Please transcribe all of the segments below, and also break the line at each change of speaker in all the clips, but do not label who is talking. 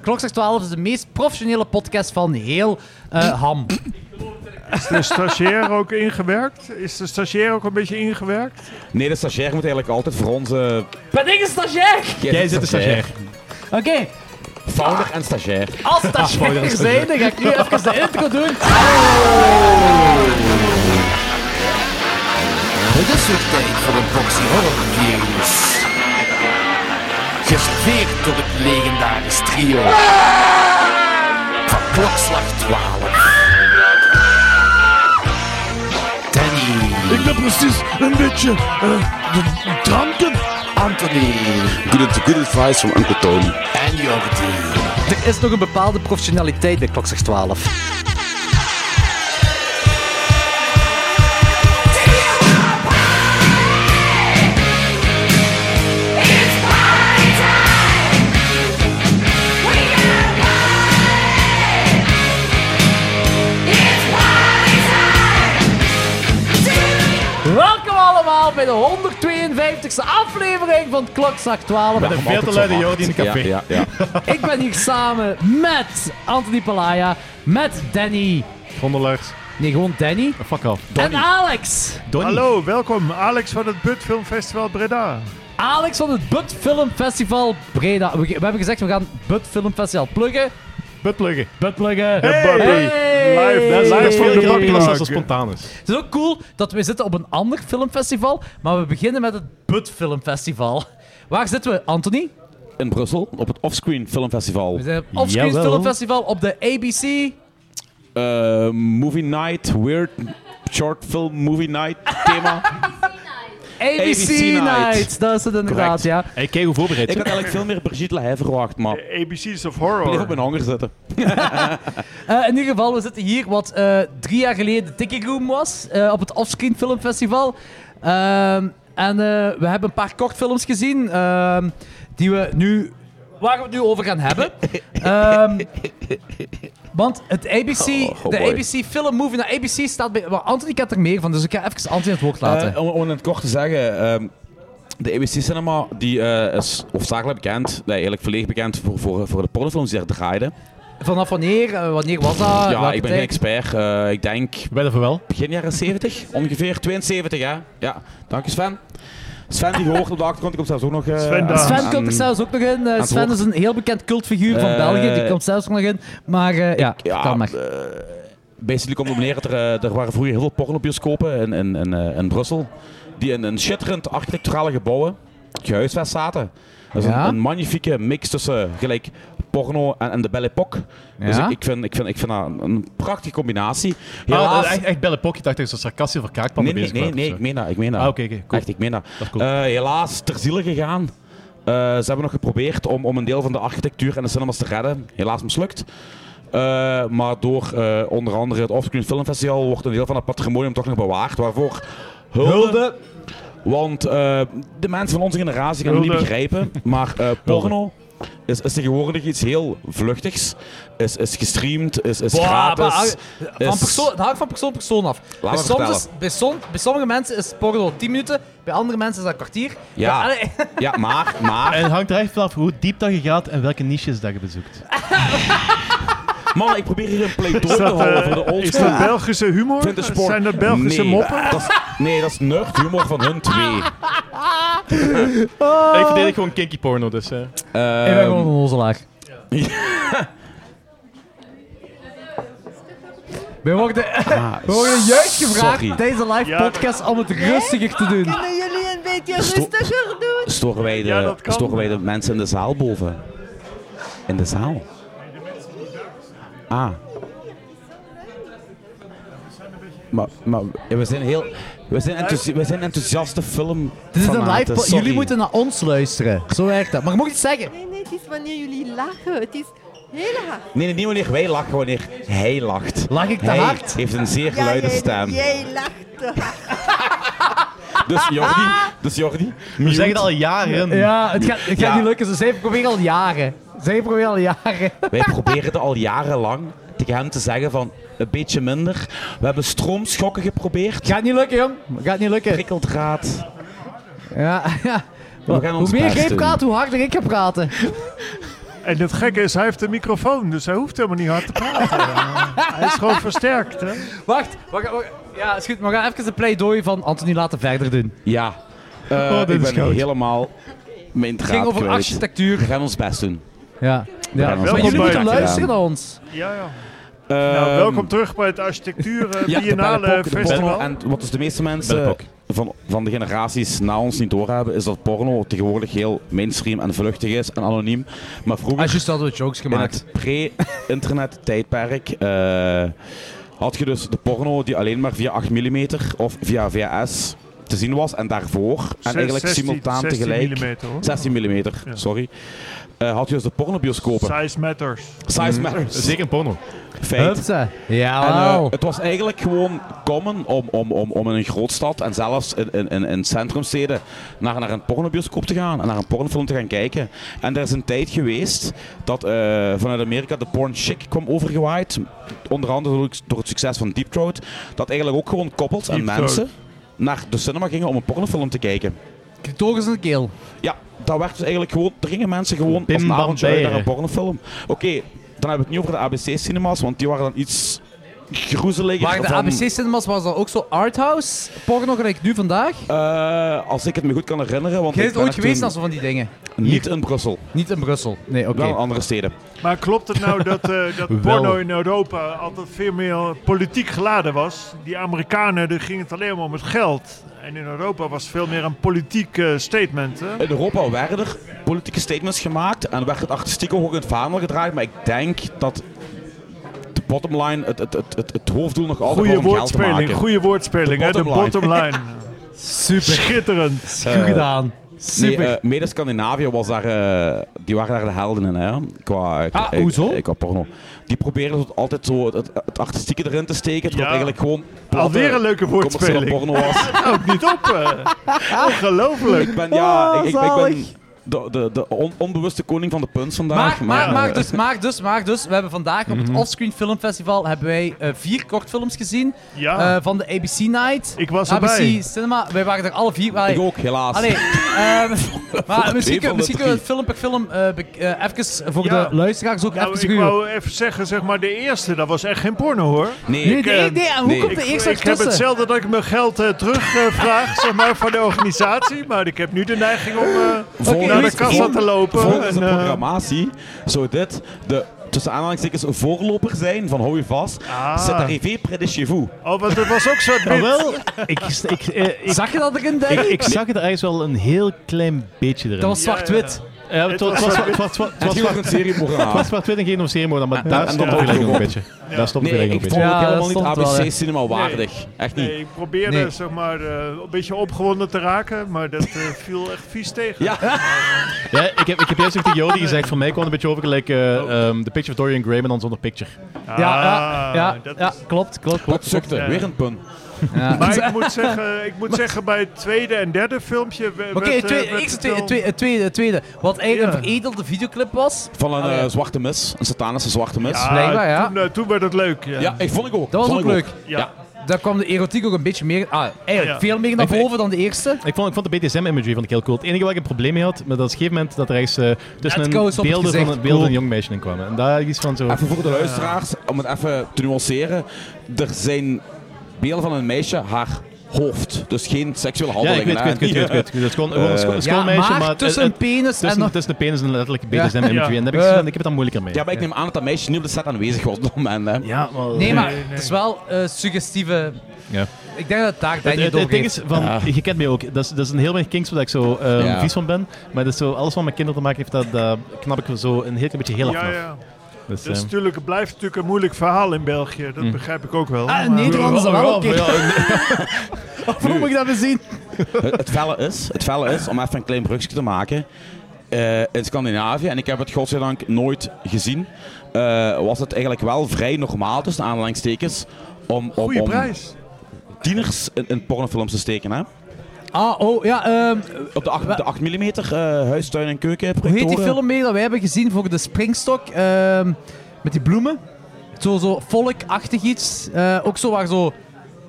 Klokslag 12 is de meest professionele podcast van heel eh, Ham.
Is de stagiair ook ingewerkt? Is de stagiair ook een beetje ingewerkt?
Nee, de stagiair moet eigenlijk altijd voor onze...
Ben ik een stagiair?
Jij zit de stagiair.
Oké,
Founder en stagiair.
als stagiair zijn, dan ga ik nu even de intro doen.
Het is weer tijd voor een boxy horrorviews. Geserveerd door het legendarisch trio van Klokslag 12. Danny,
Ik ben precies een beetje de dranken.
Anthony
Good, good advice from Uncle Tony.
en Jordi.
Er is nog een bepaalde professionaliteit bij Klokslag 12. Welkom allemaal bij de 152e aflevering van Klokslag 12.
Met een
veel te luide Jordi in de café.
Ja, ja, ja.
Ik ben hier samen met Anthony Palaya, met Danny.
Vondelers.
Nee, gewoon Danny.
Fuck off.
En Alex.
Donnie.
Hallo, welkom. Alex van het Bud Film Festival Breda.
Alex van het Bud Film Festival Breda. We, we hebben gezegd, we gaan Bud Film Festival pluggen.
Buttpluggen.
Bud pluggen.
Hey.
Hey.
Live,
Dat is
Hey.
hey. voor
Hey.
de podcast als
Hey.
het spontaan is.
Het is ook cool dat we zitten op een ander filmfestival, maar we beginnen met het Bud Film Festival. Waar zitten we, Anthony?
In Brussel, op het Offscreen Filmfestival.
We zijn op Offscreen
Jawel.
Film Festival op de ABC.
Eh, movie night, weird short film movie night thema.
ABC,
ABC
Night.
Night.
Dat is het inderdaad,
Correct.
ja.
Hey, kijk hoe voorbereid
Ik had eigenlijk veel meer Brigitte Lahaie verwacht, maar ik
ABC's of
bleef op
Horror.
mijn honger zitten.
Eh, in ieder geval, we zitten hier wat eh, drie jaar geleden de Tiki Room was, eh, op het Offscreen Film Festival. Ehm, en eh, we hebben een paar kortfilms gezien, ehm, die we nu, waar we het nu over gaan hebben. Ehm, want het ABC,
Oh, oh
de
boy.
ABC Film Movie, nou ABC staat bij... Maar Anthony kent er meer van, dus ik ga even Anthony het woord laten.
Eh, om, om het kort te zeggen, ehm, de ABC Cinema die, eh, is hoofdzakelijk bekend, nee, eigenlijk volledig bekend voor, voor, voor de pornofilms die er draaiden.
Vanaf wanneer? Eh, wanneer was dat?
ja,
Welke
ik ben geen
tijd?
expert. eh, ik denk
Wel of wel?
begin jaren 70, ongeveer 72 hè. Ja, dank je Sven. Sven die hoort op de achtergrond, die komt zelfs ook nog... eh,
Sven daar.
Sven
aan-
komt er zelfs ook nog in. Eh,
het
Sven
woord.
is een heel bekend cultfiguur van
Eh,
België. Die komt zelfs ook nog in. Maar eh, ja,
Ja,
kan maar.
eh, basically komt het op neer dat er, eh, er waren vroeger heel veel pornobioscopen in, in, in, eh, in Brussel. Die in een shitterend architecturale gebouwen gehuisvest zaten. Dat is
Ja.
een, een magnifieke mix tussen gelijk porno en, en de Belle Époque. Dus
Ja.
ik, ik, vind, ik, vind, ik vind dat een, een prachtige combinatie.
Ah,
Helaas...
echt, echt belle pokje. dacht dat je zo sarcastisch voor kaakpannen
Nee, nee, nee, nee, ik meen dat. Ik meen dat.
Ah, oké, oké, cool.
Echt, ik meen dat.
is cool.
Eh, helaas ter ziele gegaan. Eh, ze hebben nog geprobeerd om, om een deel van de architectuur en de cinemas te redden. Helaas mislukt. Eh, maar door eh, onder andere het Offscreen Film Festival wordt een deel van het patrimonium toch nog bewaard. Waarvoor hulde. Want eh, de mensen van onze generatie gaan het niet
Hulde.
begrijpen. Maar eh, porno is, is tegenwoordig iets heel vluchtigs. Is, is gestreamd, is, is
Boah, maar
gratis.
hang- van
is-
persoon, het hangt van persoon tot persoon af. Bij,
me
soms
vertellen.
is, bij, som- bij sommige mensen is porno 10 minuten, bij andere mensen is dat een kwartier.
Ja.
Maar, allee,
Ja, maar, maar.
En het hangt er echt vanaf hoe diep dat je gaat en welke niches dat je bezoekt.
Man, ik probeer hier een pleidooi
Is
te
dat,
houden voor de
eh, is dat
oldschool.
Belgische humor?
Wintersport.
Zijn dat Belgische
nee,
moppen?
Dat is, nee, dat is nerdhumor van hun twee.
Ah,
Ik verdedig gewoon kinky porno, dus. hè.
Ehm,
ik ben gewoon een onnozelaar. We worden,
Ah.
we worden juist gevraagd
Ah, sorry.
deze live
Ja, dat-
podcast om het rustiger te doen.
Kunnen jullie een beetje
Sto-
rustiger doen?
storen, wij de,
Ja, dat kan.
storen wij de mensen in de zaal boven? In de zaal? Ah. Maar, maar ja, we zijn heel... We zijn, enthousi we zijn enthousiaste film
Dit is een live po- Jullie moeten naar ons luisteren. Zo werkt dat. Maar je mag iets zeggen.
Nee, nee, het is wanneer jullie lachen. Het is heel hard.
Nee, nee, niet wanneer wij lachen, wanneer hij lacht.
Lach ik te
hij
hard?
heeft een zeer luide
jij,
stem.
jij lacht te hard.
Dus Jordi, dus Jordi,
We zeggen het al jaren.
Ja, het gaat, het gaat
Ja.
niet lukken. Ze- Zij proberen al jaren. Zij proberen al jaren.
Wij proberen het al jarenlang tegen hem te zeggen van een beetje minder. We hebben stroomschokken geprobeerd,
Gaat niet lukken, jong. Gaat niet lukken.
prikkeldraad.
Ja, ja.
We gaan ons
hoe meer
best
jij
doen.
praat, hoe harder ik ga praten.
En het gekke is, hij heeft een microfoon, dus hij hoeft helemaal niet hard te praten. hij is gewoon versterkt. Hè?
Wacht, wacht, wacht. Ja, is goed. Maar we gaan even de pleidooi van Anthony laten verder doen.
Ja, Eh,
Oh, dit
ik
is
ben
goud.
helemaal mijn
Het ging
draad
over
kwijt.
architectuur.
We gaan ons best doen.
Ja. ja.
gaan ons
Maar
best
jullie
doen.
moeten luisteren
Gedaan.
naar ons.
Ja, ja. Nou,
Ehm,
welkom terug bij het Architectuur eh,
ja, de
Biennale
Bellepoque, de porno.
Festival.
En wat dus de meeste mensen
Bellepoque.
van, van de generaties na ons niet doorhebben, is dat porno tegenwoordig heel mainstream en vluchtig is en anoniem. Maar vroeger...
Ah, juist hadden we jokes
In
gemaakt.
het pre-internet tijdperk eh, had je dus de porno die alleen maar via 8 mm of via VHS te zien was. En daarvoor, en eigenlijk
16
simultaan
16
tegelijk,
millimeter, hoor.
16 mm,
Ja.
sorry, eh, had je dus de pornobioscopen.
Size matters.
Size matters,
Zeker een porno.
feit.
Hupsa.
En, eh,
Ja,
het was eigenlijk gewoon common om, om, om, om in een grootstad en zelfs in, in, in, in centrumsteden naar, naar een pornobioscoop te gaan en naar een pornofilm te gaan kijken. En er is een tijd geweest dat eh, vanuit Amerika de porn chic kwam overgewaaid. Onder andere door, door het succes van Deep Throat. Dat eigenlijk ook gewoon koppels en
Deep Throat.
mensen naar de cinema gingen om een pornofilm te kijken.
Toch eens een keel.
Ja, dat werd dus eigenlijk gewoon... Er gingen mensen gewoon
Pim
als een
Bam
avondje
Beieren.
naar een pornofilm. Oké, dan heb ik het niet over de ABC-cinema's, want die waren dan iets groezeliger.
Maar de
van-
ABC-cinemas was dat ook zo arthouse porno gelijk nu vandaag?
Eh, als ik het me goed kan herinneren, want
Jij bent
ik ben
ooit
er
geweest
toen
naar zo van die dingen?
niet in Brussel,
Niet in Brussel. Nee, oké.
wel in andere steden.
Maar klopt het nou dat, eh, dat porno in Europa altijd veel meer politiek geladen was? Die Amerikanen die gingen het alleen maar om het geld. En in Europa was het veel meer een politiek eh, statement. Hè?
In Europa werden er politieke statements gemaakt en werd het artistiek ook in het vaandel gedraaid, maar ik denk dat de bottomline, het, het, het, het, het hoofddoel nog altijd
Goede
was om geld te
woordspeling,
maken.
goede woordspeling.
De
hè, De
bottom
bottom line.
Super.
Schitterend.
Goed gedaan. Super.
Nee, eh, mede Scandinavië was daar, eh, die waren daar de helden in, hè? Qua,
Ah,
eh,
hoezo?
eh, qua porno. Die proberen het altijd zo het, het artistieke erin te steken, terwijl
Ja.
het eigenlijk gewoon platte,
Alweer een leuke
commerciële
woordspeling.
porno was.
Ook niet op. eh. Ongelooflijk.
Ik ben, ja,
Oh,
ik, ik, ik ben
zalig.
de, de, de on- onbewuste koning van de punts vandaag.
Maar, maar,
eh, Mhm.
maar, dus, maar, dus, maar dus, we hebben vandaag op het Offscreen Film Festival hebben wij eh, vier kortfilms gezien
Ja.
eh, van de ABC Night.
Ik was
ABC
erbij.
Cinema, wij waren er alle vier. wij-
ik ook, helaas.
Allee, ehm, maar misschien,
van de
kun- misschien kunnen we het film per film eh, be- eh, even voor
Ja.
de luisteraars ook
Nou,
even
ik
ruwen.
wou even zeggen, zeg maar, de eerste, dat was echt geen porno hoor.
Nee,
Nee,
ik,
nee,
eh,
nee, en hoe
nee.
komt
Ik-
de
ehm, Ik,
eerste
heb
tussen?
hetzelfde dat ik mijn geld eh, terugvraag zeg maar, van de organisatie. Maar ik heb nu de neiging om eh,
Volgens-
naar de kassa te lopen.
Volgens de
en, eh,
programmatie zou dit de tussen aanhalingstekens een voorloper zijn van hou je vast.
Ah.
C'est arrivé près de chez vous.
oh, want het was ook zo'n
Maar
bit.
Nou, wel, ik, ik, eh, ik,
Zag je dat erin, denk
ik,
ik?
ik zag het ergens wel een heel klein beetje erin.
Dat was
Ja, ja,
zwart-wit.
ja, het was- het was- het was- het was- het
Het
was
ging over een
zwart- het
serieprogramma.
was zwart-wit en geen of zeemoord, maar daar
en
stond
dat
de vergelijking
ook.
nog een beetje. Daar stond de
Nee, ik
vergelijking
vond
nog een
Ja,
het
dat
helemaal niet
stond wel, hè.
ABC-cinema waardig. Echt niet.
Nee, ik probeerde
Nee.
zeg maar, eh, een beetje opgewonden te raken, maar dat eh, viel echt vies tegen.
Ja.
beetje. Ja, ik, heb, ik heb juist tegen Jody gezegd, voor mij kwam het een beetje over gelijk eh, ehm, The Picture of Dorian Gray, maar dan zonder picture.
Ah,
Ja, ja, ja,
dat
ja,
is-
klopt, klopt,
Wat
klopt.
sukte.
Ja.
Weer een punt.
Maar ik moet zeggen, ik moet zeggen bij het tweede en derde filmpje... we-
Oké, het
werd, eh,
tweede,
werd
eerst het
het
tweede,
wel-
tweede, het tweede, het tweede. Wat eigenlijk
Ja.
een veredelde videoclip was.
Van een
Ah, ja.
eh, zwarte mis. Een satanische zwarte mis.
Ah,
Ja,
Blijkbaar, ja.
Toen, eh, toen werd het leuk, ja.
ik vond ik ook.
Dat was
Vond
ook
ik
leuk.
Ja.
Ja.
Daar kwam de erotiek ook een beetje meer... Ah, eigenlijk
Ja.
veel meer naar
Ik vind-
boven dan de eerste.
Ik vond, ik vond de BDSM-imagery vond ik heel cool. Het enige waar ik een probleem mee had, maar dat is op een gegeven moment dat er ergens eh, tussen
het
een
kous op het
beelden
gezicht.
van, een- beelden van
Cool.
een jong meisje in kwamen. En daar iets van zo...
Even voor de luisteraars, om het even te nuanceren. Er zijn beelden van een meisje, haar hoofd. Dus geen seksuele
ja, ik
handelingen.
weet, ik
hè.
weet, ik weet, ik weet, ik weet. Het is gewoon, gewoon een scho- een
Ja,
schoolmeisje,
maar,
maar... het-
tussen
het-
penis en...
Tussen,
nog-
tussen de penis en de letterlijke BDSM-imagery.
Ja.
En daar heb ik zoiets van, ik heb het dan moeilijker mee.
Ja, maar ik neem aan dat dat meisje niet op de set aanwezig was op dat moment. Hè.
Ja, maar...
Nee, maar het is wel eh, suggestieve...
Ja.
Ik denk dat het daar
Het,
Danny
het-
door
het ding
heeft.
is, van, je kent mij ook, dat is, dat is een heel weinig kinks waar ik zo eh,
Ja.
vies van ben. Maar dat is zo, alles wat met kinderen te maken heeft, dat, dat knap ik zo een heel klein beetje heel af.
Ja,
vanaf.
ja.
Dus,
Dat is
eh,
natuurlijk, het blijft natuurlijk een moeilijk verhaal in België. Dat begrijp ik ook wel.
Ah,
maar-
in Nederland is dat wel oké. Hoe moet ik dat weer zien?
Het, het felle is, het felle is, om even een klein brugje te maken. eh, in Scandinavië, en ik heb het godzijdank nooit gezien, eh, was het eigenlijk wel vrij normaal, tussen aanhalingstekens, om, om,
Goeie
om
prijs.
tieners in, in pornofilms te steken. Hè?
Ah, oh, ja, ehm,
Op de 8,
Wa-
de 8 mm eh huis, tuin en keuken.
hoe heet die film mee dat wij hebben gezien voor de Springstok? ehm, met die bloemen. Zo, zo volkachtig iets. Eh, ook zo waar zo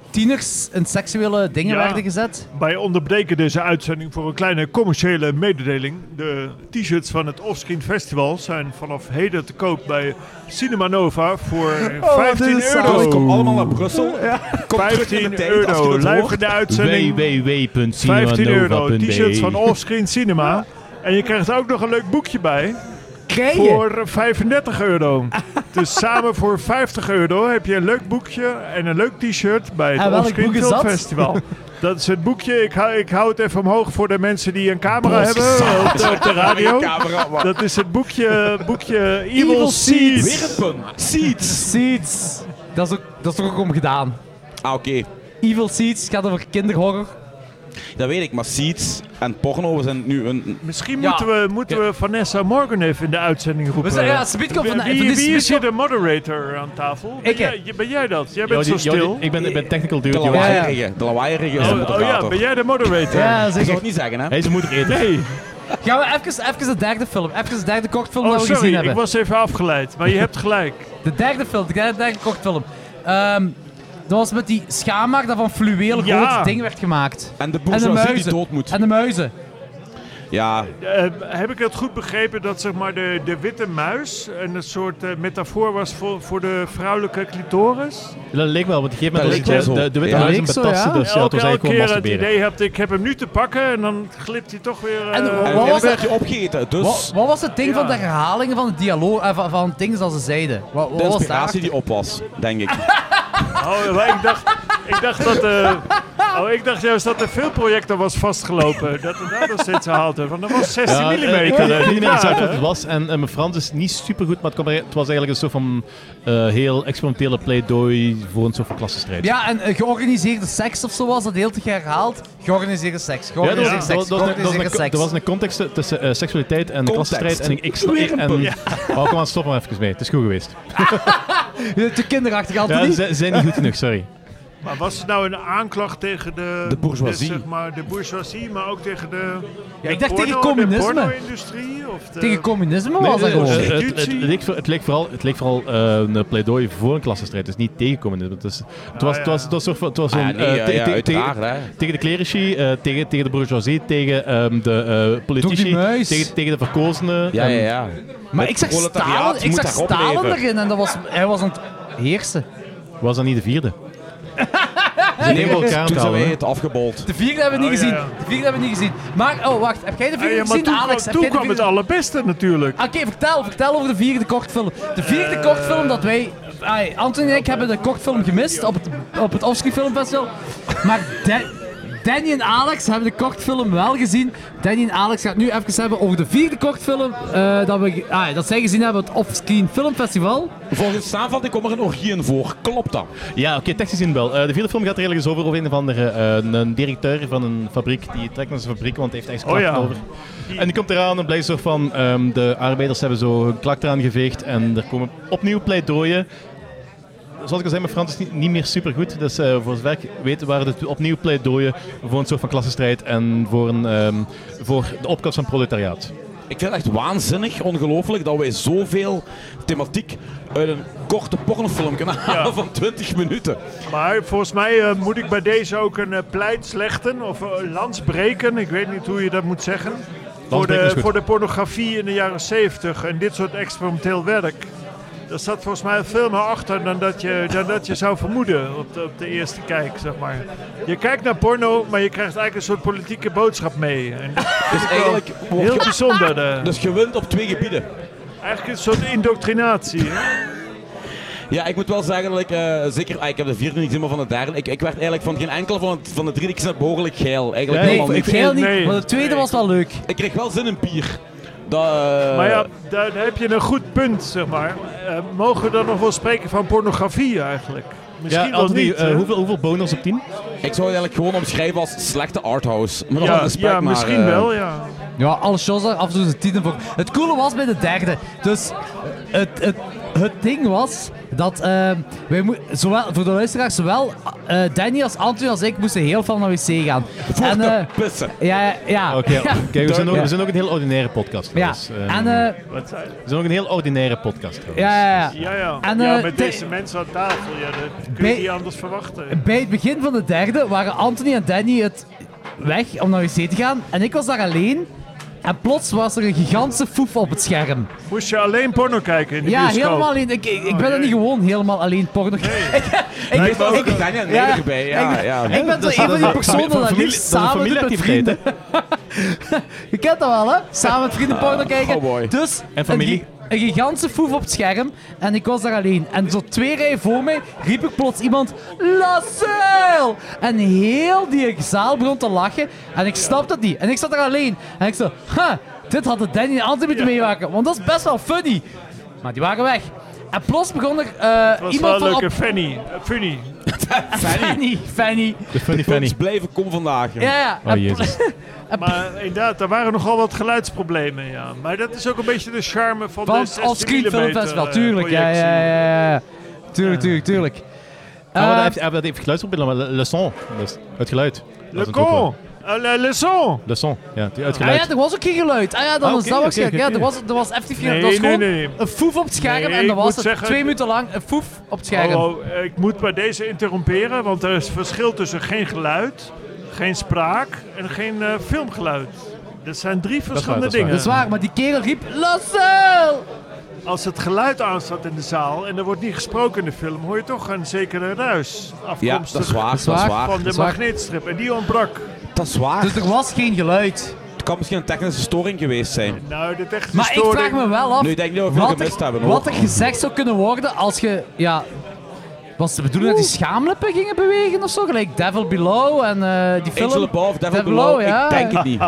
tieners in seksuele dingen
Ja.
werden gezet.
Wij onderbreken deze uitzending voor een kleine commerciële mededeling. De t-shirts van het Offscreen Festival zijn vanaf heden te koop bij Cinema Nova voor
Oh,
15
Dus ik
euro.
kom allemaal naar Brussel. Kom terug in
15
de tijd als je
Oh. euro,
het
live in
hoort.
de uitzending.
www.cinemanova.be
15 euro, t-shirts van Offscreen Cinema. En je krijgt ook nog een leuk boekje bij
Krijg je?
voor 35 euro. Dus samen voor 50 euro heb je een leuk boekje en een leuk t-shirt bij
En
het
welk
Offscreen
boek is
Film
dat?
Festival. Dat is het boekje. Ik hou, ik hou het even omhoog voor de mensen die een camera hebben op de, op de radio.
Dus- Camera, wat?
Dat is het boekje, boekje Evil,
Evil
Seeds.
Seeds.
Weer een punt. Seeds.
Seeds. Dat is, ook, dat is toch ook om gedaan.
Ah, oké.
Evil Seeds gaat over kinderhorror.
Dat weet ik, maar Seeds en porno zijn nu een...
Misschien
Ja.
moeten, we, moeten we Vanessa Morgan even in de uitzending roepen.
We zijn, ja, Speed komt van,
wie,
van
wie,
die
wie is hier
Speed
de moderator aan tafel? Ben,
Ik, hè.
jij, ben jij dat? Jij bent zo stil.
Ik ben, ik ben technical dude,
De
Jordi.
lawaai.
lawaaierige. De lawaaierige is de
Oh, oh ja,
moderator.
ben jij de moderator?
Ja,
Dat zou
zeker.
ik niet zeggen, hè?
Hij is een moeder eten.
Nee.
Gaan we even, even de derde film, even de derde kortfilm
Oh,
dat we gezien
sorry,
hebben.
ik was even afgeleid. Maar je hebt gelijk.
De derde film, de derde, derde kortfilm. Ehm, dat was met die schaamhaar dat van fluweel rood
Ja.
ding werd gemaakt.
En
En
de
de
bourgeoisie die
muizen.
dood moet.
En de muizen.
Ja,
Eh, heb ik het goed begrepen dat zeg maar, de, de witte muis een soort eh, metafoor was voor, voor de vrouwelijke clitoris?
Dat leek wel, want op een gegeven moment
Dat leek
was het
wel
de,
zo.
de, de witte
Ja.
muis
Leek zo,
betasten,
ja.
dus ja, het
elke
was eigenlijk
keer
gewoon
het
masturberen.
idee hebt, ik heb hem nu te pakken en dan glipt hij toch weer...
En
eh,
wat
en,
was
en dan
het?
werd je opgegeten. Dus
Wat, wat was het ding
Ja.
van de herhalingen van de dialoog, eh, van, van dingen zoals ze zeiden? Wat, wat
de
was daar?
inspiratie die op was, denk ik.
Oh, maar ik dacht, ik dacht dat... eh, oh, ik dacht juist dat de filmprojector was vastgelopen. Dat we daar nog steeds herhaald hebben. Want dat was 16
Ja, eh,
mm.
Ik weet niet meer exact wat het was. En eh, mijn Frans is niet super goed, maar het, kwam er- het was eigenlijk een soort van eh, heel experimentele pleidooi voor een soort van klassenstrijd.
Ja, en eh, georganiseerde seks of zo was dat heel te herhaald. Georganiseerde seks,
Ja, er was-
georganiseerde
er
seks,
was- er was- er was
georganiseerde
een-
seks.
er was een context eh, tussen eh, seksualiteit en
Context.
klassenstrijd. En ik, ik snap
Weer een
en-
punt.
Oh, kom aan, stop maar even mee. Het is goed geweest.
Eh, Te kinderachtig,
Ja,
Anthony.
ze ze zijn niet goed genoeg, sorry.
Maar was het nou een aanklacht tegen de...
De bourgeoisie.
zeg maar, de bourgeoisie, maar ook tegen de...
Ja,
de
ik dacht tegen
porno-
communisme.
De porno-industrie? Of de-
Tegen communisme
Nee,
was dat
nee, eh,
gewoon.
het- het, het,
Institutie.
leek, voor- het leek vooral, het leek vooral eh, een pleidooi voor een klassenstrijd, dus niet tegen communisme. Het was- het was-
Ah,
het was- het was soort van- het was
Ah,
een,
nee,
eh,
ja,
te-
ja,
te-
uiteraard,
tegen-
hè.
Tegen de clerici, eh, tegen, tegen de bourgeoisie, tegen ehm, de eh,
Doe
politici,
die muis.
tegen, tegen de verkozenen.
Ja,
ehm,
ja, ja.
Maar
Het
ik zag
proletariaat
Stalin, ik
moet
zag
daarop
Stalin
leven.
erin en dat was, hij was aan het heersen.
Was dat niet de vierde? Ze nemen elkaar aan
Toen
het
zijn
houden,
wij
hè.
het afgebold.
De vierde hebben we niet
Oh, ja,
gezien.
ja.
De vierde hebben we niet gezien. Maar, oh wacht, heb jij de
Ah,
vierde
ja, maar
gezien,
toen,
Alex?
kwam,
heb
toen
jij de
kwam
vierde Ah,
het allerbeste natuurlijk.
Oké, vertel, vertel over de vierde kortfilm. De
Eh.
vierde kortfilm dat wij... ai, Anthony en ik hebben de kortfilm gemist op het, op het Offscreen Filmfestival. Maar Da- Danny en Alex hebben de kortfilm wel gezien. Danny en Alex gaan het nu even hebben over de vierde kortfilm eh, dat, we, ge- ai, dat zij gezien hebben op het Offscreen Filmfestival.
Volgens samenvatting komt er een orgie in voor. Klopt dat?
Ja, oké, technisch gezien wel. Eh, de vierde film gaat er eigenlijk eens over over een of andere eh, een directeur van een fabriek. Die trekt naar zijn fabriek, want hij heeft echt
Oh,
klachten
ja.
over. En die komt eraan en blijkt zo van, ehm, de arbeiders hebben zo hun klak eraan geveegd. En er komen opnieuw pleidooien. Zoals ik al zei, mijn Frans is niet, niet meer supergoed. Dus eh, voor zover ik weet waren het opnieuw pleidooien voor een soort van klassenstrijd. En voor, een, ehm, voor de opkomst van proletariaat.
Ik vind het echt waanzinnig, ongelooflijk, dat wij zoveel thematiek uit een korte pornofilm kunnen halen van 20 minuten.
Maar volgens mij eh, moet ik bij deze ook een eh, pleit slechten of eh, lans breken. Ik weet niet hoe je dat moet zeggen. Voor
breken
de,
is goed.
voor de pornografie in de jaren 70 en dit soort experimenteel werk. Daar zat volgens mij veel meer achter dan dat je, dan dat je zou vermoeden op de, op de eerste kijk, zeg maar. Je kijkt naar porno, maar je krijgt eigenlijk een soort politieke boodschap mee. En dat
Dus eigenlijk
is
word
heel
je,
bijzonder. eh.
dus je wint op twee gebieden.
Eigenlijk een soort indoctrinatie. hè.
Ja, ik moet wel zeggen dat ik eh, zeker, ah, ik heb de vierde niet helemaal van de derde. Ik, ik werd eigenlijk van geen enkel van, het, van de drie, ik zat behoorlijk geil. Eigenlijk
Nee,
helemaal
ik
niks.
geel niet,
nee,
maar de tweede
nee.
was wel leuk.
Ik kreeg wel zin in bier. Dat, eh,
Maar ja, daar daar heb je een goed punt, zeg maar. Eh, mogen we dan nog wel spreken van pornografie eigenlijk? Misschien wel
Anthony,
niet.
eh,
hè?
hoeveel, hoeveel boners op 10?
Ik zou het eigenlijk gewoon omschrijven als slechte arthouse. Maar dan
ja,
respect
ja,
maar,
misschien
eh,
wel, ja.
Ja, alle shows daar af en toe zijn titel voor. Het coole was bij de derde. Dus het, het, het ding was dat eh, wij moe- zowel, voor de luisteraars, zowel eh, Danny als Anton als ik moesten heel veel naar wc gaan.
Voor
en,
te
eh,
pissen.
ja, ja.
Oké,
ja.
kijk, we zijn, ook,
Ja.
we zijn ook een heel ordinaire podcast.
Ja,
Dus, eh,
en, eh,
Wat zei-
we zijn ook een heel ordinaire podcast. trouwens.
ja, ja, ja.
Ja, ja.
En,
ja
eh,
met
de-
deze mensen aan tafel, ja, dat kun je
Bij-
niet anders verwachten.
Bij het begin van de derde waren Anthony en Danny het weg om naar wc te gaan. En ik was daar alleen. En plots was er een gigantische foef op het scherm.
Moest je alleen porno kijken in de
Ja,
bioscoop? Oh,
helemaal alleen. Ik, ik, ik ben er
jee.
niet gewoon helemaal alleen porno. Ik, ik,
Ik ben ook een kleine nederig bij. Ja,
ik-
ja.
ik ben zo een van die personen
dat is
dat
een
liefst samen doet met
familieactiviteit,
vrienden. Je kent dat wel, hè? Samen met vrienden porno kijken.
oh boy.
Dus
Ah, En familie.
Een, gi- een gigantische foef op het scherm. En ik was daar alleen. En zo twee rijen voor mij riep ik plots iemand... Lassel! En heel die zaal begon te lachen. En ik snapte het niet. En ik zat daar alleen. En ik zo... Ha, dit hadden Danny en Anthony moeten meemaken. Want dat is best wel funny. Maar die waren weg. En plots begon er eh,
Het was wel
iemand
een
van...
leuke
op-
Fanny. eh, Funny.
Fanny, Fanny.
De funny funny.
Ons blijven kom vandaag. joh.
Ja, ja.
Oh
En-
jezus.
Maar inderdaad, daar waren nogal wat geluidsproblemen, ja. Maar dat is ook een beetje de charme
Van
van, de
het
16
offscreen
millimeter,
filmfestival,
eh,
tuurlijk. Ja,
projectie.
ja, ja, ja. Tuurlijk, tuurlijk, tuurlijk.
Ah, maar
Eh,
dat heeft, ah, dat heeft geluidsproblemen, maar le, le son. Dus het geluid.
Le con. eh, Le, le son.
Le son, ja, die- het
ah
geluid.
ja, er was ook geen geluid. Ah ja, dan
Ah,
is
oké,
dat
oké,
waarschijnlijk.
oké,
Ja, er
oké.
was, er was effectief geen...
Nee,
er was
nee,
gewoon
nee.
een foef op het scherm
Nee,
en dat
ik
was
moet
het.
zeggen- Oh.
Twee minuten lang een foef op het scherm.
Hallo, eh, ik moet bij deze interromperen, want er is verschil tussen geen geluid, geen spraak en geen eh, filmgeluid. Dat zijn drie verschillende
dat is waar.
Dat
dingen.
is waar, maar die kerel riep... Lassel!
Als het geluid aanstaat in de zaal en er wordt niet gesproken in de film, hoor je toch een zekere ruis
Ja,
afkomstig
dat is waar. Dat is
Dat is
waar.
van de
is waar.
magneetstrip. En die ontbrak.
Dat is waar.
Dus er was geen geluid.
Het kan misschien een technische storing geweest zijn.
Nou, de technische
Maar ik
storing-
vraag me wel af...
Nu denk ik dat we veel
wat
gemist hebben.
er,
hoor.
wat er gezegd zou kunnen worden als je... Ja, was de bedoeling dat die schaamlippen gingen bewegen of zo? Gelijk Devil Below en eh, die film...
Angela Ball of Devil
Devil
Below,
Below, ja.
ik denk het niet.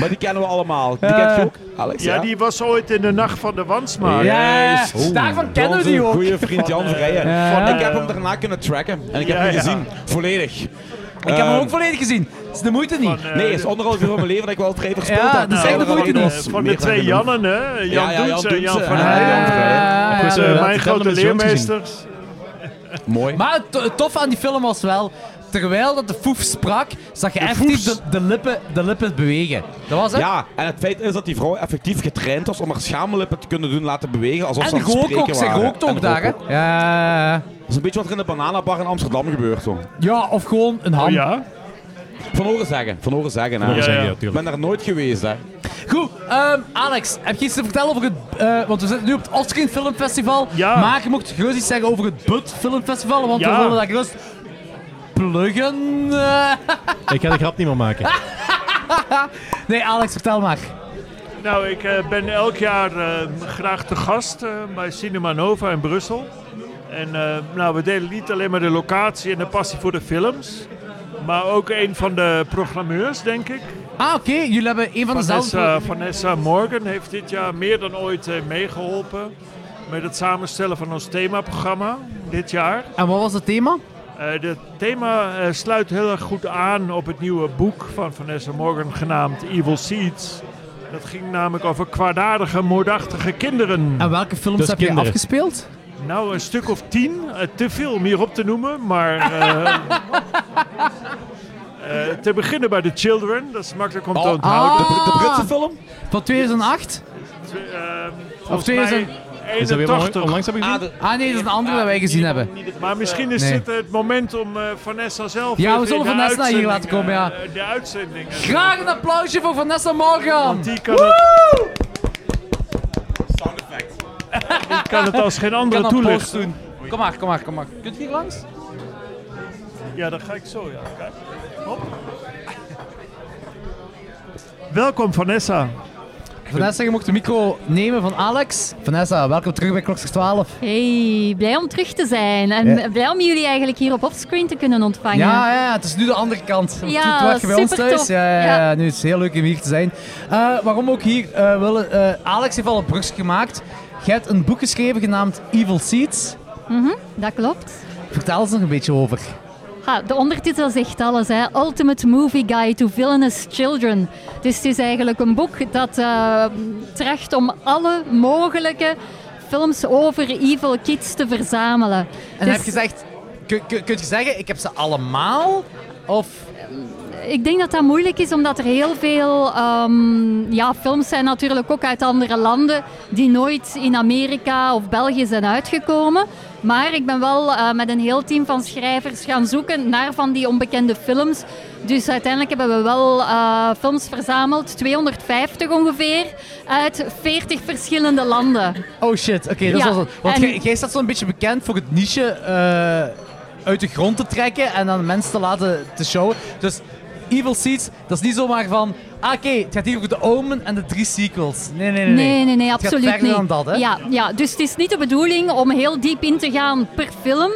maar die kennen we allemaal. Die
Ja.
kent je ook, Alex?
Ja, die was ooit in de nacht van de Eh, Wansma.
Ja,
Juist.
daarvan kennen we
Onze
die ook.
goede vriend Jan Vrijen.
Ja.
Ik heb hem daarna kunnen tracken. En ik heb
Ja,
hem
ja.
gezien. Volledig. Ehm,
Ik heb hem ook volledig gezien. Het is de moeite niet.
Van, eh,
Nee, het is anderhalf uur van mijn leven dat ik wel het vrij gespeeld
Ja,
heb.
dat
Nou,
zijn de
dat
moeite
was
niet.
meer
Van de
dan
twee
genoeg.
Jannen, hè? Jan
Ja, ja, Jan
Doets en Jan
Doets,
van
eh,
Heijden.
Jan Vrijen.
Ah,
Goed,
ja.
eh,
mijn
Devil
grote
is Jones
leermeesters.
Mooi.
eh, Maar het to- het toffe aan die film was wel, terwijl dat de foef sprak, zag je effectief de, de, lippen, de lippen bewegen. Dat was het.
Ja, en het feit is dat die vrouw effectief getraind was om haar schaamlippen te kunnen doen laten bewegen alsof ze
en
aan het
rook
spreken
ook, ze
waren.
rookt ook
En
daar, hè.
ook.
Ja,
Dat is een beetje wat er in de bananabar in Amsterdam gebeurt. Hoor.
ja, of gewoon een ham.
Oh ja?
Van horen zeggen, van horen zeggen.
Ah,
Hè.
Ja, ja.
Ik ben daar nooit geweest, hè.
Goed, ehm, Alex, heb je iets te vertellen over het... eh, want we zitten nu op het Offscreen Filmfestival.
Ja.
Maar je mocht gerust iets zeggen over het Bud Filmfestival, want
Ja.
we willen dat gerust pluggen. eh.
Ik ga de grap niet meer maken.
Nee, Alex, vertel maar.
Nou, ik eh, ben elk jaar eh, graag te gast eh, bij Cinema Nova in Brussel. En eh, nou, we delen niet alleen maar de locatie en de passie voor de films, maar ook een van de programmeurs, denk ik.
Ah, oké, jullie hebben een van dezelfde...
Vanessa, Vanessa Morgan heeft dit jaar meer dan ooit eh, meegeholpen met het samenstellen van ons themaprogramma dit jaar.
En wat was het thema?
Eh, Het thema eh, sluit heel erg goed aan op het nieuwe boek van Vanessa Morgan genaamd Evil Seeds. Dat ging namelijk over kwaadaardige, moordachtige kinderen.
En welke films
Dus
heb je
kinderen.
afgespeeld?
Nou, een stuk of tien. Eh, te veel om hier op te noemen, maar... eh, eh, te beginnen bij The Children, dat is makkelijk om te
Oh,
Ah.
onthouden.
De, Br- de Britse film?
Van 2008?
Eh,
Of
volgens
twee is
mij
een-
Is dat weer onlang-
81.
onlangs heb ik gezien?
Ah nee, dat is een andere dat wij gezien hebben.
Maar misschien is
Nee.
dit het moment om eh, Vanessa zelf...
Ja, we
even
zullen
in de
Vanessa hier
uitzending,
laten komen, ja.
eh, De uitzending.
Graag een applausje voor Vanessa Morgan!
Die kan het... Die kan het als geen
Ik
andere
kan een post
toelichten.
doen. Kom maar, kom maar, kom maar. Kunt je hier langs?
Ja, dat ga ik zo, ja. Kijk. Hop. Welkom Vanessa.
Vanessa, je mocht de micro nemen van Alex. Vanessa, welkom terug bij Klokster 12.
Hey, blij om terug te zijn. En
Ja.
blij om jullie eigenlijk hier op offscreen te kunnen ontvangen.
Ja, ja, het is nu de andere kant.
Ja,
Toen waren je bij ons
supertof.
thuis. Ja, ja, ja.
Ja.
Nu is het heel leuk om hier te zijn. Eh, waarom ook hier eh, willen... eh, Alex heeft al een brugje gemaakt. Jij hebt een boek geschreven genaamd Evil Seeds.
Dat klopt.
Vertel eens nog een beetje over.
Ha, de ondertitel zegt alles, hè. Ultimate Movie Guide to Villainous Children. Dus het is eigenlijk een boek dat eh, tracht om alle mogelijke films over evil kids te verzamelen.
En
Dus
heb je gezegd, kun, kun, kunt je zeggen, ik heb ze allemaal? Of
Ik denk dat dat moeilijk is, omdat er heel veel ehm, ja, films zijn natuurlijk ook uit andere landen die nooit in Amerika of België zijn uitgekomen. Maar ik ben wel eh, met een heel team van schrijvers gaan zoeken naar van die onbekende films. Dus uiteindelijk hebben we wel eh, films verzameld, 250 ongeveer, uit 40 verschillende landen.
Oh shit, oké, dat
Ja,
was het. Want
en-
jij- jij staat zo'n beetje bekend voor het niche eh, uit de grond te trekken en aan mensen te laten te showen. Dus Evil Seeds, dat is niet zomaar van, ah, oké, het gaat hier over de Omen en de drie sequels. Nee, nee, nee.
Nee, nee, nee,
Het gaat
absoluut
verder
niet.
dan dat, hè?
Ja, ja, dus het is niet de bedoeling om heel diep in te gaan per film.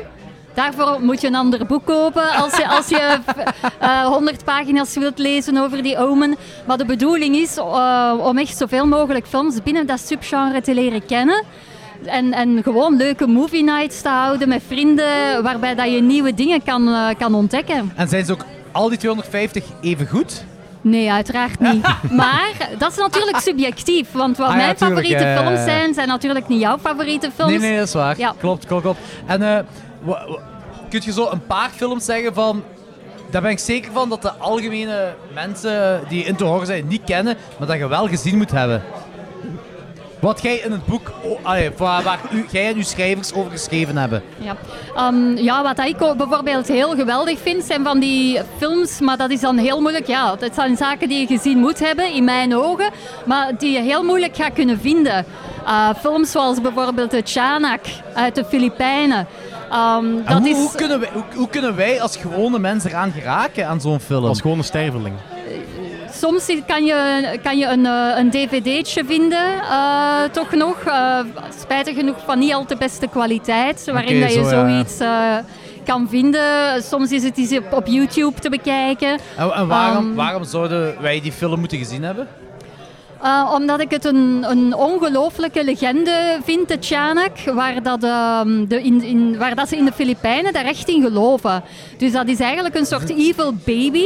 Daarvoor moet je een ander boek kopen als je, als je eh, 100 pagina's wilt lezen over die omen. Maar de bedoeling is eh, om echt zoveel mogelijk films binnen dat subgenre te leren kennen. En, en gewoon leuke movie nights te houden met vrienden, waarbij dat je nieuwe dingen kan, eh, kan ontdekken.
En zijn ze ook al die 250 even goed?
Nee, uiteraard niet. Maar dat is natuurlijk subjectief. Want wat
Ah ja,
mijn
tuurlijk,
favoriete
ja, ja,
films
ja.
zijn, zijn natuurlijk niet jouw favoriete films.
Nee, nee, dat is waar.
Ja.
Klopt, klopt, klopt. En eh, wa- wa- kun je zo een paar films zeggen van... Daar ben ik zeker van dat de algemene mensen die in te horen zijn niet kennen, maar dat je wel gezien moet hebben. Wat jij in het boek, oh, allee, waar, waar u, jij en uw schrijvers over geschreven hebben.
Ja. Ehm, ja, wat ik ook bijvoorbeeld heel geweldig vind, zijn van die films, maar dat is dan heel moeilijk. Ja, dat zijn zaken die je gezien moet hebben, in mijn ogen, maar die je heel moeilijk gaat kunnen vinden. Eh, films zoals bijvoorbeeld de Chanak uit de Filipijnen. Ehm,
En
dat
Ah, hoe,
is,
hoe, kunnen wij, hoe, hoe kunnen wij als gewone mensen eraan geraken aan zo'n film?
Als gewoon een sterveling.
Soms kan je, kan je een, eh, een dvd'tje vinden, eh, toch nog. Eh, spijtig genoeg van niet al te beste kwaliteit, waarin
Oké,
dat je
zo, ja.
zoiets eh, kan vinden. Soms is het iets op, op YouTube te bekijken.
En, en waarom,
Ehm.
waarom zouden wij die film moeten gezien hebben?
Eh, omdat ik het een, een ongelooflijke legende vind, de Chanak, waar, dat, ehm, de, in, in, waar dat ze in de Filipijnen daar echt in geloven. Dus dat is eigenlijk een soort evil baby.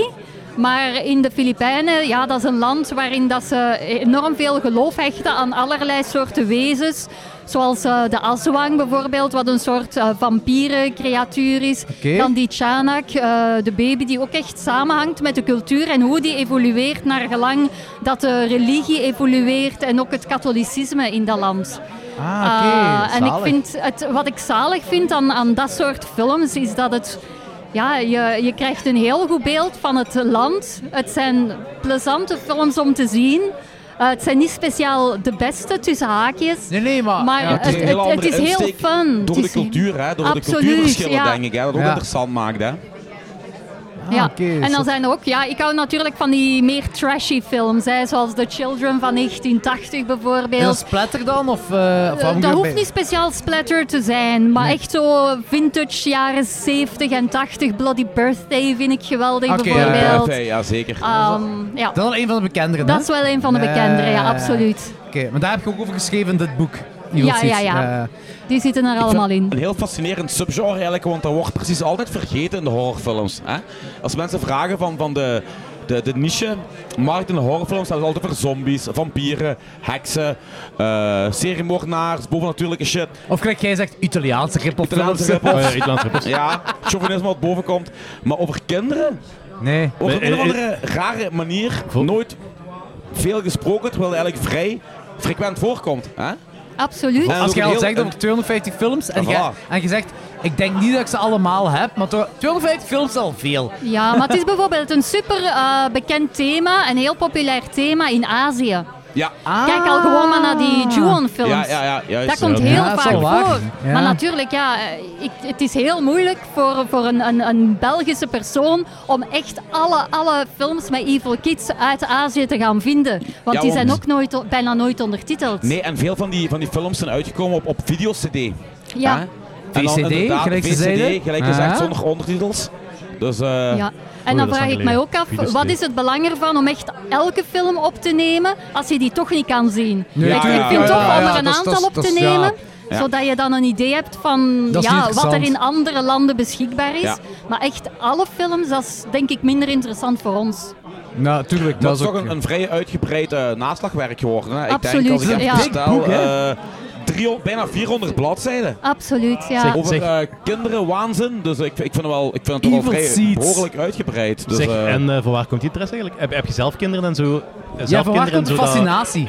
Maar in de Filipijnen, ja, dat is een land waarin dat ze enorm veel geloof hechten aan allerlei soorten wezens. Zoals eh, de Aswang bijvoorbeeld, wat een soort eh, vampierencreatuur is.
Oké.
Dan die Chanak, eh, de baby die ook echt samenhangt met de cultuur en hoe die evolueert naar gelang dat de religie evolueert en ook het katholicisme in dat land.
Ah,
Eh, en ik vind het, wat ik zalig vind aan, aan dat soort films is dat het. Ja, je, je krijgt een heel goed beeld van het land. Het zijn plezante films om te zien. Eh, het zijn niet speciaal de beste tussen haakjes.
Nee, nee, maar...
Maar
Ja,
het,
is een
het,
hele
het is
andere
heel
insteek
fun.
Door
Het
de
is-
cultuur, hè? Door de
Absoluut,
cultuurverschillen,
ja.
denk ik. Hè? Dat ook
Ja.
interessant maakt, hè?
Ja,
Ah, oké,
en
zo-
dan zijn er ook, ja, ik hou natuurlijk van die meer trashy films, hè, zoals The Children van 1980
is dat
bijvoorbeeld.
splatter dan? Of, eh, of wat moet
dat
ik
hoeft
erbij-
niet speciaal splatter te zijn, maar echt zo vintage jaren 70 en 80. Bloody Birthday vind ik geweldig
Oké, ja,
bijvoorbeeld.
Ja, Eh, ja, zeker.
Ehm, ja,
Dat is wel een van de bekenderen, hè?
dat is wel een van de bekendere, ja,
Ja.
absoluut.
Oké, maar daar heb je ook over geschreven in dit boek. Die
Ja,
wil
ja,
iets, eh,
ja. Die zitten er
Ik vind
allemaal
het
in.
Een heel fascinerend subgenre eigenlijk, want dat wordt precies altijd vergeten in de horrorfilms. Hè? Als mensen vragen van, van de, de, de niche-markt in de horrorfilms, dan is het altijd over zombies, vampieren, heksen, eh seriemoordenaars, bovennatuurlijke shit.
Of gelijk jij zegt, Italiaanse rippelfilms.
Italiaanse ripoff.
Oh ja, Italiaanse ripoff.
Ja, chauvinisme wat boven komt. Maar over kinderen,
Nee.
op
Nee,
een of
eh,
andere rare manier, nooit veel gesproken, terwijl het eigenlijk vrij frequent voorkomt.
Ah,
Hè?
Absoluut.
En
Eh, Als
ook
jij
een
al
heel-
zegt
een-
over 250 films en,
Ja,
jij-
voilà.
en je zegt, ik denk niet dat ik ze allemaal heb, maar toch- 250 films is al veel.
Ja, maar het is bijvoorbeeld een super eh, bekend thema, een heel populair thema in Azië.
Ja.
Ah.
Ah. Kijk al gewoon maar naar die Juon-films.
Ja, ja, ja, juist.
Dat komt
Ja,
heel
dat is
vaak
wel waar.
voor.
Ja.
Maar natuurlijk, ja, eh, ik, het is heel moeilijk voor, voor een, een, een Belgische persoon om echt alle, alle films met Evil Kids uit Azië te gaan vinden. Want
Ja, want-
die zijn ook nooit, o- bijna nooit ondertiteld.
Nee, en veel van die, van die films zijn uitgekomen op, op video-cd.
Ja.
Hè? En dan
VCD,
inderdaad,
gelijk ze
VCD,
zeiden.
gelijk gezegd,
Ah.
zonder ondertitels. Dus eh,
Ja. En dan
dat is
vraag
lang
ik mij
geleden.
ook af,
Video's
wat
niet.
is het belang ervan om echt elke film op te nemen als je die toch niet kan zien?
Ja,
ik, ik
ja,
vind
ja,
toch
ja,
om
ja,
er een
dat is- dat is-
aantal op
dat
te
is-
nemen,
ja.
zodat je dan een idee hebt van
Dat is niet
ja, wat er
interessant.
in andere landen beschikbaar is.
Ja.
Maar echt alle films, dat is denk ik minder interessant voor ons.
Nou, tuurlijk.
dat is toch een, een vrij uitgebreid eh, naslagwerk geworden. Hè? Ik denk
Absoluut,
als ik
ja.
even
Dik
stel,
boek, hè?
eh, 300, bijna 400 bladzijden.
Absoluut, ja.
Zeg,
Over eh kinderen, waanzin. Dus ik, ik vind het wel, ik vind het toch wel
Evil
vrij
Seeds.
behoorlijk uitgebreid. Dus,
Zeg,
eh,
en eh, van waar komt die interesse eigenlijk? Heb, heb je zelf kinderen en zo? eh,
Ja,
Zelf
van waar
kinderen
komt de
en zo dat-
fascinatie?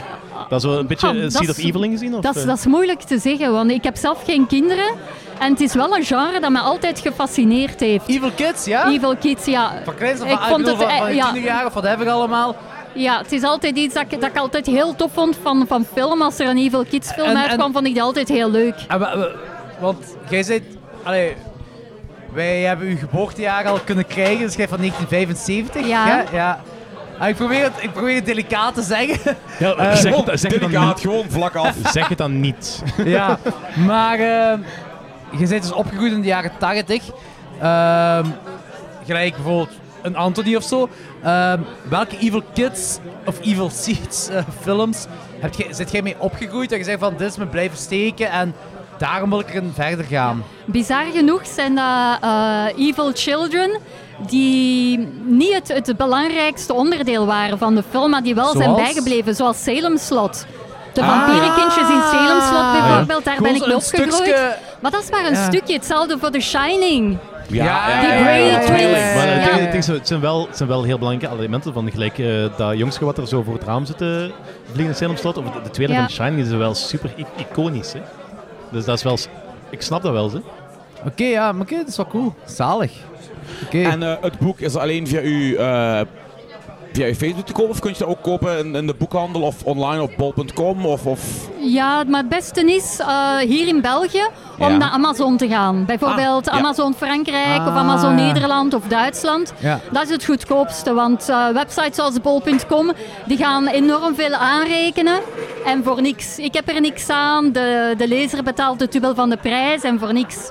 Dat, is wel een beetje
Ah,
eh,
dat
Seed
is-
of Eveling gezien? Of,
Dat is,
eh?
dat is moeilijk te zeggen, want ik heb zelf geen kinderen. En het is wel een genre dat me altijd gefascineerd heeft.
Evil Kids, ja?
Evil Kids, ja.
Van kleins af
Ik
aan,
vond
bedoel,
het,
van,
eh,
van je
ja.
tienerjaren of wat heb ik allemaal.
Ja, het is altijd iets dat ik, dat ik altijd heel tof vond van, van film. Als er een Evil Kids film
En- en-
uitkwam, vond ik dat altijd heel leuk.
En wa- wa- Ah, want jij zei, allee, wij hebben uw geboortejaar al kunnen krijgen, dus jij van 1975.
Ja.
hè? ja. Ah, ik, probeer het, ik probeer het delicaat te zeggen.
Ja,
eh,
zeg,
oh,
het, zeg, het dan
delicaat,
niet,
gewoon vlak af.
zeg het dan niet.
ja, maar eh, je bent dus opgegroeid in de jaren 80. Ehm, gelijk bijvoorbeeld een Anthony of zo. Ehm, welke Evil Kids of Evil Seeds eh, films heb jij, zit jij mee opgegroeid? Dat je zegt van dit is me blijven steken en daarom wil ik erin verder gaan.
Bizar genoeg zijn dat eh, Evil Children die niet het, het belangrijkste onderdeel waren van de film, maar die wel zijn
Zoals? Ah.
bijgebleven, zoals Salem Slot. De vampierenkindjes in Salem Slot bijvoorbeeld, daar ben
Gewoon
ik mee
een
opgegroeid.
stukje-
Maar dat is maar een
Ah, Ja.
stukje, hetzelfde voor The Shining.
ja,
Die
ja,
Grey
ja, ja,
Twins.
ja,
Maar eh,
ja,
het
ja.
ding- het ding is, het zijn wel, het zijn wel heel belangrijke elementen van gelijk eh, dat jongske wat er zo voor het raam zit, eh Vliegende Seelamstad, of de, de tweede
Ja.
van Shining, is wel super i- iconisch. Hè? Dus dat is wel, s- ik snap dat wel. Hè?
Oké, ja, maar oké, dat is wel cool. Zalig. Oké.
En eh, het boek is alleen via uw, eh, via uw Facebook te kopen? Of kun je het ook kopen in, in de boekhandel of online op bol.com? Of, of...
Ja, maar het beste is eh, hier in België om
Ja.
naar Amazon te gaan. Bijvoorbeeld
Ah, ja.
Amazon Frankrijk of
Ah.
Amazon Nederland of Duitsland.
Ja.
Dat is het goedkoopste, want eh, websites zoals bol.com die gaan enorm veel aanrekenen. En voor niks. Ik heb er niks aan. De, de lezer betaalt de dubbel van de prijs en voor niks.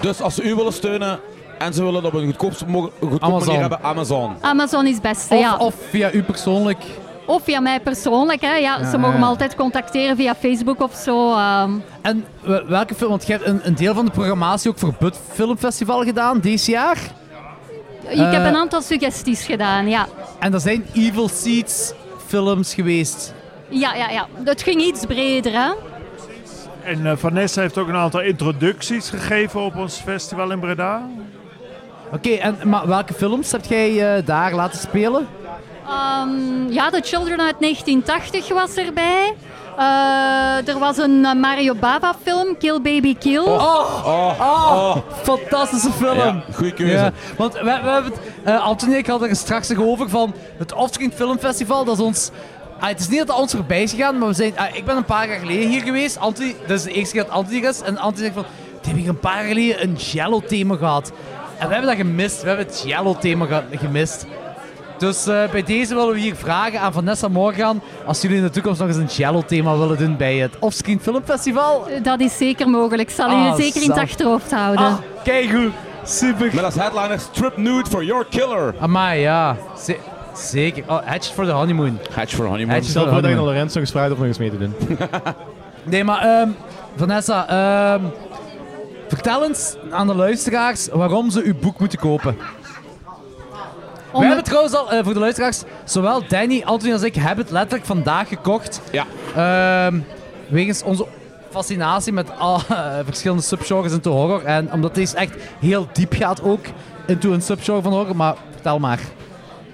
Dus als ze u willen steunen en ze willen het op een goedkoopste mo- goedkoop
Amazon.
manier hebben, Amazon.
Amazon is het beste,
of,
Ah, ja.
of via u persoonlijk.
Of via mij persoonlijk. Hè. Ja, ze mogen
ja.
me altijd contacteren via Facebook of zo. ehm.
En we- welke film? Want je hebt een, een deel van de programmatie ook voor het Filmfestival gedaan dit jaar.
ik heb
Eh.
een aantal suggesties gedaan, ja.
En dat zijn Evil Seeds films geweest.
Ja, ja, ja. Het ging iets breder, hè?
En eh, Vanessa heeft ook een aantal introducties gegeven op ons festival in Breda.
Oké, en maar welke films heb jij eh, daar laten spelen?
Ehm, ja, The Children uit 1980 was erbij. Eh, er was een eh, Mario Bava film, Kill Baby Kill.
Oh,
Oh,
oh, fantastische film.
ja, goede keuze.
Ja, want we, we hebben het, eh, Anthony en ik hadden er straks nog over van het Offscreen Filmfestival. Dat is ons. ah, het is niet dat het ons voorbij is gegaan, maar we zijn, ah, ik ben een paar jaar geleden hier geweest. Anthony, dat is de eerste keer dat Anthony hier is. En Anthony zegt van, "Ik heb hier een paar jaar geleden een Jello-thema gehad. En we hebben dat gemist. We hebben het Jello-thema ge- gemist. Dus eh, bij deze willen we hier vragen aan Vanessa Morgan als jullie in de toekomst nog eens een Jello-thema willen doen bij het Offscreen Filmfestival.
Dat is zeker mogelijk. Ik zal je
Ah,
zeker in
zat.
het achterhoofd houden.
Ah, kijk goed. Super.
Met als headliner Strip Nude for Your Killer.
Amai, ja. Ze- zeker. Oh, Hatched for the Honeymoon.
Hatch for Honeymoon.
Hatch-
Stel
wel
voor dat je
doen.
naar Lorenz nog eens vraagt of nog eens mee te doen.
Nee, maar ehm, Vanessa, ehm, vertel eens aan de luisteraars waarom ze uw boek moeten kopen.
Om-
We hebben trouwens al, eh, voor de luisteraars, zowel Danny, Anthony als ik hebben het letterlijk vandaag gekocht.
Ja.
Ehm, wegens onze fascinatie met al, eh, verschillende subgenres in de horror. En omdat deze echt heel diep gaat ook into een subgenre van horror. Maar vertel maar.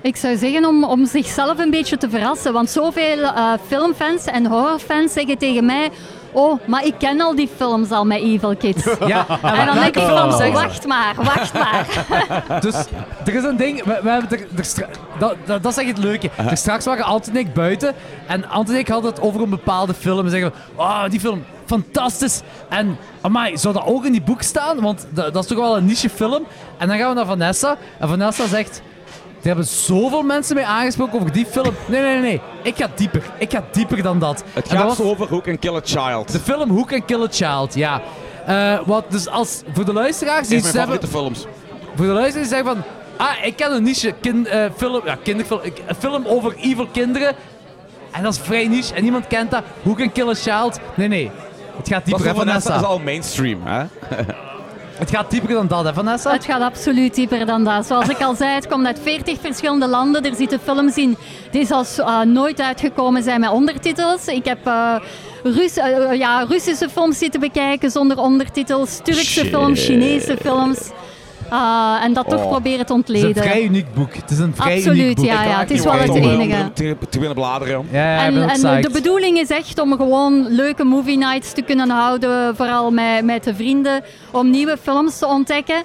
Ik zou zeggen om, om zichzelf een beetje te verrassen. Want zoveel eh, filmfans en horrorfans zeggen tegen mij... Oh, maar ik ken al die films al met Evil Kids.
Ja,
En dan denk ik van,
zeg ze?
wacht maar, wacht maar.
Dus er is een ding, we, we hebben er, er stra- dat, dat, dat is echt het leuke. Er straks waren Anton en ik buiten en Anton en ik hadden het over een bepaalde film. En zeggen we, oh, die film, fantastisch. En amai, zou dat ook in die boek staan? Want dat, dat is toch wel een niche film. En dan gaan we naar Vanessa en Vanessa zegt... Er hebben zoveel mensen mee aangesproken over die film. Nee, nee, nee, nee. Ik ga dieper. Ik ga dieper dan dat.
Het
En dat
gaat
was-
zo over Hook and Kill a Child.
De film Hoek en Kill a Child, ja. Eh, wat, dus als, voor de luisteraars die
Een van
iets
mijn
hebben
favoriete films.
voor de luisteraars die zeggen van... Ah, ik ken een niche kin, eh, film, ja, kinderfilm, ik- een film over evil kinderen. En dat is vrij niche en niemand kent dat. Hoe kan Kill a Child? Nee, nee. Het gaat
Dat
dieper,
is
hè,
voor Vanessa
Vanessa?
is al mainstream, hè?
Het gaat dieper dan dat, hè, Vanessa?
Het gaat absoluut dieper dan dat. Zoals ik al zei, het komt uit 40 verschillende landen. Er zitten films in die zelfs eh, nooit uitgekomen zijn met ondertitels. Ik heb eh, Rus- eh, eh, ja, Russische films zitten bekijken zonder ondertitels, Turkse
Shit.
films, Chinese films. Eh, en dat toch
Oh.
proberen te
Het is een
ontleden.
vrij uniek boek. Het is een vrij uniek
Absoluut,
boek.
ja, ja. Het is wel
Wacht
het
om, eh, om
enige.
te- Te binnen bladeren. joh.
Ja, ja, ik ben
En,
ook
en de
psyched.
bedoeling is echt om gewoon leuke movie nights te kunnen houden, vooral met, met de vrienden, om nieuwe films te ontdekken.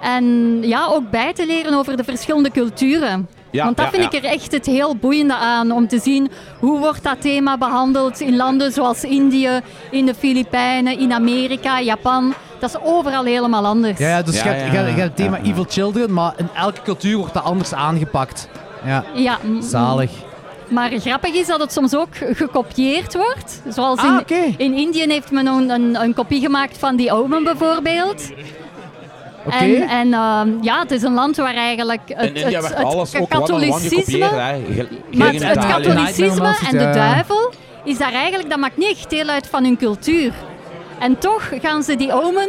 En ja, ook bij te leren over de verschillende culturen.
Ja,
Want dat
ja,
vind
ja.
ik er echt het heel boeiende aan, om te zien hoe wordt dat thema behandeld in landen zoals Indië, in de Filipijnen, in Amerika, Japan. Dat is overal helemaal anders.
Ja, ja, dus
Ja,
je hebt-
ja,
je hebt- je hebt het
ja,
thema
ja.
Evil Children, maar in elke cultuur wordt dat anders aangepakt. Ja,
Ja, m-
zalig.
Mm. Maar grappig is dat het soms ook gekopieerd wordt. Zoals
Ah,
in,
oké.
in Indië heeft men een, een, een kopie gemaakt van die Omen bijvoorbeeld.
Oké.
En, en ehm, ja, het is een land waar eigenlijk het,
In India
het,
werd
het
alles ook one-on-one gekopieerd.
katholicisme...
hè. Ge-
Maar
geen
het, het
Italië.
katholiek-
katholicisme
Nightmail
en de
was het, ja.
duivel is daar eigenlijk, dat maakt niet echt deel uit van hun cultuur. En toch gaan ze die omen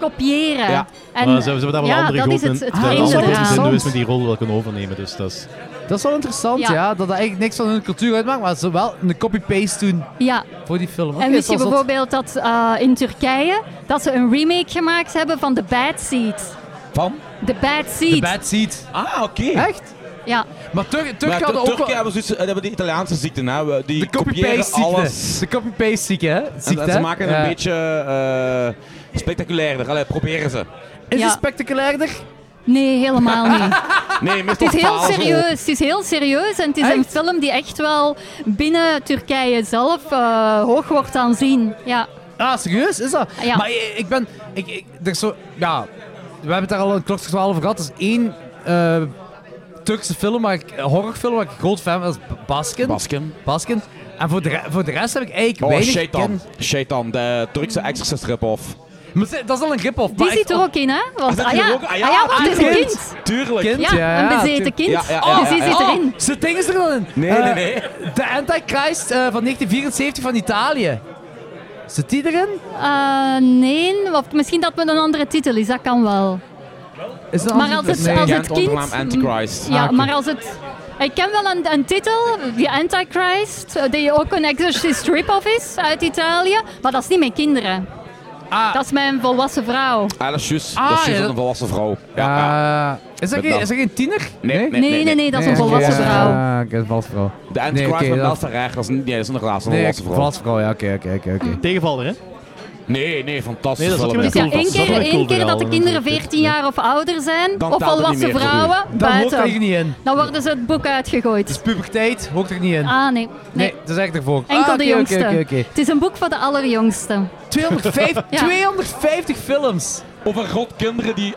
kopiëren.
Ja.
En,
Maar ze hebben ze hebben daar wel
ja,
andere
dat is
groepen
het,
in.
het
Ah,
vreemde
dat is
andere groepen
eraan.
in
interessant.
Hindoeïsme die rol wel kunnen overnemen. Dus dat is,
Dat is wel interessant, ja.
Ja.
Dat dat eigenlijk niks van hun cultuur uitmaakt, maar ze wel een copy-paste doen
Ja,
voor die film. Oké,
en wist je
zoals dat-
bijvoorbeeld dat eh, in Turkije dat ze een remake gemaakt hebben van The Bad Seed?
Van?
The Bad
The
Seed.
Bad Seed.
Ah, oké.
Echt?
Ja,
Maar Turk, Turk
Maar Tur-
hadden ook
Turken
wel-
hebben, zoiets, eh, hebben die Italiaanse ziekte. Hè. We- Die
De
kopiëren
copy-paste ziekte.
alles.
De copy-paste ziekte, hè?
En,
Ziekte,
en ze
hè?
maken het
Ja.
een beetje eh, spectaculairder. Allee, proberen ze.
Is
Ja.
het spectaculairder?
nee, helemaal niet.
Nee, meestal
Het is heel
falen ze ook.
serieus. Het is heel serieus en het is een
Echt?
film die echt wel binnen Turkije zelf eh, hoog wordt aanzien. Ja.
Ah, serieus? Is dat?
Ja.
Maar ik, ik ben... Ik, ik, er is zo, ja, we hebben het daar al een klokje 12 over gehad. Er is één eh, Turkse film, waar ik, horrorfilm, waar ik groot fan van was. Baskin.
Basken.
Baskin. En voor de, re- voor de rest heb ik eigenlijk
Oh,
weinig
Shaitan.
ken-
Shaitan, de Turkse Exorcist rip-off.
Maar ze- dat is al een rip-off.
Die
maar
zit
ik-
er ook in, hè? Want,
zit
ah,
er
ja,
ook- ah,
ah,
ja,
ja, want het is een
kind.
kind.
Tuurlijk.
Kind,
Ja,
ja,
een
ja,
bezeten
tuurlijk.
kind.
Ja, ja, ja,
dus die
ja,
zit
Oh,
erin.
Zit Dings er dan in?
Ah. Nee,
Eh,
nee, nee.
De Antichrist eh, van 1974 van Italië. Zit die erin?
Eh, nee, of misschien dat het een andere titel is, dat kan wel.
Is het een
Maar
andere-
als het,
Nee.
als
Ja,
het
het
kind...
ondernaam Antichrist.
Ja,
Ah, oké.
maar als het... Ik ken wel een, een titel, die Antichrist, eh, die ook een Exorcist rip-off is uit Italië. Maar dat is niet met kinderen.
Ah.
Dat is met een volwassen vrouw.
Ah, dat is juist.
Ah,
dat is juist
ja, dat-
een volwassen vrouw. Ja, ja.
Eh, is, dat
Met
geen,
dat.
is dat geen tiener?
Nee, nee,
Nee, nee, nee, dat is een
oké,
volwassen
ja,
vrouw.
ja, oké, een volwassen vrouw.
De Antichrist
Nee,
nee,
oké,
van
dat-
Belferrecht, dat is, een- nee, dat is inderdaad een
Nee,
volwassen vrouw.
volwassen vrouw, ja, oké, oké, oké.
Mm.
oké.
tegenvaller, hè?
Nee, nee, fantastisch.
Nee, dat is ook
film,
niet
Dus ja,
cool, dat
één
is
keer,
wel cool
één keer dat de
verhaal,
kinderen
natuurlijk.
14 jaar of ouder zijn,
Dan
of
telt het niet
volwassen
meer voor u.
vrouwen,
Dat hoort er eigenlijk
buiten.
niet in.
Dan worden ze het boek
Dus
uitgegooid.
puberteit hoort er niet in.
Ah, nee.
Nee,
nee.
dat is echt ervoor. Ah,
Enkel de jongste.
Oké, oké, oké.
Het is een boek voor de allerjongste.
250
Ja.
250 films.
Over god kinderen die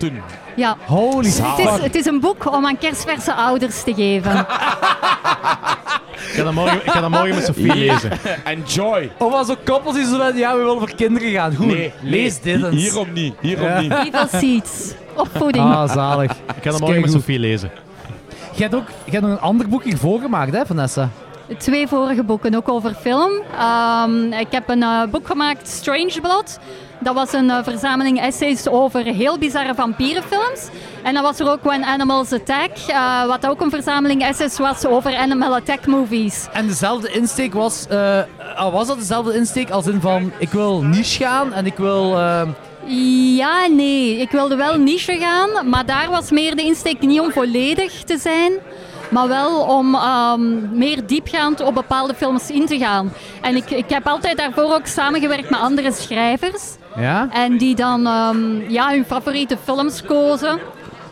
doen.
Ja.
Holy
Het is, het is een boek om aan kerstverse ouders te geven.
Ik ga dat morgen, ik ga dat morgen met Sofie lezen.
Enjoy.
Of als ook Oh, koppels die zo van, ja, we willen voor kinderen gaan. Goed,
Nee,
lees
nee,
dit eens.
Hierom niet, hierom niet.
Evil Seeds. Opvoeding.
Ah, zalig.
Ik ga dat morgen met Sofie lezen.
Je hebt ook jij hebt nog een ander boek hiervoor gemaakt, hè, Vanessa?
Twee vorige boeken, ook over film. Ehm, ik heb een eh, boek gemaakt, Strange Blood. Dat was een eh, verzameling essays over heel bizarre vampierenfilms. En dan was er ook When Animals Attack, eh, wat ook een verzameling essays was over Animal Attack movies.
En dezelfde insteek was... eh, ah, was dat dezelfde insteek als in van... Ik wil niche gaan en ik wil... eh,
Ja, nee. Ik wilde wel niche gaan, maar daar was meer de insteek niet om volledig te zijn, maar wel om ehm, meer diepgaand op bepaalde films in te gaan. En ik, ik heb altijd daarvoor ook samengewerkt met andere schrijvers.
ja?
En die dan ehm, ja, hun favoriete films kozen.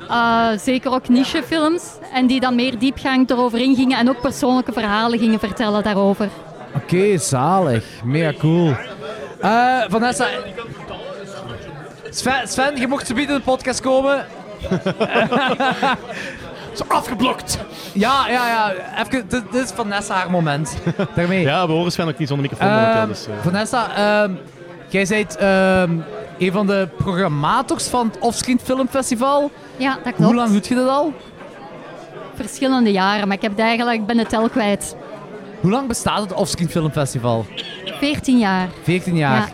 Eh, zeker ook nichefilms. En die dan meer diepgang erover ingingen en ook persoonlijke verhalen gingen vertellen daarover.
Oké, zalig. Mega cool. Eh, Vanessa... Sven, Sven, je mocht zo bieden in de podcast komen.
Zo afgeblokt!
Ja, ja, ja. Even, dit, dit is Vanessa haar moment. Daarmee.
Ja, we horen Sven ook niet zonder microfoon
Ehm,
momenteel. Dus, eh.
Vanessa, ehm, jij bent ehm, een van de programmators van het Offscreen Film Festival.
Ja, dat klopt.
Hoe lang doet je dat al?
Verschillende jaren, maar ik heb het eigenlijk, ik ben het tel kwijt.
Hoe lang bestaat het Offscreen Film Festival?
14 jaar.
14 jaar.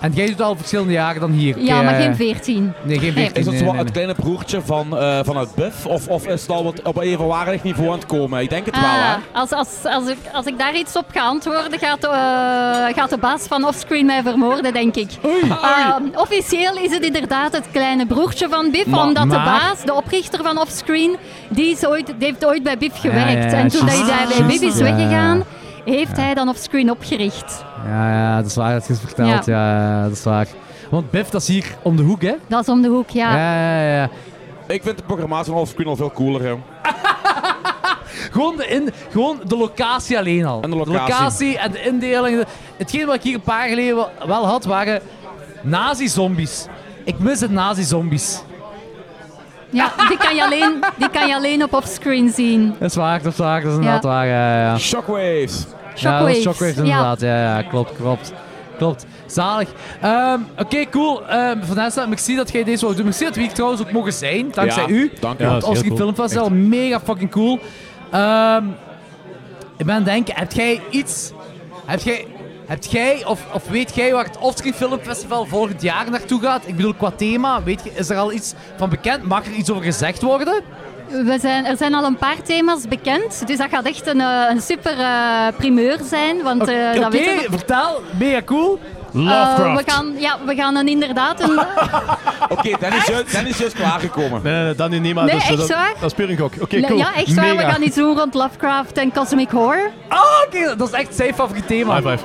En jij doet al verschillende jaren dan hier.
Ja, maar
Eh,
geen 14.
Nee, geen
Nee.
14.
Is dat
nee,
zo wat
nee,
het
nee.
kleine broertje van, eh van het buff? Of, of is het al wat op een evenwaardig niveau aan het komen? Ik denk het wel, hè?
Ah, als, als, als, ik, als ik daar iets op ga antwoorden, gaat, eh, gaat de baas van offscreen mij vermoorden, denk ik. Ah, officieel is het inderdaad het kleine broertje van Biff,
Ma-
omdat de
maar-
baas, de oprichter van offscreen, die, is ooit, die heeft ooit bij Biff gewerkt.
ja, ja,
en toen
juist,
hij daar bij
juist,
Biff is
ja.
weggegaan, heeft hij dan offscreen opgericht.
Ja, ja, dat is waar dat je het vertelt. Ja. ja, dat is waar. Want Biff, dat is hier om de hoek, hè?
Dat is om de hoek, ja.
ja, ja. ja.
Ik vind de programmatie van Offscreen al veel cooler, hè.
Gewoon de, in, gewoon de locatie alleen al.
En de locatie.
en de indeling. Hetgeen wat ik hier een paar jaar geleden wel, wel had, waren nazi-zombies. Ik mis het nazi-zombies.
ja die, kan je alleen, die kan je alleen op offscreen zien.
Dat is waar, dat is waar, dat is inderdaad waar. Ja, ja.
Shockwaves!
Ja, Nou, dat is
Shockwaves.
Shockwaves inderdaad. Ja, ja, klopt, klopt. Klopt. Zalig. Ehm, Oké, cool. Ehm Vanessa, merci dat jij deze wou doen. Merci dat we hier trouwens ook mogen zijn, dankzij
Ja,
u.
Dank u.
Ja,
Want
dat is
als
heel
ik
cool.
filmfest al mega fucking cool. Ehm, ik ben aan het denken, heb jij iets... Heb jij... Hebt jij of, of weet jij waar het Offscreen Filmfestival volgend jaar naartoe gaat? Ik bedoel, qua thema, weet je, is er al iets van bekend? Mag er iets over gezegd worden?
We zijn, er zijn al een paar thema's bekend, dus dat gaat echt een, eh, een super eh, primeur zijn. Want eh,
Oké,
dat weten we.
vertel. Mega cool.
Eh, we,
Lovecraft.
gaan, ja, we gaan een inderdaad een.
Oké, Dan is ju- Dan is juist klaargekomen.
Nee, nee, nee, dat nu niet, eh, maar
Nee,
dat, is-
echt
dat,
waar?
dat is puur een gok. Oké, cool.
Ja, echt waar.
Mega.
We gaan iets doen rond Lovecraft en Cosmic Horror.
Ah, oké, dat is echt zijn favoriet thema.
High five.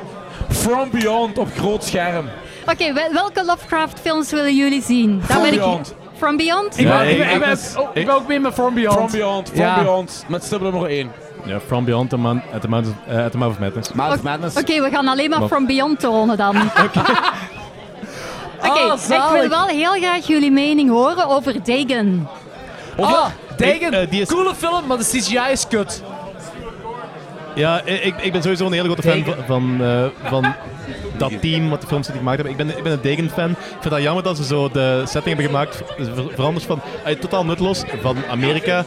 From Beyond op groot scherm.
Oké, wel- welke Lovecraft films willen jullie zien? Daar
From
ben ik-
Beyond.
From Beyond?
Ik ben,
Ja,
ik, ben,
ik-
ik, ben,
ik-
oh, ik ben ook mee met From Beyond.
From Beyond, From
Ja.
Beyond. Met stip nummer 1.
Ja, From Beyond the Man at the, Mount, eh, at the Mouth of Madness.
Mouth of
Oké,
Madness.
Oké, we gaan alleen maar From Beyond tonen dan. Oké,
Ah,
ik
zalig.
wil wel heel graag jullie mening horen over Dagon.
Ah, Degen,
Ik, eh, die is-
coole film, maar de CGI is kut.
Ja, ik, ik- ik ben sowieso een hele grote fan van, van, eh, van dat team wat de films die die gemaakt hebben. Ik ben, ik ben een Degen-fan. Ik vind dat jammer dat ze zo de setting hebben gemaakt, ver- ver- veranderd van eh, totaal nutteloos van Amerika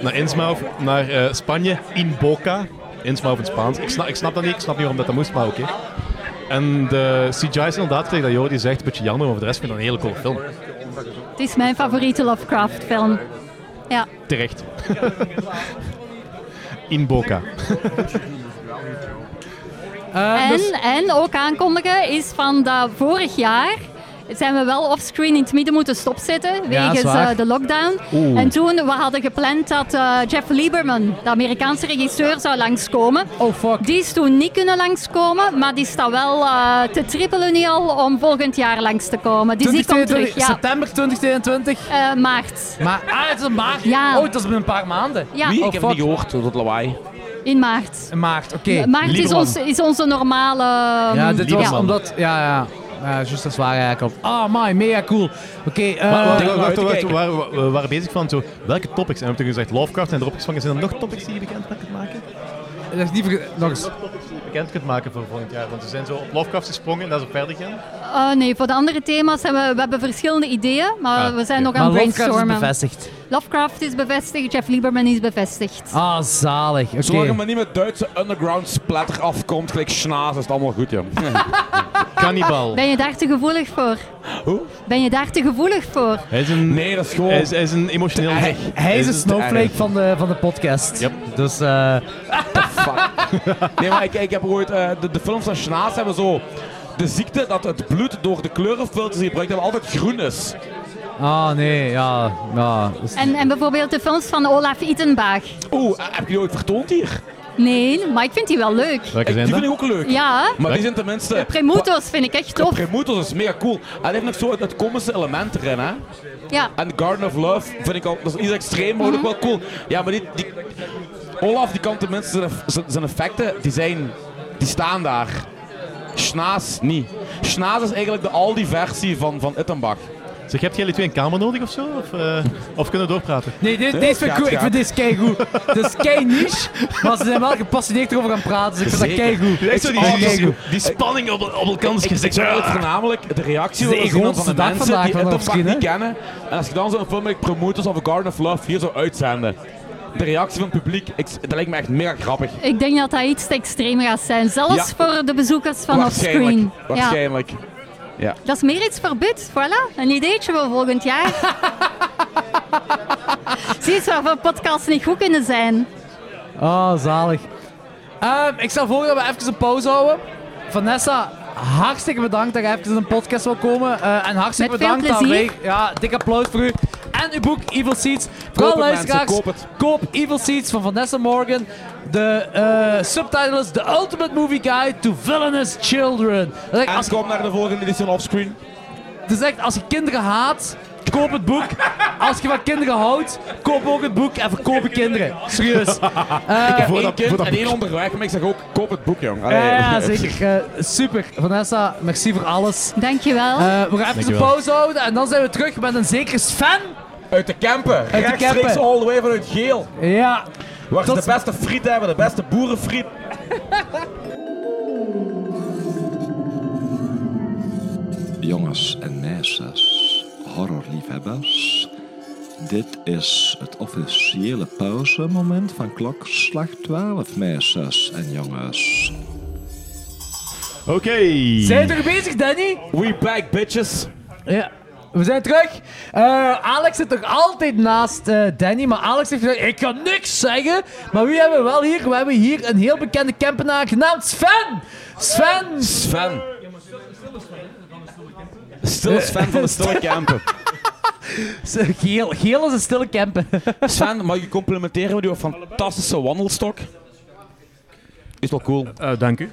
naar Innsmouth, naar eh, Spanje, in Boca. Innsmouth in Spaans. Ik snap, ik snap dat niet, ik snap niet waarom dat, dat moest, maar oké. En de CGI is inderdaad, tegen dat Jordi zegt, een beetje jammer, maar voor de rest vind ik dat een hele coole film.
Het is mijn favoriete Lovecraft film. Ja.
Terecht. in Boca.
Eh, dus-
En, en ook aankondigen is van dat vorig jaar zijn we wel offscreen in het midden moeten stopzetten
dat is
wegens
waar.
eh, de lockdown. En toen we hadden gepland dat eh, Jeff Lieberman, de Amerikaanse regisseur, zou langskomen.
oh fuck.
Die is toen niet kunnen langskomen, maar die staat wel eh, te trippelen nu al om volgend jaar langs te komen. Dus die komt
2022,
terug, ja.
September 2022.
Eh, maart.
Maar, ah, het is in maart.
Ja.
Oh, dat is binnen een paar maanden.
Ja,
Wie?
Oh,
Ik heb het niet
fuck.
gehoord, dat lawaai.
in maart.
In maart, oké.
Maart is,
Lieberman.
ons, is onze normale...
Ja, dit was
Lieberman.
omdat... Ja, ja. Ja, juist, dat is waar, ja, klopt. Ah, my, mega cool. Oké, eh,
Maar wacht,
denk maar
wacht, wacht,
uit te
wacht, we waren- we waren bezig van zo, welke topics? En we hebben toen gezegd Lovecraft en erop gesvangen. Zijn er nog topics die je bekend kunt maken?
dat is niet verge- Nog eens.
Bekend kunt maken voor volgend jaar, want ze zijn zo op Lovecraft gesprongen en daar zo verder gaan. Oké,
Eh, nee, voor de andere thema's hebben we, we hebben verschillende ideeën, maar
Ah,
we zijn
oké.
nog aan
Maar
het
Lovecraft is dus
brainstormen.
bevestigd.
Lovecraft is bevestigd, Jeff Lieberman is bevestigd.
Ah, zalig. Oké.
Zolang je maar niet met Duitse underground splatter afkomt, gelijk schnaas, is het allemaal goed, joh.
Cannibal.
Ben je daar te gevoelig voor?
Hoe?
Ben je daar te gevoelig voor?
Hij is een,
Nee, dat is gewoon...
hij is, hij is een emotioneel...
Hij, hij is
Is
een
het te
snowflake
erg?
van de, van de podcast.
Yep.
Dus, eh,
Nee, maar ik, ik heb ooit... eh, de, de films van schnaas hebben zo... De ziekte dat het bloed door de kleurenfilters die gebruikt hebben altijd groen is.
ah nee, ja. ja dat is-
En, en bijvoorbeeld de films van Olaf Ittenbach.
Oeh, eh, heb je die ooit vertoond hier?
Nee, maar ik vind die wel leuk.
Welke
Die
zijn
vind ik
dat?
ook leuk.
Ja, hè?
Maar die zijn tenminste...
Premutos vind ik echt tof.
Premutos is mega cool. Hij heeft nog zo het, het komische element erin, hè.
Ja.
En The Garden of Love vind ik al, dat is iets extreem, maar ook wel cool. Ja, maar die, die, Olaf die kan tenminste zijn, eff- zijn, zijn effecten, die zijn, die staan daar. Schnaas niet. Schnaas is eigenlijk de Aldi-versie van, van Ittenbach.
Zeg, hebt jullie twee een kamer nodig of zo? Of, eh, of kunnen we doorpraten?
Nee, dit, deze vind ik
gaat,
goed. Ik
gaat.
vind deze keigoed. Het is kei niche, maar ze zijn wel gepassioneerd erover gaan praten, dus ik vind
Zeker.
dat keigoed.
Echt zo die,
Oh,
die-
kijk hoe-
die spanning op, op elkaars
Ik, ik
gezicht.
zeg eigenlijk voornamelijk de reactie
Het is de
willen zien
egoïstische
van de
dag
mensen
vandaag
die
van
Ittenbach
Hofskin,
niet kennen. En als je dan zo'n film met Promoters of A Garden of Love hier zou uitzenden. De reactie van het publiek, ik, dat lijkt me echt mega grappig.
Ik denk dat dat iets te extreem gaat zijn. Zelfs
Ja.
voor de bezoekers van
Waarschijnlijk.
offscreen. Ja.
Waarschijnlijk. Ja.
Dat is meer iets voor Bud. Voilà, een ideetje voor volgend jaar. Zie je waarvoor podcasts niet goed kunnen zijn.
Ah, zalig. Ehm, ik stel voor dat we even een pauze houden. Vanessa, hartstikke bedankt dat je even in een podcast wil komen. Eh, en hartstikke
Met veel
bedankt aan
plezier.
Ray. Ja, dik applaus voor u. En uw boek Evil Seeds. Vooral
het, mensen,
luisteraars,
koop het.
koop Evil Seeds van Vanessa Morgan. De eh subtitle is The Ultimate Movie Guide to Villainous Children. Dat is echt,
En
als,
kom naar de volgende editie van Offscreen.
het is echt, als je kinderen haat, koop het boek. Als je van kinderen houdt, koop ook het boek en verkoop je kinderen. Serieus. Eh,
Voor dat,
kind
kind en
en
één onderweg, maar ik zeg ook, koop het boek, jong. Allee.
Ja, ja, zeker. Eh, super. Vanessa, merci voor alles. Eh,
Dankjewel.
we gaan even een
Dankjewel.
pauze houden en dan zijn we terug met een zekere Sven.
Uit de Kempen. Rechtstreeks
Kempen.
all the way vanuit Geel.
Ja.
Waar ze
Tot-
de beste friet hebben, de beste boerenfriet.
Jongens en meisjes, horrorliefhebbers. Dit is het officiële pauzemoment van klokslag 12, meisjes en jongens.
Oké.
Zijn we er bezig, Danny?
We back, bitches.
Ja. We zijn terug. Eh, Alex zit nog altijd naast eh, Danny, maar Alex heeft gezegd, ik kan niks zeggen. Maar wie hebben we wel hier? We hebben hier een heel bekende campenaar genaamd Sven. Sven.
Sven. Stil Sven van de Stille Kempen.
Geel, geel is een stille camper.
Sven, mag je complimenteren met uw fantastische wandelstok? Is wel cool.
Eh, dank u.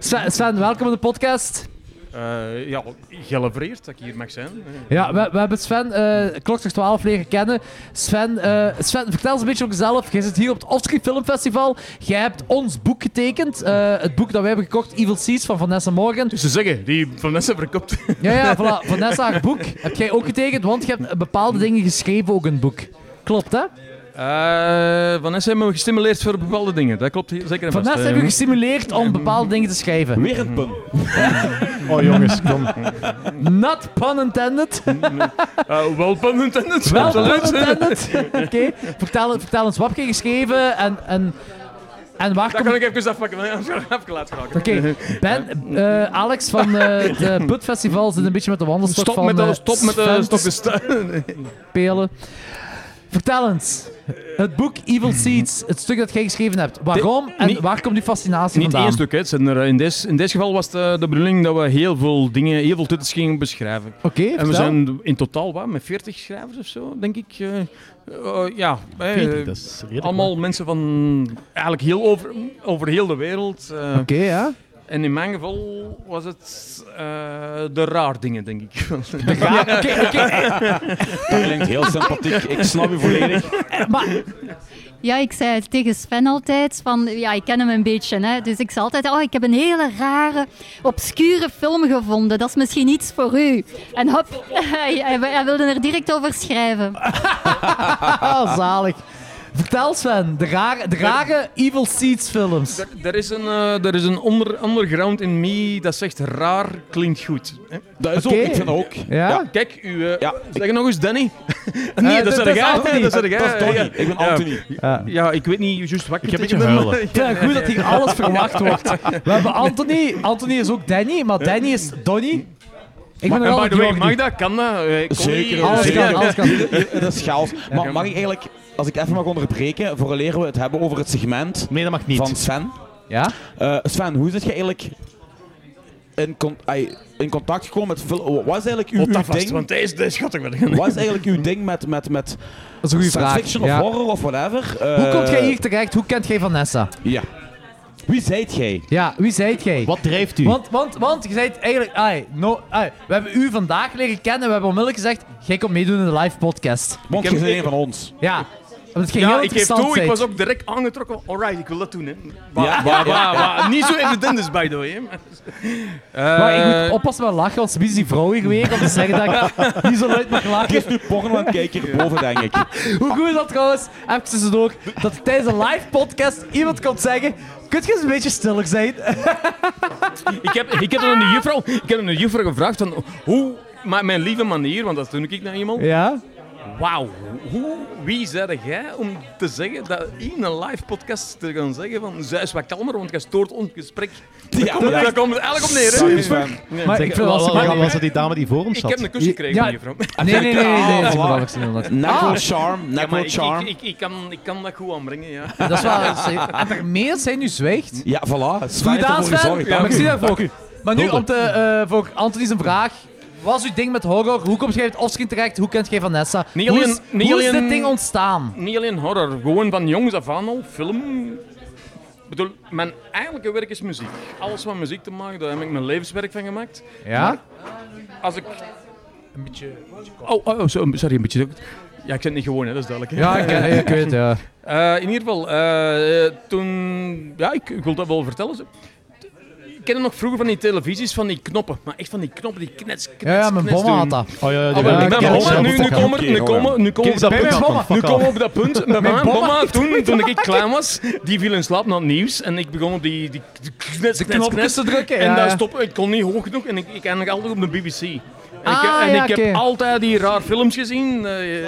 Sven, Sven, welkom op de podcast.
Eh, ja, gelevreerd dat ik hier mag zijn.
Ja, we, we hebben Sven, eh klokslag 12, leren kennen. Sven, eh, Sven, vertel eens een beetje over jezelf. Jij zit hier op het Offscreen Film Festival. Jij hebt ons boek getekend. eh, het boek dat wij hebben gekocht, Evil Seas, van Vanessa Morgan.
Dus ze zeggen, die van mensen verkoopt.
Ja, ja, voilà. Vanessa, haar boek heb jij ook getekend, want je hebt bepaalde dingen geschreven ook in het boek. Klopt, hè?
Eh, Vanessa hebben we gestimuleerd voor bepaalde dingen. Dat klopt hier zeker en vast.
Vanessa
Eh,
hebben we gestimuleerd om bepaalde dingen te schrijven.
Weer een pun.
Oh jongens, kom.
Not pun intended.
eh, wel pun intended.
Wel pun
absoluut.
intended. Oké. Vertel, vertel ons, wat heb je geschreven en, en, en waar
Dat
komt
kan ik even afpakken, want anders ga ik even laten raken.
Oké, Ben, eh, Alex van eh de Putfestival zit een beetje met de wandelstok
Stop
van
met,
eh,
de, stop met de
Sven
stop
te
de sta-
spelen. Vertel eens, het boek Evil Seeds, het stuk dat jij geschreven hebt, waarom en
Mhm. niet-
waar komt die fascinatie
Niet
vandaan?
één stuk, hè. Het zijn er, eh, in, deze in dit geval was het eh, de bedoeling dat we heel veel dingen, heel veel titels gingen beschrijven.
Oké,
En we
vertel.
zijn in totaal wat, met 40 schrijvers of zo, denk ik. Eh, eh, ja, eh,
dat is redelijk,
allemaal mensen van eigenlijk heel over, over heel de wereld. eh.
Oké, ja.
En in mijn geval was het eh, de raar dingen, denk ik.
Ja, oké, oké.
Dat klinkt heel sympathiek. Ik snap je volledig.
Maar
Ja, ik zei tegen Sven altijd van, ja, ik ken hem een beetje, hè, dus ik zei altijd, oh, ik heb een hele rare, obscure film gevonden, dat is misschien iets voor u. En hop, hij, hij- hij wilde er direct over schrijven.
ah, zalig. Vertel Sven, de rare, de rare Evil Seeds films.
Er, er is een, eh, er is een onder, underground in me dat zegt raar klinkt goed. hè.
Dat is
Oké.
ook, ik vind dat ook.
Ja?
Kijk, u, eh,
Ja,
zeg nog eens Danny.
Nee,
Eh,
dat-
zeg
dat is
jij,
Anthony.
Dat zeg jij,
Dat is Tony.
ja.
Ik ben
Ja.
Anthony.
Ja, ik weet niet juist wat ik
heb
tegen
een
hem-
huilen.
Ja, goed dat hier alles verwacht wordt. We hebben Anthony. Anthony is ook Danny, maar Danny is Donny. Ik ben er
En
al
by the way,
een
mag dat? Kan dat? Eh, kon
Zeker,
die-
Alles
zeker.
kan, alles kan.
Dat is chaos. Maar mag ik eigenlijk, als ik even mag onderbreken, vooraleer we het hebben over het segment
Nee, dat mag niet.
van Sven.
Ja?
Eh, Sven, hoe zit je eigenlijk in, con- ai, in contact gekomen met... fil- Wat is eigenlijk uw,
Hold
uw
dat vast,
ding?
want deze, deze schat ik wel.
Wat is eigenlijk uw ding met, met, met
Dat is een goede
science
vraag.
fiction of
Ja.
horror of whatever?
Hoe
Eh,
komt jij hier terecht? Hoe kent jij Vanessa?
Ja. Wie zijt jij?
Ja, wie zijt jij?
Wat drijft u?
Want, want, want je zijt eigenlijk. Ai, no, ai, we hebben u vandaag leren kennen. We hebben onmiddellijk gezegd: jij komt meedoen in de live podcast.
Want
heb-
je bent
ik-
een van ons.
Ja, omdat je heel
Ja, ik geef
interessant
toe, ik
zijt.
was ook direct aangetrokken. Alright, ik wil dat doen. Hè.
Ja,
Wa- wa- wa- Niet zo evident is, by the way. hè. Eh,
Maar ik moet oppassen met lachen, want wie is die vrouw hier weer? Om te zeggen dat ik niet zo luid mag lachen.
Je is nu porno aan het kijken hierboven, denk ik.
Hoe goed is dat trouwens, even tussendoor, dat er tijdens een live podcast iemand komt zeggen... Kunt je eens een beetje stiller zijn?
ik, heb, ik, heb aan de juffrouw, ik heb aan de juffrouw gevraagd van hoe, maar mijn lieve manier, want dat doe ik naar iemand.
Ja?
Wauw, hoe, wie zei jij om te zeggen dat in een live podcast te gaan zeggen van zij is wat kalmer, want jij stoort ons gesprek. Ja,
komt
daar
echt
komt het eigenlijk op neer. hè?
super.
Nee.
Maar ik vind wel
Maar-
grappig was dat die dame die voor ons
Ik
zat.
heb een kus gekregen van juffrouw.
Oh,
Natural charm,
Ah. Ja, maar
natural
ik-
charm.
Ik, ik, ik, kan, ik kan dat goed aanbrengen, ja.
Dat is wel... En daarmee dat zij nu zwijgt...
Ja, voilà.
Doe je aan, Sven. Maar ik zie dat voor. Maar nu,
Hulde.
om te, eh, voor Anthony zijn vraag. Wat is uw ding met horror? Hoe komt jij het offscreen terecht? Hoe kent jij Vanessa?
Niet
hoe
alleen-
is,
niet
hoe is
alleen-
dit ding ontstaan?
Niet alleen horror, gewoon van jongs af aan al, film. Ik bedoel, mijn eigenlijke werk is muziek. Alles wat muziek te maken, daar heb ik mijn levenswerk van gemaakt.
Ja?
Als ik... Een beetje... Oh, oh, oh, zo- sorry, een beetje... Ja, ik zit niet gewoon, hè, dat is duidelijk.
Ja, ik, ik weet het, ja.
Eh, in ieder geval, eh, eh, toen... Ja, ik, ik wil dat wel vertellen. zo. Ik kende nog vroeger van die televisies, van die knoppen. Maar echt van die knoppen, die knets, knets,
Ja, ja, mijn
knets
bomma had
doen.
dat.
Oh ja,
Ah, wel, ik ben bomma. Nu, nu komen we- nu komen we- nu komen we op dat
Kijk, dat
punt.
punt,
Nu
fuck
komen we
off.
op dat punt. Mijn
Mijn
mama,
bomma
mama
heeft
toen, toen ik klein was, die viel in slaap na het nieuws. En ik begon op die, die knets, knets,
knopjes
knets
te drukken,
En
ja,
daar
ja.
stoppen. Ik kon niet hoog genoeg. En ik, ik eindig altijd op de BBC. En ik,
Ah,
en
ja,
ik
oké.
heb altijd die raar films gezien. eh,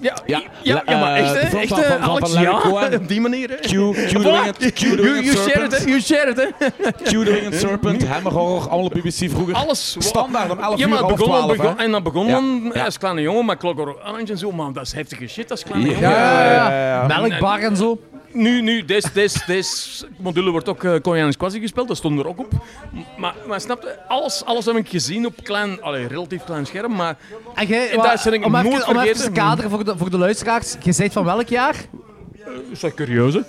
ja, ja, ja,
eh,
maar echt, hè,
van-
echt,
van-
hè,
van- van
Alex,
Larry
ja,
Cohen.
op die manier. hè.
Q, Q the
Voilà.
Winged, Q the
You-
Winged
You share it, hè.
Serpent.
You share it, hè. Hm?
Q the Winged Serpent, Hammer Horror, allemaal op BBC vroeger.
Alles. wa-
Standaard om 11
ja,
uur,
maar het
half
begon,
12,
begon-
hè.
En dat begon
Ja.
dan
Ja.
als kleine jongen met Clockwork Orange en zo. Maar dat is heftige shit als kleine
Ja.
jongen.
Ja, ja,
ja.
Melkbar en zo.
Nu, nu, deze, deze, deze module wordt ook uh, Koreaans Quasi gespeeld, dat stond er ook op. M- Maar, maar snap je, alles, alles heb ik gezien op klein, allee, relatief klein scherm, maar
En jij,
En
wa-
daar zit ik
om, even,
nooit
om even te
vergeten.
kaderen voor de, voor de luisteraars, je bent van welk jaar?
is dat curieus, hè?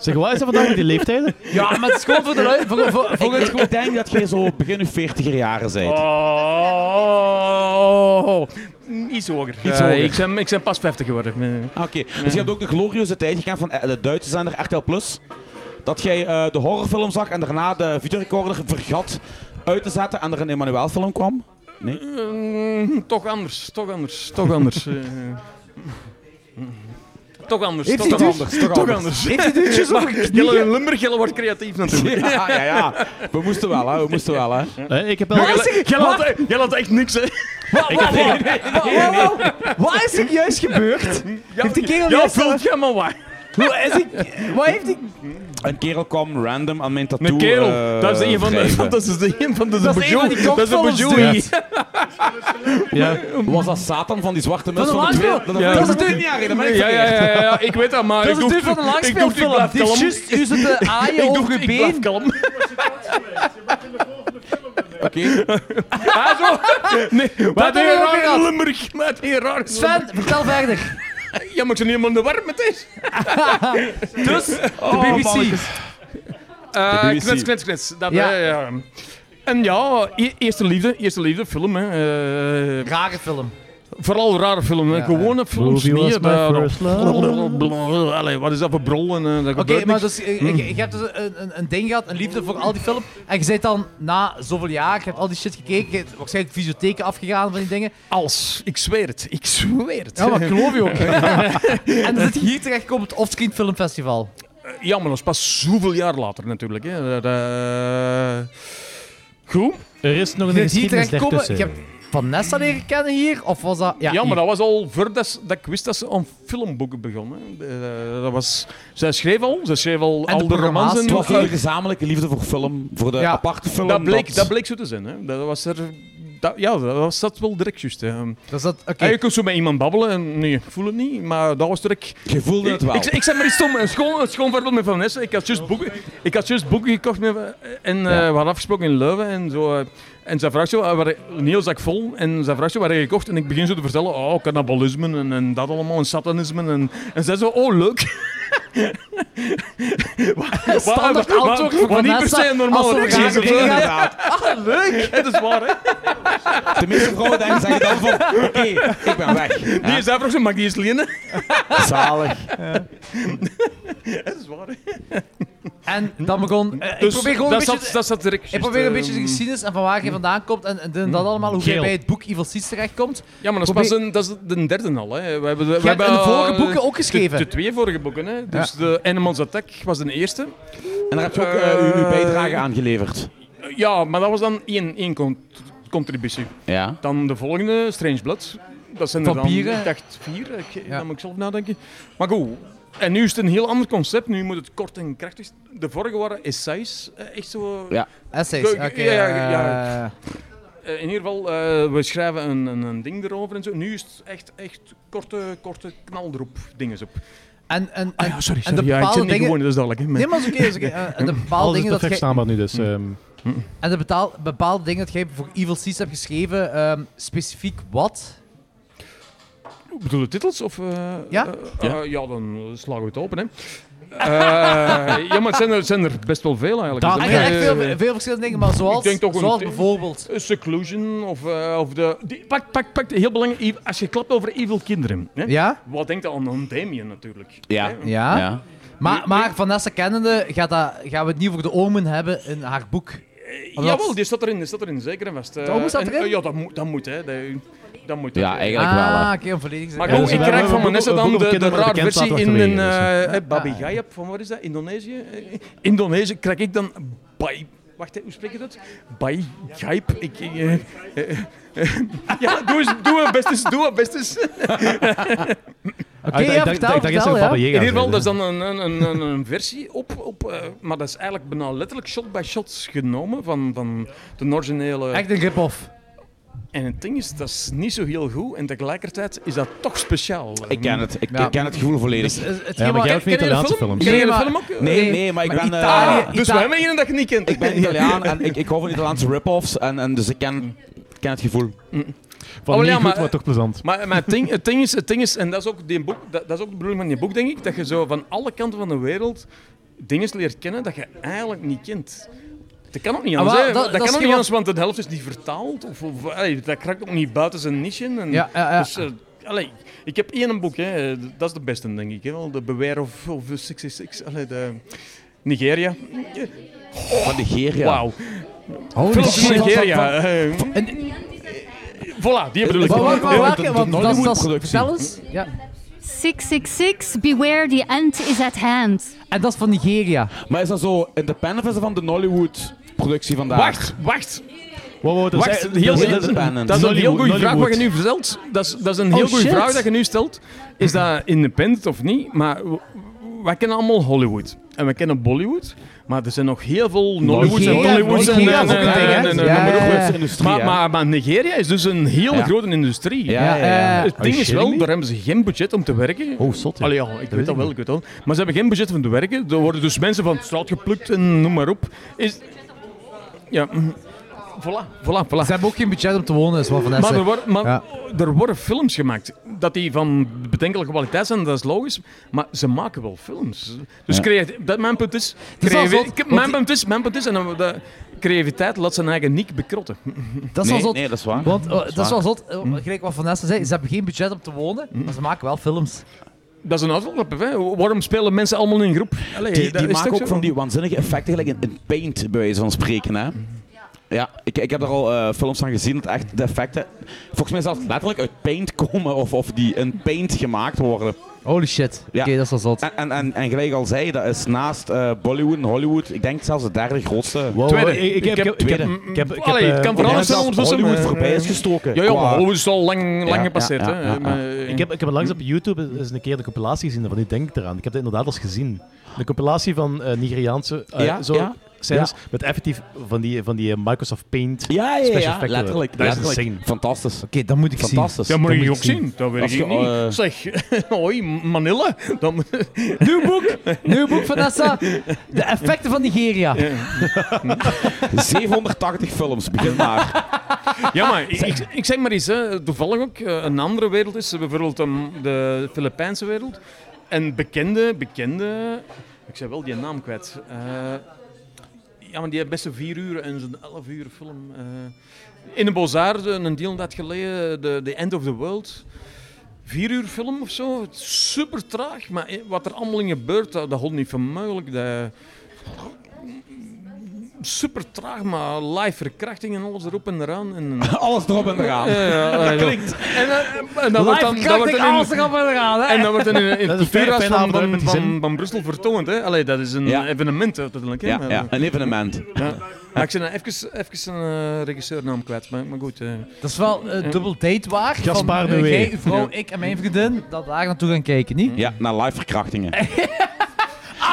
Zeg, wat is dat vandaag met die leeftijden?
Ja, maar het is gewoon voor de lui- voor, voor, voor het
Ik,
gewoon-
ik denk dat jij zo begin je 40er jaren bent.
Oh, iets hoger.
Iets
Ja,
hoger.
ik, ben, ik ben pas 50 geworden.
Ah, Oké, dus je hebt ook de glorieuze tijd gekend van eh, de Duitse zender RTL Plus. Dat jij eh, de horrorfilm zag en daarna de videorecorder vergat uit te zetten en er een Emmanuel film kwam. Nee?
Mm, toch anders, toch anders, toch anders. eh. toch anders,
Heeft
toch,
hij dus-
toch anders, toch
toch
anders.
Heeft hij duwtjes op je knieën?
Jelle Limburg, Jelle wordt creatief natuurlijk.
Ja, ja, ja. We moesten wel, hè. We moesten wel, hè.
Eh, Ik heb wel...
Jelle had, e- Jelle had echt niks, hè?
Wat- wat- wat- wat- wat- Wat is er juist gebeurd? Heeft die kerel
Ja,
juist... eh,
vult je maar waar.
Hoe is die- Wat heeft die...
Een kerel kwam random aan mijn tattoo.
Een kerel,
eh,
dat is een van de.
wrijven.
Dat is de een van de.
Dat is een van die cocktails, dude.
Ja.
Was dat Satan van die zwarte
Dat
mensen?
is een
van de
langspel.
tweede-
Ja.
Dat is
dat
natuurlijk niet
is jaar
aan.
geleden, maar ik
Ja, ja,
verkeerd.
ja, ja, ja, ik weet dat, maar.
Dat
ik
is
doe-
natuurlijk van een
ik doe- ik
langspeelfilm.
blijf
Die is
kalm.
juist u zit te
Ik
aaien
doe-
over je
ik blijf
been.
kalm.
Oké.
Ah, zo. Nee, wat
hebben we
een
ook weer
raar
gehad.
Limburg. Wat een raar
Sven, vertel verder.
Ja, maar ik ben helemaal in de war met deze.
Dus, de BBC.
Eh,
BBC.
Knets, knets, knets. Dat,
Ja.
eh, ja. En ja, e- eerste liefde, eerste liefde, film. Hè. Eh,
Rare film.
Vooral rare film, hè.
Ja,
gewone films.
Movie was
niet,
my
eh,
first love.
Allee, wat is dat voor brol? En, eh, daar
Oké,
gebeurt
maar
niks. Hmm.
dus, je, je- je hebt dus een, een, een ding gehad, een liefde voor al die film. En je bent dan na zoveel jaar, je hebt al die shit gekeken, je hebt waarschijnlijk fysiotheken afgegaan van die dingen.
Als, ik zweer het, ik zweer het.
Ja, maar ik geloof je ook. en dan zit je hier terecht op het Offscreen Filmfestival.
Ja, maar dat is pas zoveel jaar later natuurlijk. Hè. Dat, eh, Goed.
Er is nog
Je
een
bent hier
geschiedenis
terecht gekomen, je
daartussen.
hebt Vanessa leren kennen hier, of was dat...
Ja, maar
hier.
dat was al voordat ze- dat ik wist dat ze aan filmboeken begon. Hè. Eh, dat was, zij schreef al, zij schreef al,
En de
al de romans.
programma's,
en-
Het was jullie gezamenlijke liefde voor film, voor de
Ja,
aparte film.
dat, bleek, dat bleek zo te zijn. Hè. Dat was er, dat, ja, dat was dat wel direct juist. Hè.
Dus dat, oké.
Ja, je kunt zo met iemand babbelen en nee, ik voel het niet, maar dat was direct...
Je voelde
Ik,
het wel.
ik, ik zei maar iets stom, een schoon, een schoon voorbeeld met Van Ness. Ik had juist boeken, ik had juist boeken gekocht met, en eh, we hadden afgesproken in Leuven en zo. eh, en zij vraagt zo, eh, waar, een heel zak vol, en zij vraagt zo, waar heb je gekocht? En ik begin zo te vertellen, oh, cannibalisme en, en dat allemaal, en satanisme. En, en zij zo, oh, leuk. Wat-
Standaard
wat-
antwoord
wat-
voor
wat niet per
Vanessa,
se een normale
als ze
reactie
graag
is, of zo.
dingen-
Inderdaad.
Ah, leuk!
Het is waar, hè?
De meeste vrouwen denken, zeggen dan van, oké, ik ben weg.
Die is vraagt zo, mag ik die eens lenen?
Zalig.
Het is waar, hè?
En dan begon... eh, ik
Dus
probeer gewoon
dat
een beetje...
zat, dat zat direct
Ik
juist,
probeer een
eh,
beetje de geschiedenis en van waar
hm.
je vandaan komt en, en dit en dat allemaal, hoe jij
Geel.
bij het boek Evil Seeds terechtkomt.
Ja, maar dat is
Probeer-
pas een, dat is de derde al. Hè. We hebben, we
hebt
hebben
in de
eh,
vorige boeken ook
de-
geschreven.
De, twee vorige boeken. Hè. Dus de Animals Attack was de eerste.
En daar heb je ook eh, uw, uw bijdrage aan geleverd.
Eh, Ja, maar dat was dan één, één con- contributie.
Ja.
Dan de volgende, Strange Blood. Dat zijn er dan,
Vampieren.
ik dacht, vier. Ik,
Ja.
Dan moet ik zelf nadenken. Maar goed, En nu is het een heel ander concept. Nu moet het kort en krachtig. De vorige waren essays. eh, Echt zo.
Ja. Essays,
Ge- ge-
oké,
ja, ja, ja.
eh.
Eh, in ieder geval, eh, we schrijven een, een, een ding erover en zo. Nu is het echt, echt korte, korte knalroep dinges op.
En, en,
ah, ja, sorry, sorry.
en de
ja, ik
bepaalde
zit niet
dingen-
gewoon, dat is duidelijk. hè, maar-
Nee, maar dat is oké, dat is oké. Eh, en de bepaalde
Alles is
dingen dat
perfect
jij-
staanbaar nu dus. ehm.
En de betaal, bepaalde dingen dat jij voor Evil Seas hebt geschreven, ehm, specifiek wat?
Ik bedoel de titels? Of, eh,
Ja?
eh,
Ja.
eh, ja, dan slagen we het open, hè. Eh, ja, maar het zijn er, het zijn er best wel veel eigenlijk.
Dat-
Er zijn
Eigenlijk
er,
veel-
eh,
veel verschillende dingen, maar zoals-
ik denk toch een
zoals
ti-
bijvoorbeeld-
een Seclusion of, eh, of de... Die, pak, pak, pak, heel belangrijk, Eve- als je klapt over evil kinderen. Hè,
Ja?
Wat denkt dan aan Damien natuurlijk? Eh,
Ja. ja. Maar, maar Vanessa kennende gaat dat, gaan we het niet voor de omen hebben in haar boek. Omdat-
Jawel, die staat erin, die staat erin, zeker en vast. Eh,
De omen staat
en-
erin?
eh, ja, dat moet, dat moet, hè. Dat, dat moet.
Ja,
dat-
eigenlijk wel, hè.
Ah, oké, om volledig te
Maar
zijn.
goed,
Ja,
ik
dus we
krijg van
hebben
Vanessa
een boek-
dan
een boek
de,
op
de
kinderen
raar
bekend
versie
laten
in een
verlenen, dus,
eh,
ja.
eh, Babi Gayab van wat is dat? Indonesië? Eh, Indonesië krijg ik dan Bai. Wacht, hè, hoe spreek je dat? Bai Gayab. Ik, ik, eh, eh, eh, ja, doe eens, doe het best eens, doe het best eens.
Ah, ik- ja, ik dacht- vertel, ik dacht eerst vertel, even ja. Baba
In
Yaga
ieder geval,
zeggen.
dat is dan een, een, een, een, een versie op, op eh, maar dat is eigenlijk bijna letterlijk shot by shot genomen van, van de originele...
Echt een rip-off.
En het ding is, dat is niet zo heel goed en tegelijkertijd is dat toch speciaal. Hm.
Ik ken het. Ik, ik ken het gevoel volledig.
Ken je de film ook?
Nee, nee, maar ik ben... eh,
Ah,
dus we hebben hier dat je niet kent.
Ik ben Italiaan en ik, ik hou van Italiaanse rip-offs, en, en dus ik ken, ik ken het gevoel.
Van niet goed, maar toch plezant.
Maar, maar het, ding, het, ding is, het ding is, en dat is, ook die boek, dat, dat is ook de bedoeling van je boek, denk ik, dat je zo van alle kanten van de wereld dingen leert kennen dat je eigenlijk niet kent. Dat kan ook niet
Ah,
anders,
wel,
hè.
dat-
dat,
dat is
kan ook
geen-
niet anders, want de helft is niet vertaald. Of, of, allee, dat krijgt ook niet buiten zijn niche. in. En,
Ja, ja, ja.
Dus, eh, allee, ik heb één boek, hè, dat is de beste, denk ik. Hè, wel, de Beware of, of 66, allee, de Nigeria.
Van Nigeria.
Wauw.
Oh,
Holy
Films
shit,
van
wat-
Nigeria.
wat-
eh, Voilà, die bedoel ik.
Waar- waar- waar-
Ja,
waar-
de- de
want dat-
Nollywood
dat is-
productie.
Vertel eens. Ja.
666, beware the end is at hand.
En dat is van Nigeria.
Maar is dat zo independent of is dat van de Nollywood-productie vandaag?
Wacht, wacht.
Wow, wow, dat is
Wacht,
echt-
heel-
dat is
dat is-
independent.
dat is een heel
Nollywood,
goede vraag wat je nu
Nollywood.
verzelt. Dat is, dat is een heel
Oh,
goede
shit.
vraag dat je nu stelt. Is dat independent of niet? Maar w- w- wij kennen allemaal Hollywood. En we kennen Bollywood. Maar er zijn nog heel veel Nollywoods en
Nigeria-
Bollywoods. en- eh,
Nigeria is
en-
ook een
en-
ding, hè?
en- en- en-
Ja, ja,
en-
ja.
en-
Industrie,
Maar-
hè?
maar- Maar Nigeria is dus een heel
Ja.
grote industrie. Eh,
Ja, ja, ja. Oh,
Het
Are
ding
you
is wel,
shitting me?
daar hebben ze geen budget om te werken. Oh, zot. Allee, ja, ik weet
ik
dat wel,
niet.
ik weet dat wel. Maar ze hebben geen budget om te werken. Er worden dus mensen van de straat geplukt en noem maar op. Is... Ja. mm. Voilà, voilà, voilà.
Ze hebben ook geen budget om te wonen, is wat Vanessa.
Maar, er, worden, maar
Ja.
er worden films gemaakt. Dat die van bedenkelijke kwaliteit zijn, dat is logisch. Maar ze maken wel films. Dus
Ja.
creati- dat mijn punt is.
is wel
creavi-
zot,
ik-
want
mijn,
die-
punt is mijn punt is, en dan, de creativiteit laat zijn eigen niet bekrotten.
Dat is wel zot.
dat is waar.
Want eh,
Dat
dat,
is
is wel
waar. Hm.
zot. eh, Gelijk wat Vanessa zei, ze hebben geen budget om te wonen, maar ze maken wel films.
Dat is een uitloop. hè. Waarom spelen mensen allemaal in groep? Allee,
Die,
Eh, dat
die
is
maken
toch
ook
zo?
van die waanzinnige effecten, gelijk in, in Paint, bij wijze van spreken. Hè? Ja, ik, ik heb daar al eh, films van gezien, dat echt de effecten volgens mij zelfs letterlijk uit Paint komen of, of die in Paint gemaakt worden.
Holy shit, oké, dat is wel zot.
En, en, en, en gelijk al zei, dat is naast eh, Bollywood en Hollywood, ik denk zelfs de derde grootste.
Wow, Tweede. ik- ik heb- ik heb-
Tweede.
ik heb- ik heb- eh, ik heb,
Allee, het kan
ik
van
denk
alles
zelfs
zijn ondertussen,
Hollywood
maar-
voorbij is gestoken.
Ja, ja,
qua-
maar Hollywood is al lang, lang
Ja,
gepasseerd.
ja,
hè.
ja, ja.
Maar, eh,
Ik heb, ik heb langs op YouTube eens een keer de compilatie gezien van die Denk eraan. Ik heb dat inderdaad eens gezien. De compilatie van eh, Nigeriaanse eh,
Ja,
zo,
ja,
scènes
ja.
met effectief van die, van die eh, Microsoft Paint
Ja, ja,
special
ja,
effecten.
letterlijk.
Dat is
letterlijk.
insane.
Fantastisch. Oké,
dat moet ik
Fantastisch.
Dat moet
Dat
ik
moet
ook
ik zien.
zien. Dat
Als
weet ik
je,
niet.
eh,
Zeg, hoi, Manille. Dat moet- Nieuw boek.
Nieuw boek, Vanessa. De effecten van Nigeria.
780 films, begin maar.
Ja, maar Ah, ik, ik, ik zeg maar eens, hè, toevallig ook eh, een andere wereld is, eh, bijvoorbeeld ehm, de Filipijnse wereld. En bekende, bekende, ik zei wel die naam kwijt. Eh, ja, maar die hebben best een vier uur en zo'n elf uur film. eh. in de Bozar, een deal dat geleden, de, The End of the World. Vier uur film of zo, super traag, maar eh, wat er allemaal in gebeurt, dat, dat houdt niet van mogelijk. Dat, super traag, maar live verkrachting en alles erop en eraan. En,
alles erop en eraan.
Ja, ja, ja, ja.
Klinkt.
En, eh, en dat wordt dan, dat wordt dan in- En dat wordt dan in, in
Dat is een fijne
het cultuurhuis van,
avond daar
van,
met die
van,
zin.
van Brussel vertoond. Hè. Allee, dat is een
Ja.
evenement, hè, uiteindelijk. hè.
Ja,
Maar-
ja, een evenement.
Ja. Ja, ik zit nou even, even een eh, regisseurnaam kwijt, maar, maar goed.
Dat is wel eh, dubbel date waar.
Gaspar
van, eh,
Noé.
jij, uw vrouw,
Ja.
ik en mijn vriendin, dat we daar naartoe gaan kijken, niet?
Ja, naar live verkrachtingen.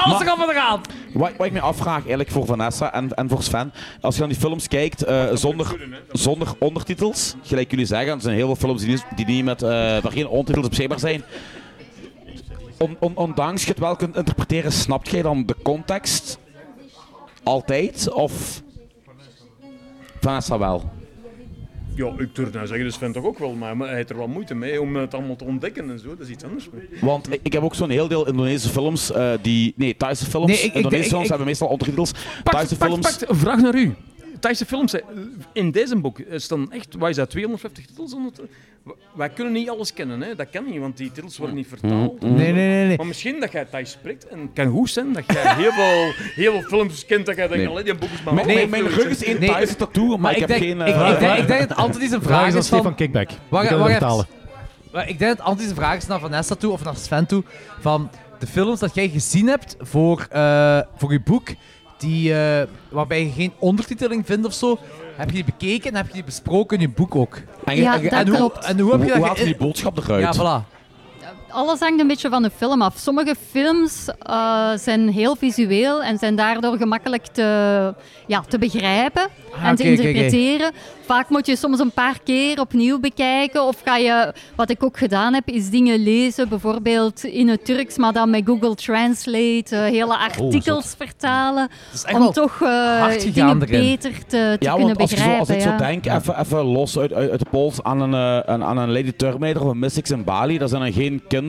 Alles erop en eraan!
Wat, wat ik me afvraag eigenlijk voor Vanessa en, en voor Sven, als je naar die films kijkt eh, zonder, zonder ondertitels, gelijk jullie zeggen, er zijn heel veel films die niet, die niet met, eh, waar geen ondertitels beschikbaar zijn. On, on- ondanks je het wel kunt interpreteren, snapt jij dan de context altijd? Of Vanessa wel?
Ja, ik durf nou zeggen, dat Sven toch ook wel, maar hij heeft er wel moeite mee om het allemaal te ontdekken en zo. Dat is iets anders.
Want ik, ik heb ook zo'n heel deel Indonesische films, eh, die, nee, Thaise films,
Nee, ik- ik-
Indonesische
ik-
films
ik-
hebben meestal ondertitels. Thaise
Pak,
films...
pak, vraag naar u. Thaise films, hè. in deze boek eh, staan echt, waar is dat, 250 titels? Onder, w- wij kunnen niet alles kennen, hè. dat kan niet, want die titels worden niet vertaald.
Mm-hmm.
Mhm. Nee, nee, nee, nee.
Maar misschien dat jij Thais spreekt en het kan goed zijn dat jij heel veel, heel veel films kent dat jij denkt,
Nee.
allee, die boek is maar...
Mijn-
half
mijn- mijn
zoiets,
rug is
hè.
één Thaise tattoo, maar ik heb
denk,
geen, eh,
Ik, ik, denk, ik denk dat
Vraag
Anthony zijn
is
vraag
aan
is van...
Stefan Kickback. Die
Wacht,
kunnen
wacht
dat
even.
vertalen.
Maar ik denk dat Anthony zijn vraag is naar Vanessa toe of naar Sven toe. Van de films dat jij gezien hebt voor, eh, voor je boek, die, eh, waarbij je geen ondertiteling vindt of zo, heb je die bekeken en heb je die besproken in je boek ook?
En je- Ja, en je- dat
en hoe,
klopt.
En hoe heb je
Hoe-
dat
hoe haalt je
geïn-
die boodschap eruit?
Ja, voilà.
Alles hangt een beetje van de film af. Sommige films eh, zijn heel visueel en zijn daardoor gemakkelijk te, ja, te begrijpen
Ah,
en te
oké, oké, oké.
interpreteren. Vaak moet je soms een paar keer opnieuw bekijken. Of ga je, wat ik ook gedaan heb, is dingen lezen. Bijvoorbeeld in het Turks, maar dan met Google Translate. eh,
Oh,
hele artikels vertalen.
echt
Om
wel
toch eh,
hard gegaan
dingen
erin.
beter te, te
Ja,
kunnen
want als, je
begrijpen.
zo, als ik
ja.
zo denk, even, even los uit, uit, uit de pols aan een, eh, aan, aan een Lady Terminator of een Mystics in Bali, dat zijn dan geen kinder...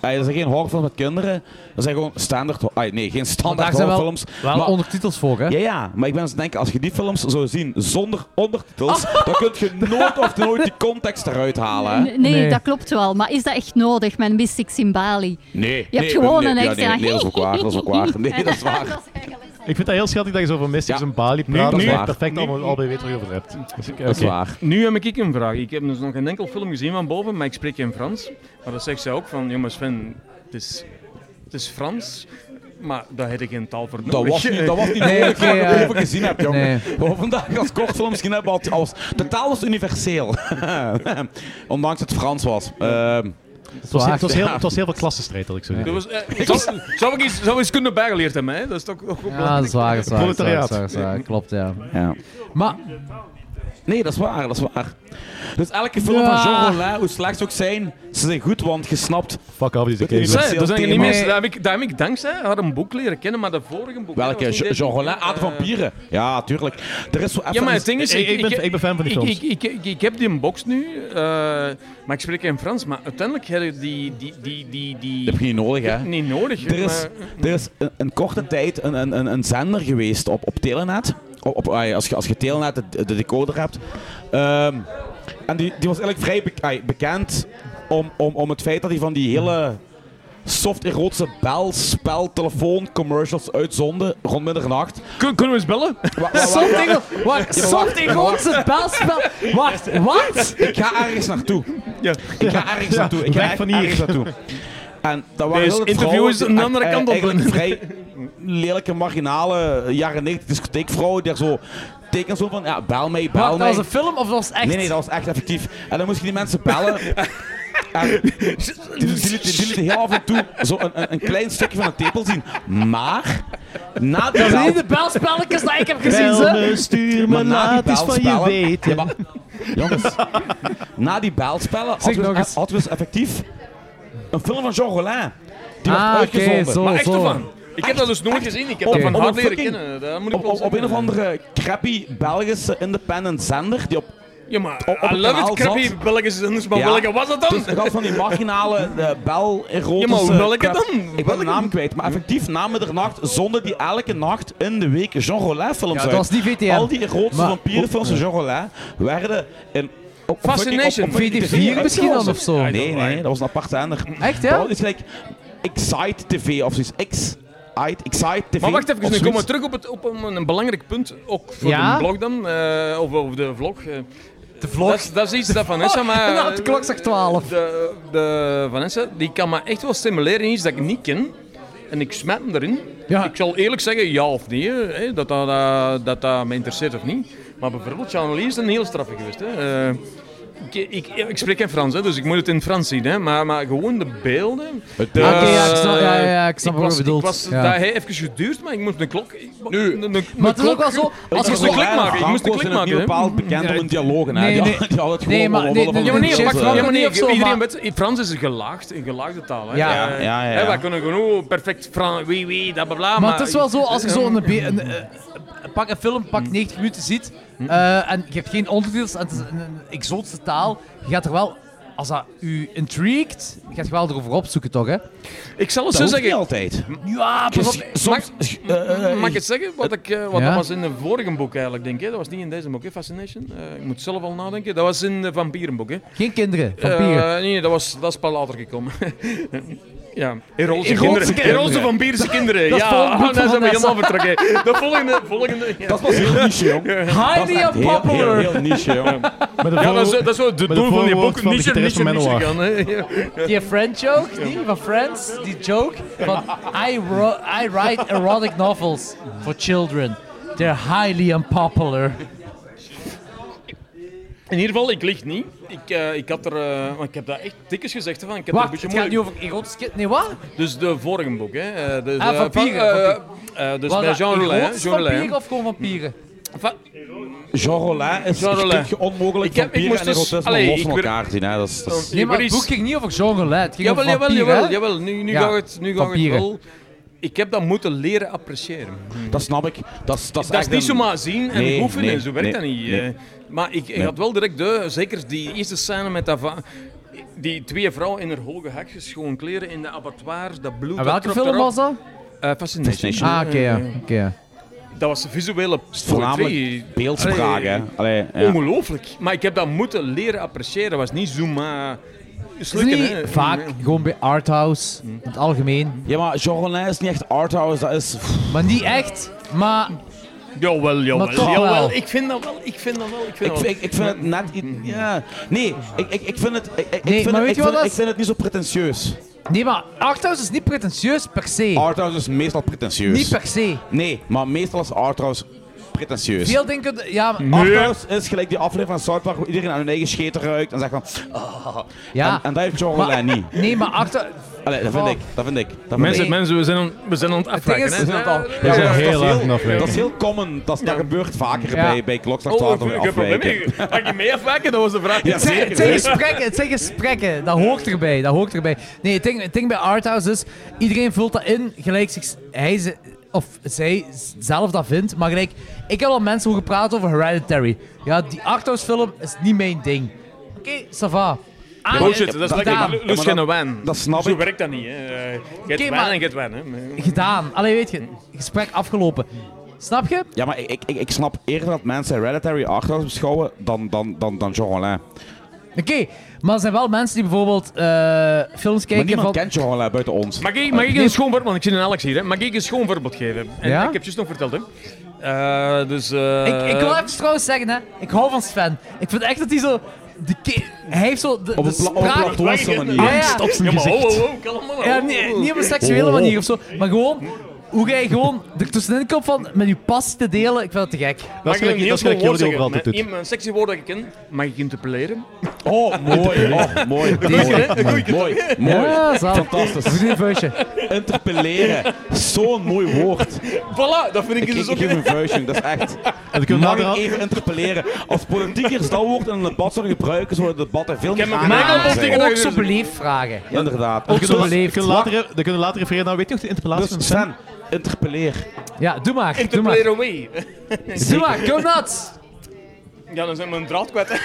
eh, dat zijn geen horrorfilms met kinderen. Dat zijn gewoon standaard... ho- ah, nee, geen
Daar
standaard
zijn wel,
horrorfilms.
wel
maar-
ondertitels voor, hè?
Ja, ja, maar ik ben aan het denken, als je die films zou zien zonder ondertitels, dan kun je nooit of nooit die context eruit halen. hè.
Nee, dat klopt wel. Maar is dat echt nodig, mijn Mystics in Bali?
Nee,
Je hebt
nee,
gewoon
nee,
een
ja,
extra.
nee, nee, dat is ook waar, dat is ook waar. Nee, dat is waar.
Ik vind dat heel schattig dat je zo van Mystics en Bali praat.
nu-
dat
nu-
je perfect
nu-
allemaal al bij weet waar je over hebt. Dus ik-
Dat is
oké.
waar.
Nu heb ik een vraag. Ik heb dus nog geen enkel film gezien van boven, maar ik spreek geen Frans. Maar dat zegt ze ook van, jongens Sven, het is, het is Frans, maar daar heb ik geen taal voor nodig.
Dat was niet, dat was niet
Nee,
nodig
oké,
wat
ja.
ik boven gezien heb, jongen.
Nee.
Wat we vandaag als kortfilm misschien hebben, had alles. De taal was universeel. Ondanks dat het Frans was. Ehm,
Het was, het, was heel, het was heel veel klassenstrijd, dat ik zo
Dat
denk.
was, eh, ik zou, zou ik iets, zou eens kunnen bijgeleerd hebben, hè? Dat is toch ook
Ja, Ah, dat is waar, dat is waar, dat is waar, dat is waar, dat is waar.
Proletariaat.
Klopt, ja.
ja.
Maar...
Nee, dat is waar, dat is waar. Dus elke film
Ja.
van Jean Rollin, hoe slecht ze ook zijn, ze zijn goed, want je snapt...
Fuck af, die
Dat zijn niet mensen, daar heb, ik, daar heb ik dankzij haar een boek leren kennen, maar de vorige boek... hè,
Welke?
was niet eh,
Je- Jean
dit-
Rollin, Aad van Pieren. Ja, tuurlijk. Er is zo
Ja,
even-
maar het ding is...
dus Ik- ik ben- ik ben fan van die
ik-
films.
Ik, ik, ik, ik heb die in box nu, eh, maar ik spreek geen Frans. Maar uiteindelijk heb je die... die, die, die, die
Dat heb je niet nodig, hè?
Niet nodig,
Er is, er is een, een korte tijd een, een, een, een zender geweest op, op Telenet. Op, op, ai, als, je, als je Telenet de, de decoder hebt. Ehm, en die, die was eigenlijk vrij bek- ai, bekend om, om, om het feit dat hij van die hele soft erotische bel, spel, telefoon, commercials uitzonde rond middernacht.
kunnen we eens bellen?
Soft Engel- wacht, soft Engelse belspel. Wacht, wat?
Ik ga ergens naartoe. Ik ga ergens
Ja,
naartoe. Ik
weg van
ga van
hier.
hier. naartoe. En dat waren
Deze
heel veel
interview
vrouwen
is
die
een
echt,
andere
eh,
kant op.
Eigenlijk vrij lelijke, marginale, eh, jaren 90 discotheekvrouwen die daar zo tekens zo van, ja, bel mij, bel
Wacht, dat
mij.
was een film of dat was echt?
Nee, nee, dat was echt effectief. En dan moest je die mensen bellen. En die- die die- die- die lieten heel af en toe zo een, een, een klein stukje van een tepel zien. Maar, na die
Dat zijn
bel-
niet de belspelletjes die ik heb gezien,
Bel
ze.
me, stuur me,
Maar na die
laat eens van je
belspellen-
weten. Ja, maar- jongens, na die baalspellen
Zeg
hadden we,
nog eens.
eens... hadden we eens effectief een film van Jean Rollin. Die
Ah,
werd
oké,
uitgezonden.
zo, Maar echt zo. ervan.
Ik heb dat dus nooit gezien. Ik heb dat van
Om
haar
een
leren
fucking-
kennen. Dat moet ik
op,
wel
op, op
zeggen.
een of andere crappy Belgische independent zender die op
Ja, maar
op, op
I
het
love
kanaal
it, crappy
zat.
Belgische zenders, maar welke was dat dan?
Dus ik had van die marginale eh bel
Ja, maar hoe welke dan?
Ik ben de naam kwijt, maar effectief na middernacht zonden die elke nacht in de week Jean Rollin films
Ja,
uit.
dat was niet VTM.
Al die erotische
Maar-
vampierenfilms van Jean Rollin werden in... op- op-
Fascination.
op- op- op- op- op-
VT4
op- op-
misschien dan of zo?
Nee, nee, dat was een aparte zender.
Echt, ja?
Dat is gelijk Excite TV of zoiets. X... Ait- Excite TV.
Maar wacht even,
of
nu
zoiets.
komen we terug op, het, op een, een belangrijk punt, ook voor
Ja?
de blog dan, eh, of, of de vlog. de
vlog?
Dat, is- dat is iets dat Vanessa
vlog.
maar...
Nou, de klok zegt 12.
De, de Vanessa, die kan me echt wel stimuleren in iets dat ik niet ken. En ik smet hem erin. Ik zal eerlijk zeggen, ja of nee, hè, dat, dat, dat, dat dat me interesseert of niet. Maar bijvoorbeeld, Jean-Louis is een heel straffe geweest. Hè. Eh, ik, ik, ik spreek geen Frans, hè, dus ik moet het in het Frans zien. Hè. Maar, maar gewoon de beelden.
Oké, ja, ik snap- ja, ja, ja, ik snap wat je
was-
bedoelt.
Ik was,
Ja.
dat hij even geduurd, maar ik moest een klok... Nu, een, een,
Maar het is ook wel zo, als
ik moest
je
een
zo-
klik maken. Ik moest een
Franco's
klik
zijn ook
maken.
niet
hè.
bepaald bekend om een dialoog.
Nee,
Nee,
nee.
die, die hadden het gewoon
Nee, maar-
wel
nee,
van
nee,
de
ja, maar nee,
shit,
pak-
eh.
ja, maar nee,
of zo,
iedereen
maar-
weet- in Frans is een gelaagd, een gelaagde taal. Hè.
Ja.
Eh,
Ja, ja, ja,
hè,
ja.
wij kunnen gewoon oh, perfect Frans, wie, wie, dat bla, bla.
Maar, het is wel zo, als je
Eh,
zo een, be- een, eh, pak een film, pak 90 minuten ziet, eh, en je hebt geen ondertitels, en het is een, een exotische taal, je gaat er wel, als dat u intrigued, je gaat er wel erover opzoeken, toch, hè?
Ik zal
het
het zo zeggen.
altijd. eh,
Ja, pas op.
Mag, mag ik het zeggen? Wat, ik, eh, wat
Ja.
dat was in een vorige boek eigenlijk, denk ik. hè. Dat was niet in deze boek, hè, Fascination. Eh, ik moet zelf al nadenken. Dat was in de vampierenboek, hè.
Geen kinderen, vampieren.
Eh, nee, dat, was, dat is pas later gekomen. ja, erotische
Erotische
kinderen.
kinderen.
Erotische vampierische kinderen.
Dat is
ja,
volgend boek
daar
van
zijn we helemaal
Vanessa.
vertrokken. De volgende... volgende ja.
Dat was heel niche, jong.
Highly
Dat was echt heel-
unpopular.
Heel, heel niche, jong.
Ja, dat is, dat is wel de doel van die boek. Nietzsche, Nietzsche, Nietzsche gaan, hè. Ja.
Die French joke, die van Friends, die joke van I, ro- I write erotic novels for children. They're highly unpopular.
In ieder geval, ik lieg niet. Ik, eh, ik had er... eh, want ik heb dat echt dikjes gezegd. hè, Van. Ik heb er
Wacht,
een
het
beetje
gaat
moeilijk-
niet over erotisch kind. Nee, wat?
Dus de vorige boek, hè. eh, Dus,
Ah,
eh,
vampieren,
van, eh,
vampieren.
eh, Dus
Was
bij
dat
Jean Rollin. hè,
erotische
Jean Rollin.
vampieren of gewoon vampieren?
Jean Rollin is
Jean Rollin.
een stukje onmogelijk
Ik heb- ik
vampier
moest
en
dus-
erotisme
allee,
los
ik
van
wil-
elkaar zien. Hè. Dat is, dat is-
Nee, maar het
Jawel,
boek ging niet over Jean Gelet. Het ging
jawel,
over
jawel,
vampieren,
jawel,
hè?
jawel. Nu, nu
Ja,
gaat het, nu gaat het
vampieren.
wel... Ik heb dat moeten leren appreciëren.
dat snap ik. Dat is, dat is,
Oh. Dat is
echt
niet
een-
zomaar zien en
Nee,
hoeven
nee,
en zo werkt
nee,
dat niet.
nee.
eh. Maar ik, ik
Nee.
had wel direct de, zeker die eerste scène met dat va- die twee vrouwen in haar hoge hakjes, gewoon kleren in de abattoir, dat bloed.
En
dat
welke
kropt
film
erop.
was dat?
Eh, Fascination.
Fascination.
Ah, oké, ja.
Eh,
oké, ja.
Dat was de visuele
Voornamelijk
poëtrie.
beeldspraak,
Allee,
hè. Allee, ja.
Ongelooflijk. Maar ik heb dat moeten leren appreciëren. Dat was niet zomaar
Is het
slukken.
niet
hè. Mm.
vaak
Nee.
gewoon bij arthouse, in het algemeen?
Ja, maar Jean Rollin is niet echt arthouse, dat is...
Maar niet echt, maar...
Jawel, jawel.
Maar toch
jawel.
wel.
Ik vind dat wel, ik vind dat wel, ik vind
Ik,
dat wel.
ik, ik vind het net... i- Ja. Nee, ik, ik, ik vind het... Ik, ik,
Nee,
vind,
maar
het-
weet
ik,
je wat dat
vind, het-
is?
ik vind het niet zo pretentieus.
Nee, maar arthouse is niet pretentieus per se.
Arthouse is meestal pretentieus.
Niet per se.
Nee, maar meestal is arthouse pretentieus.
Veel denken... Ja,
Mm.
maar-
Arthouse is gelijk die aflevering van South Park waar iedereen aan hun eigen scheet ruikt en zegt van... "Ah."
Ja.
En, en dat heeft Jean Rollin niet.
Nee, maar achter...
Allee, dat vind
Oh.
ik, dat vind ik. Dat vind
Mensen,
ik.
mensen, we zijn aan, we zijn aan het afwijken.
ding is-
hè.
Ja,
Ja,
We zijn
dat is
heel erg nog
Dat is
weg.
heel common, dat, is- dat gebeurt vaker
Ja.
bij, bij klokslag
Oh,
12
ik heb
afwijken.
problemen. Mag je mee afwijken? Dat was de vraag.
Ja,
Het zijn,
zeker.
het zijn gesprekken, het zijn gesprekken. Dat hoort erbij, dat hoort erbij. Nee, het ding, het ding bij Arthouse is, iedereen vult dat in, gelijk zich, hij ze- of zij z- zelf dat vindt. Maar gelijk, ik heb al mensen horen praten over Hereditary. Ja, die Arthouse film is niet mijn ding. Oké, ça va. Ah,
Bullshit,
eh,
dat is
gedaan.
lekker. Loes
maar
geen
dat-
wijn.
dat snap
Zo
ik.
werkt dat niet. hè. Eh, Get
Oké,
wijn
maar-
en get wijn. hè.
Gedaan. Allee, weet je, gesprek afgelopen. Snap je?
Ja, maar ik, ik, ik- ik snap eerder dat mensen Hereditary Arthouse beschouwen dan, dan, dan, dan Jean Rollin.
Oké, maar er zijn wel mensen die bijvoorbeeld eh, films
Maar
kijken
niemand
van...
kent Jean Rollin buiten ons.
Mag ik, mag ik een schoon voorbeeld, want ik zit in Alex hier, hè. mag ik een schoon voorbeeld geven? En
Ja?
Ik heb het juist nog verteld, hè. Eh, dus, eh,
Ik, ik wil even trouwens zeggen, hè. ik hou van Sven. Ik vind echt dat hij zo... Die ke- hij heeft zo de,
Op
de
een pla- op een
spraak...
platoise manier.
Ja, ja.
ja, maar ho, ho, ho, kalm oh, maar.
Ja, nee, niet op een seksuele manier of zo, maar gewoon... Hoe jij gewoon er tussenin komt van met je pas te delen, ik vind dat te gek.
Dat is gelijk dat is gelijk Jordi overal altijd doet.
Een mijn sexy woord dat ik ken, mag ik interpelleren?
Oh, mooi. Oh, mooi. mooi. Mooi. Mooi.
Ja, zalig.
Fantastisch.
Goed in een vuistje.
Interpelleren. Zo'n mooi woord.
Voilà, dat vind ik,
Ik, ik,
dus
ik
ook...
geef een vuistje, dat is echt.
En dan kunnen
Mag
we
ik
naderhand-
even interpelleren? Als politiekers dat woord in een debat zouden gebruiken, zouden de debatten veel
heb
meer
me
aangenaam
gemaakt om
zijn.
tegen dat-
Ook zo beleefd vragen.
Ja, Inderdaad.
dan kunnen we-
beleefd.
kunnen we later- Dan kunnen we later refereren naar, weet je nog, de interpellatie van
Dus
Sven?
Sven, interpelleer.
Ja, doe maar, doe maar.
Interpelleren away.
Doe maar, go nuts!
Ja, dan zijn we een draad kwijt. hè.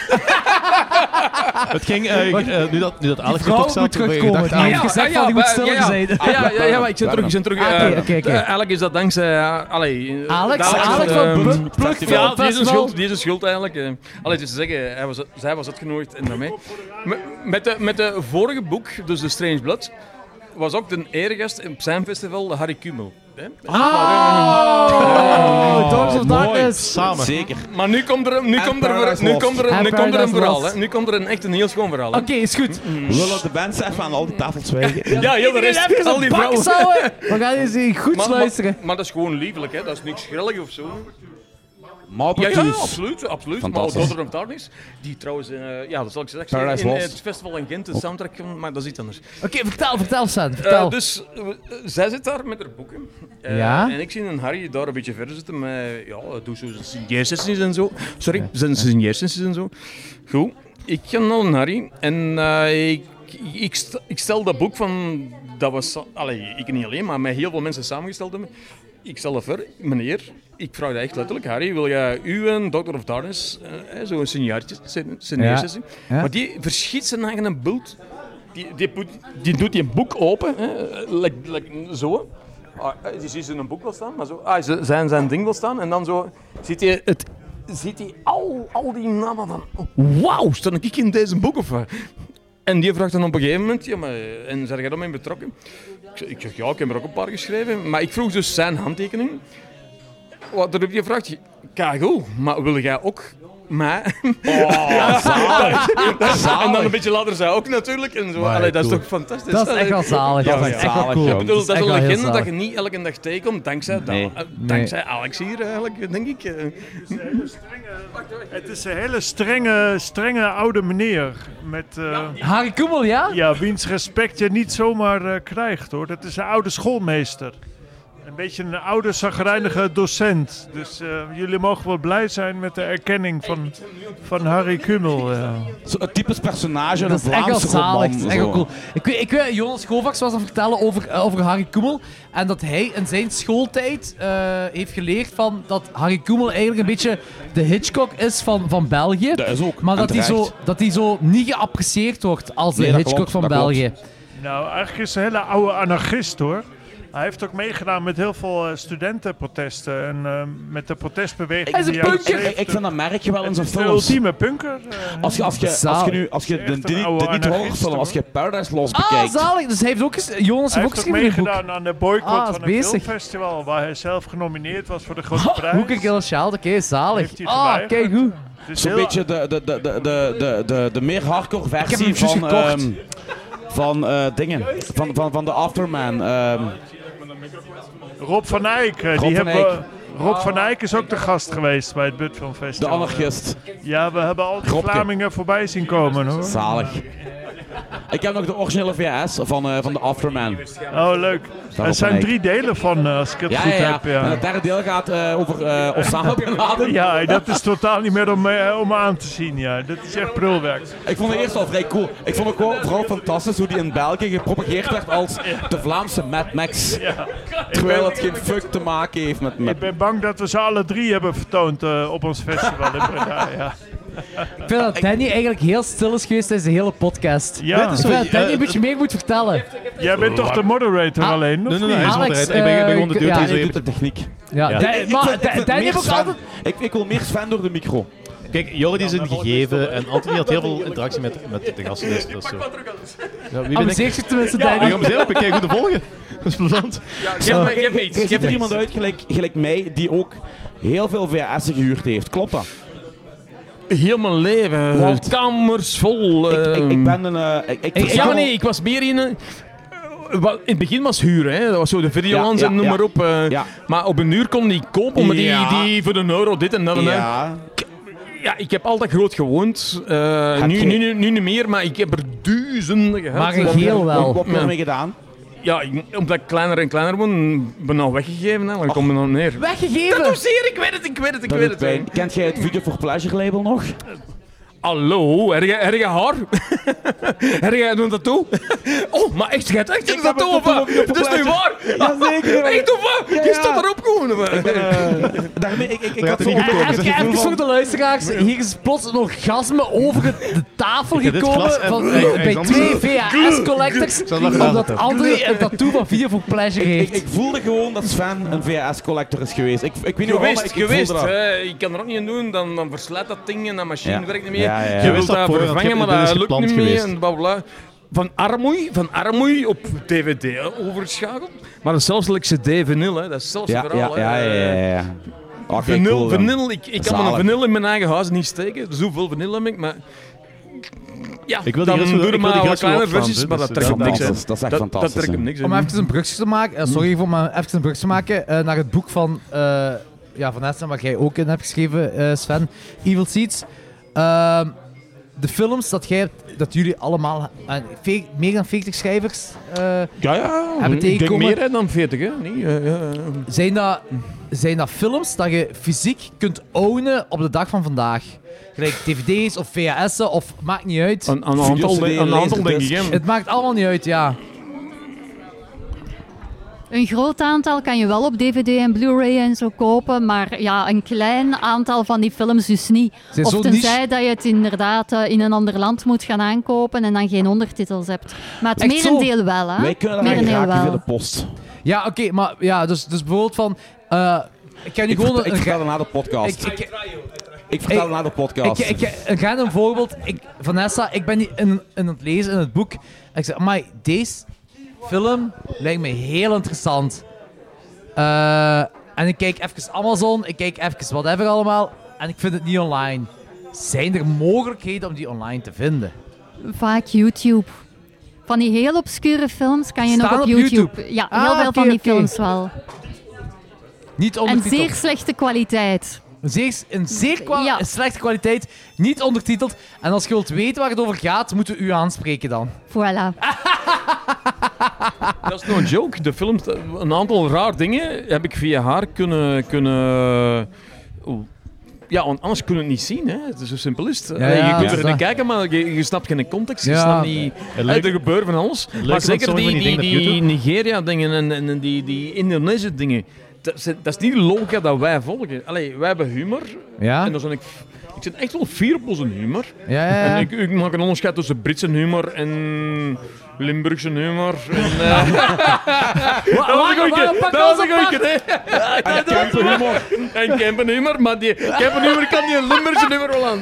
Het ging, eh, eh, nu dat, nu dat Alex er
vrouw
toch zat,
moet
we
terugkomen.
gedacht
Ah,
aan-
ja. hebt gezegd van, die moet
maar-
stil
ja,
zijn.
Ja, ja, ja, ja, maar ik zit terug, ik zit terug.
Ah,
eh,
oké, oké, oké.
eh, Eigenlijk is dat dankzij eh, allee, eh,
Alex,
dadelijk-
Alex
eh,
van Plug-
Ja,
Plugfilm
die is een
Festival.
schuld, die is een schuld eigenlijk. eh. Allee, dus te zeggen, hij was, zij was uitgenodigd en daarmee. Me- Met de, met de vorige boek, dus de Strange Blood, was ook de eregast op zijn festival Harry Kumel. hè.
Ah. Oh, Dogs of
Mooi,
Darkness.
samen.
Zeker.
Maar nu komt er, nu komt er,
Paradise
nu
Lost.
komt er,
En
nu komt er een
Paradise
verhaal.
Lost.
Hè. Nu komt er een echt een heel schoon verhaal. hè.
Oké, is goed.
Lullen de bands even aan al die tafels weg.
Ja, heel de rest.
Even
al
een
die
pak
vrouwen.
zouden. We gaan eens hier goed
Maar, maar,
luisteren.
maar dat is gewoon liefelijk, hè. dat is niks grillig of zo. Ja,
Moppertjes.
ja, absoluut, absoluut. Maar
Fantastisch.
Daughter of Darkness, die trouwens, eh, ja, dat zal ik straks zeggen,
Paradise
in eh,
Lost.
het festival in Gent, de soundtrack, van- maar dat is iets anders.
Oké, vertel, vertel, Sven.
Eh,
Vertel.
dus eh, zij zit daar met haar boeken. Eh,
Ja.
En ik zie een Harry daar een beetje verder zitten met, ja, doe zo zijn signeersessies en zo. Sorry, zijn signeersessies en zo. Goed, ik ga naar een Harry en eh, ik, ik, st- ik stel dat boek van, dat was, allee, ik niet alleen, maar met heel veel mensen samengesteld hebben. Ik stel dat voor, meneer, ik vraag dat echt letterlijk, Harry, wil jij uw Doctor of Darkness, eh, zo'n signaartje, sign- signeersessie,
Ja.
maar die verschiet zijn eigen bult die, die, put- die doet die boek open, hè, like- like zo. Ah, eh, die ziet ze een boek wel staan, maar zo. Ah, ze- zijn, zijn ding wel staan. En dan zo ziet hij het. Ziet hij al, al die namen van. Wauw, sta ik in deze boek of wat? En die vraagt dan op een gegeven moment, ja, maar, eh, en zijn jij daarmee betrokken? Ik zeg, ik zeg, ja, ik heb er ook een paar geschreven. Maar ik vroeg dus zijn handtekening. Wat erop je vraagt, kagel, maar wil jij ook mij? Ja, dat- dat- En dan een beetje later zij ook natuurlijk. En zo. Allee, dat is toch fantastisch?
dat is echt wel zalig.
Ja,
dat is
ja.
echt wel
Zalig,
cool.
joh.
Ik bedoel, dat is
echt
een
wel heel
legende dat
zalig.
je niet elke dag tegenkomt, dankzij,
Nee.
dat, eh, dankzij Alex hier eigenlijk, denk ik. eh.
Het is een hele strenge, strenge oude meneer. Met, eh,
Harry Koemel, ja?
ja, wiens respect je niet zomaar eh, krijgt hoor. Dat is een oude schoolmeester. Een beetje een oude, zagrijnige docent. Dus eh, jullie mogen wel blij zijn met de erkenning van, van Harry Kummel. eh.
Zo, het typisch personage,
Dat
een
is echt wel
Vlaamse
zalig.
roman.
Dat is echt wel
zo.
cool. Ik weet, ik weet, Jonas Govaks was aan het vertellen over, eh, over Harry Koemel. En dat hij in zijn schooltijd eh, heeft geleerd van dat Harry Koemel eigenlijk een beetje de Hitchcock is van, van België.
Dat is ook.
maar
en
dat hij,
terecht.
zo, dat hij zo niet geapprecieerd wordt als de
Nee, dat
Hitchcock
klopt,
van
dat
België.
Nou, eigenlijk is hij een hele oude anarchist hoor. Hij heeft ook meegedaan met heel veel eh, studentenprotesten. En eh, met de protestbeweging.
Hij is een
die uit
punker!
Ik, ik vind dat merk je wel in zijn
De
films.
ultieme punker. eh.
Als je, als je, als je nu, als je de,
Echt een
de, de,
oude
niet
anarchist,
horrorfilm, als je Paradise Lost bekijkt.
Ah, zalig. Dus hij heeft ook, eens- Jonas
Hij
heeft ook
heeft ook
geschreven in een boek.
meegedaan aan de boycott
Ah, is
van het
bezig.
filmfestival, waar hij zelf genomineerd was voor de grote prijs.
Hoek en Gilles Child, oké, zalig.
Heeft hij
Ah,
geweigerd.
kijk goed.
Dus
Zo'n
heel-
beetje de, de, de, de, de, de, de, de meer hardcore versie
hem juist
van,
gekocht.
ehm, van eh, dingen. Van, van, van de Afterman. ehm.
Rob van Eyck. eh, die
van
hebben we- Rob van Eyck is ook de gast geweest bij het Budfilm
De
Festival.
anarchist.
Ja, we hebben al die
Robke.
Vlamingen voorbij zien komen hoor.
Zalig. Ik heb nog de originele VS van, eh, van de Afterman.
Oh, leuk.
van
Er zijn
Eyck.
drie delen van, eh, als ik het
Ja,
goed
ja, ja.
heb.
En
Ja.
het derde deel gaat eh, over eh Osama Bin Laden.
ja, dat is totaal niet meer om, eh, om aan te zien. Ja. Dat is echt prulwerk.
Ik vond het eerst al vrij cool. Ik vond ook wel vooral fantastisch hoe die in België gepropageerd werd als de Vlaamse Mad Max. Terwijl het geen fuck te maken heeft met... met
Ik ben bang dat we ze alle drie hebben vertoond eh, op ons festival in Breda. Ja.
Ik vind dat Danny eigenlijk heel stil is geweest tijdens de hele podcast.
Ja.
Dit
Ik
is
vind
zo-
dat Danny
eh,
een beetje meer moet vertellen.
Jij bent toch de moderator
Ah,
alleen? of
Nee, nee, nee, hij is
Alex,
onderuit. Ik ben, ik ben gewoon de
eh,
dude
ja,
die
Ik
zo
doe
even-
de techniek.
Ja,
Ja.
Dan-
Ik- ik
maar
wil- ik wil
Dan- Danny
meer
heeft ook
Sven-
altijd...
Ik, ik wil meer Sven door de micro.
Kijk, Jordi is een gegeven en Anthony had heel veel interactie met, met de gasten. Dus, dat is zo. Ja, wie ben ik?
Amuseert zich tenminste,
Ja,
Danny.
we gaan mezelf bekijken goed te volgen. Dat is plezant.
Geef me, geef me iets.
Je ziet
geef me
er
iets.
iemand uit, gelijk, gelijk mij, die ook heel veel VHS'en gehuurd heeft. Klopt dat?
Heel mijn leven,
Wat?
kamers vol.
Ik, ik,
ehm.
ik ben een... eh, ik, ik
Ik- ja,
verzamel-
maar nee, ik was meer in een. eh, wat- In het begin was huren, hè. dat was zo de freelance
Ja,
en
ja,
noem
ja.
maar op. eh.
Ja.
Maar op een uur kon die kopen, maar die,
Ja.
die voor een euro dit en dat. En dat.
Ja.
Ja, ik heb altijd groot gewoond. Eh,
Heb
nu,
je-
nu, nu, nu niet meer, maar ik heb er duizenden gehad.
Maar een geel
Wat
wel.
heb je ermee gedaan?
Ja, ik- omdat ik kleiner en kleiner word, ben ik al weggegeven. hè. Dan kom ik nog neer.
Weggegeven!
Zeer, ik weet het, ik weet het, ik
Dat
weet
doet
het.
pijn. Kent jij het Video for Pleasure label nog?
Hallo, heb jij- heb jij haar? Heb jij doen dat toe? Oh, maar echt, jij hebt echt een
heb
tattoo
een
of
tattoo op
wat?
je
Dat is niet waar!
Jazeker!
Echt of wat?
Ja,
Je
ja.
staat erop gewoon. of wat?
Daarmee, ik, ik, ik
gaat
had
er
zo
niet
En
gekomen.
Even,
Ik
even
voel
voor
van-
de luisteraars, hier is plots een orgasme over het- de tafel
heb dit
gekomen
glas en-
van,
en- en
bij
dan-
twee VHS-collectors,
Zal dat gaan
omdat
zetten?
André een tattoo van Video for Pleasure
Ik,
heeft.
ik voelde gewoon dat Sven een VHS-collector is geweest. Ik, ik weet niet waarom, maar
Geweest,
ik, ik
geweest.
voelde dat.
hè. Ik kan er ook niet aan doen, dan, dan verslijt dat ding en dat machine
Ja.
werkt niet meer.
Ja, ja, ja.
Je
Geweest
wilt
dat
dat
voorhand,
vervangen,
je-
dus
maar
dit is
dat lukt
gepland
niet meer.
geweest.
En bla bla. van armoei, van armoei op DVD overschakeld. Maar dat is zelfs like CD vinyl, hè. dat is zelfs
Ja,
een
ja,
verhaal.
ja,
hè.
ja, ja, ja. Oké,
vanil,
cool, dan.
vanil, ik, ik kan
Zalig.
mijn vanil in mijn eigen huis niet steken. Zoveel vanil heb ik, maar... Ja,
Ik wil die
dan
gras wel-
doe
ik
er
wil
maar
die
wat
gras wel
kleine
opslaan,
versies,
hè,
maar
dus
dat
dat
trekt
is
op niks, hè.
fantastisch,
dat is echt
Dat
fantastisch,
trekt op
hè.
niks, hè.
Om even een brugje te maken, eh,
Mhm.
sorry voor maar even een brugje te maken, eh, naar het boek van, eh ja, van Edson, waar jij ook in hebt geschreven, eh, Sven, Evil Seeds. Ehm, de films dat, jij, dat jullie allemaal, eh, ve- meer dan 40 schrijvers, eh,
Ja, ja.
Hebben
Ik denk
tegenkomen-
meer hè, dan 40, hè. Nee, ja, ja.
zijn, dat, zijn dat films dat je fysiek kunt ownen op de dag van vandaag? Gelijk dvd's of VHS'en of maakt niet
Oh,
uit.
Een, een aantal,
Videocd,
een aantal denk ik,
laserdisc.
hè.
Het maakt allemaal niet uit, ja.
Een groot aantal kan je wel op DVD en Blu-ray en zo kopen, maar ja, een klein aantal van die films dus niet.
Zijn
Of
zo
tenzij dat je het inderdaad eh, in een ander land moet gaan aankopen en dan geen ondertitels hebt. Maar het
Echt zo?
merendeel wel, hè?
Wij kunnen daar
Merendeel
raken via de
wel.
post.
Ja, oké, maar ja, dus, dus bijvoorbeeld van... eh, ik ga nu
Ik,
gewoon
vertel- ik
een,
vertel na de podcast. Ik,
ik, ik,
vertel
ik-
na de
ik,
podcast.
ik, ik ga een voorbeeld. Ik, Vanessa, ik ben die in, in het lezen in het boek. En ik zeg, amai, deze film lijkt me heel interessant. Eh, en ik kijk even Amazon, ik kijk even whatever allemaal. En ik vind het niet online. Zijn er mogelijkheden om die online te vinden?
Vaak YouTube. Van die heel obscure films kan je
Staan
nog
op
op YouTube.
YouTube?
Ja,
Ah,
heel veel
oké,
van die
oké.
films wel.
Niet
En
ondertiteld.
zeer slechte kwaliteit.
Zeer, een zeer kwa-
Ja.
een slechte kwaliteit, niet ondertiteld. En als je wilt weten waar het over gaat, moeten we u aanspreken dan.
Voilà.
Dat is no joke. De film, een aantal raar dingen heb ik via haar kunnen. kunnen ja, want anders kunnen we het niet zien. Hè. Het is zo simpel is het.
Ja,
Allee,
ja,
je kunt
dat
er
is
naar
dat.
kijken, maar je, je snapt geen context. Je
Ja.
snapt niet...
leuk-
Hey, er gebeurt van alles. maar
dat
zeker
sommige
die,
dingen
die,
op
die
YouTube-
Nigeria-dingen en, en, en die, die Indonesië-dingen. Dat, is- dat is niet de logica dat wij volgen. Allee, wij hebben humor.
Ja?
En dan ben ik... Ik zit echt wel fier op onze humor.
Ja, ja, ja.
En ik, ik maak een onderscheid tussen Britse humor en Limburgse humor. En, eh,
Wa-
dat was een
waarom- waarom
goeie.
pakken we
Dat was
ons
een
apart?
goeie, hè. En campenhumor. En campenhumor, maar die campenhumor kan die Limburgse nummer wel aan.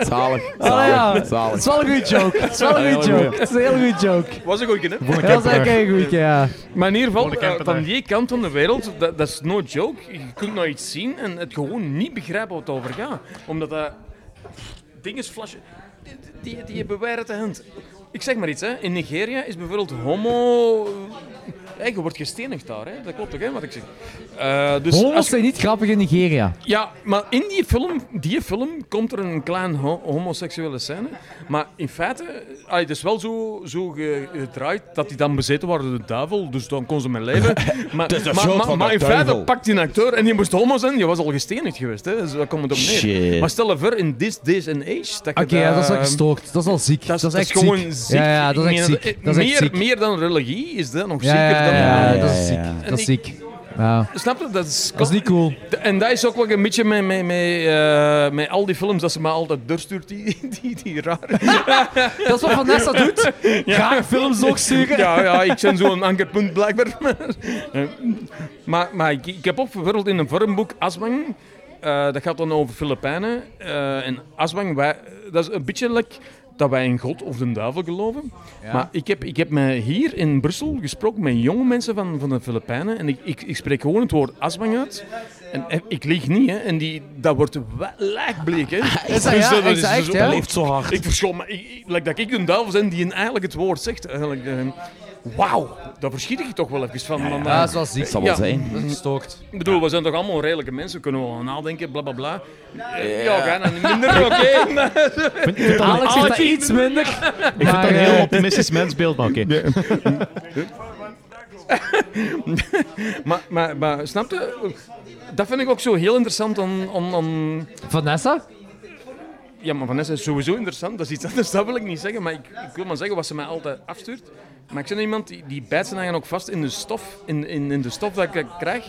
Zalig,
Ah, ja. Het
zalig,
is
zalig.
wel een goede joke. Het is wel een goede joke. Het is een heel goede joke.
Was een goeie, hè?
Dat is echt een goeie, ja.
Maar in ieder geval,
Volgende
eh,
camperdag.
van die kant van de wereld, dat, dat is no joke. Je kunt nou iets zien en het gewoon niet begrijpen wat het over gaat. Omdat dat... Dingen flashen... Die, die, die hebben wij uit de hand. Ik zeg maar iets, hè. In Nigeria is bijvoorbeeld homo... Hey, je wordt gestenigd daar, hè. Dat klopt toch, hè, wat ik zeg. Eh, dus als
Homo's
je-
zijn niet grappig in Nigeria.
ja, maar in die film, die film komt er een klein ho- homoseksuele scène. Maar in feite, eh, allee, het is wel zo, zo ge- gedraaid dat die dan bezeten waren door de duivel. Dus dan kon ze mijn leven. Maar,
is de
maar,
schuld
maar-
van de
maar in
duivel.
feite pakt die een acteur en die moest homo zijn. Die was al gestenigd geweest. Hè. Dus daar komt het op neer.
Shit.
Maar stel je voor, in this days and age... dat je
Oké, ja, dat is wel
dat-
gestoord. Dat is al ziek. Dat is, echt ziek.
gewoon ziek.
Ja, ja, dat is
Ik
echt
meen,
ziek.
eh,
Dat is echt
meer,
ziek.
meer dan religie is dat nog
Ja,
zeker
ja,
dan...
ja, ja,
Ja,
dat is
ja, ja.
ziek. Dat is
En
ziek. Ja.
Snap je? Dat is,
Dat is niet cool.
D- En dat is ook wel een beetje met, met, met, eh, met al die films dat ze me altijd doorstuurt, die, die, die raar.
Dat is wat Vanessa doet. Graag films doorsturen.
Ja, ja, ik ben zo'n ankerpunt blijkbaar. Eh, maar maar ik, ik heb ook bijvoorbeeld in een vormboek Aswang, eh, dat gaat dan over Filipijnen. eh, en Aswang, wij, dat is een beetje like dat wij in God of de duivel geloven. Maar ik heb, ik heb me hier in Brussel gesproken met jonge mensen van, van de Filipijnen. En ik, ik, ik spreek gewoon het woord aswang uit. En, eh, ik lieg niet, hè. En die, dat wordt wa- lijkbleek, hè. Dus
Is dat ja? Is dat echt, ja?
Leeft zo hard.
Ik verschoon me. Ik, ik- like dat ik een duivel ben die eigenlijk het woord zegt. Eigenlijk, eh, Wauw, daar verschiet ik toch wel even van. want, eh,
Ja, dat is wel ziek.
zal wel
Ja.
zijn.
Dat is gestoord.
Ik bedoel, we zijn toch allemaal redelijke mensen, kunnen we wel nadenken, bla bla bla. Eh, Ja, ga dan niet minder, oké.
Alex heeft dat iets minder.
Ik vind dat
Maar,
een
eh,
heel optimistisch mensbeeld, maar oké.
maar, maar, maar snap je? Dat vind ik ook zo heel interessant om. om, om...
Vanessa?
Ja, maar Vanessa is sowieso interessant, dat is iets anders, dat wil ik niet zeggen. Maar ik, ik wil maar zeggen wat ze mij altijd afstuurt. Maar ik ben iemand die, die bijt zijn eigen ook vast in de stof, in, in, in de stof dat ik eh, krijg.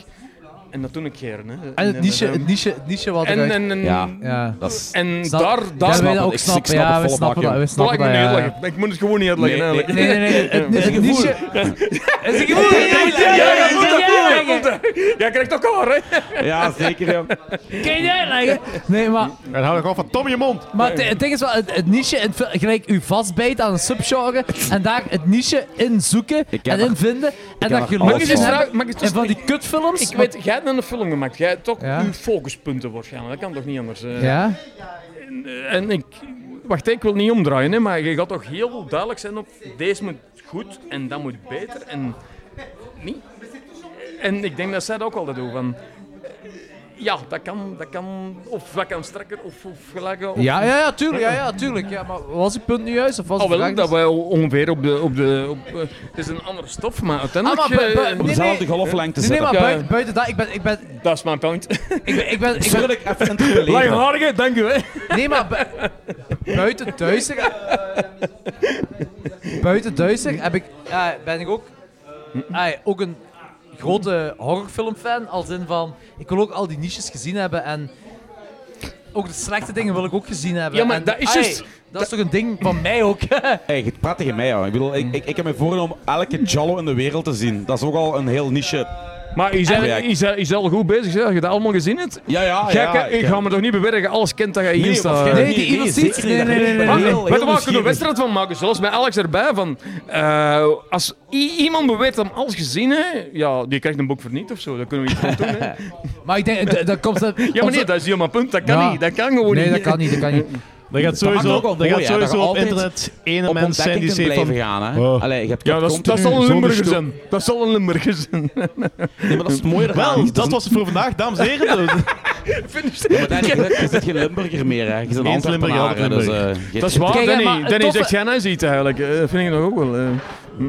En dat doe ik geren. Hè. eh,
En het niche, het niche, het niche wat
En,
eruit-
en, en,
ja.
dat is-
en
Snap-
daar,
Ja,
daar
wij dat ook snappen. ja, we snappen dat. We snappen dat, ja.
uitleggen. Ik moet het gewoon niet uitleggen.
Nee,
eigenlijk.
nee, nee, nee, nee, het- het niche-
Is een
gevoel?
Ja, ja,
Is een
ja, ja, ja. Jij krijgt ook al, hè?
Ja, zeker, jong.
Kun je niet uitleggen? Nee, maar...
En hou gewoon van Tom je mond.
Maar het, het ding is wel, het, het niche, in fil- gelijk u vastbijt aan een subgenre en daar het niche in zoeken en in vinden en
ken
dat
er
geluk
alles
in
van.
hebben.
Mag ik iets
En van die kutfilms...
Ik
wat-
weet, jij hebt een film gemaakt. Jij hebt toch
Ja.
uw focuspunten waarschijnlijk. Dat kan toch niet anders? eh?
Ja?
En, en ik... Wacht, ik wil niet omdraaien, hè, maar je gaat toch heel duidelijk zijn op... Deze moet goed en dat moet beter en... Niet. En ik denk dat zij dat ook altijd doen. Van, eh, ja, dat kan, dat kan... Of dat kan strakker, of, of gelijker. Of,
Ja, ja, ja, tuurlijk, ja, ja, tuurlijk. Ja, maar was het punt nu juist? Of was
Al
het
Oh, wel
vraag
dat
dus-
wij ongeveer op de... Op de op, eh, het is een andere stof, maar uiteindelijk...
Ah, maar bu- bu-
eh,
nee,
Dezelfde
nee.
golflengte
Nee, nee,
zitten.
maar
Ja.
buiten, buiten dat, ik ben... Ik ben,
Dat is mijn punt.
ik ben, ik ben, ik ben-
Zullen ik even interpelleren?
Langharige, dank u. Hè.
nee, maar bu- buiten Duister... buiten Duister heb ik, ja, ben ik ook, ah, ja, ook een grote horrorfilmfan. Als in van, ik wil ook al die niches gezien hebben en... Ook de slechte dingen wil ik ook gezien hebben.
Ja, maar
En,
dat is
ah, ja,
juist-
Dat is toch een ding van mij ook.
Hey, je praat tegen mij, joh. Ik bedoel, ik, ik, ik heb me voorgenomen om elke Jallo in de wereld te zien. Dat is ook al een heel niche.
Maar je
Ja.
bent- je bent- je bent al goed bezig, hè, dat je dat allemaal gezien hebt.
Ja, ja,
Gek, hè?
ja.
ik ga me toch niet bewerken, alles kent dat je hier
Nee,
staat.
want jij-
Nee, die Evil
zeker
Seeds-
niet.
nee, nee, nee, nee,
Ik ben
nee.
heel- heel
Maar weet je waar kunnen
nieuwsgierig.
we wedstrijd van maken? Zoals bij Alex erbij. Van, eh, als i- iemand beweert hem alles gezien hè, ja, die krijgt een boek verniet of zo. Dat kunnen we iets van doen. Hè.
Maar ik denk, dat- dat komt... dat-
Ja, maar nee, dat is helemaal punt. Dat kan
Ja.
niet. Dat kan gewoon
Nee,
niet.
dat kan niet, dat kan niet.
Er gaat
maakt het
sowieso,
ook wel
er gaat
mooi, hè, dat
sowieso
je
op
altijd
internet ene
Op
mens zijn die
ontdekking te
zegt
blijven
van...
gaan, hè.
Oh.
Allee, je hebt
Ja, dat, is- dat
continu-
zal een
zonder
Limburger
stoel.
zijn. Dat zal een Limburger zijn.
Nee, maar dat is het mooie eraan.
Wel,
Het is
dat
een-
was het voor vandaag, dames en heren.
Ja, maar Danny, je bent- je bent geen Limburger meer, hè. Je bent een
Eens Limburger,
Antwerpenaar, hè,
altijd
dus... eh, je-
Dat is waar,
Kijk, hè, maar
Danny.
het
Danny
toffe-
zegt, jij nou ziet eigenlijk. Eh, Dat vind ik nog ook wel. eh.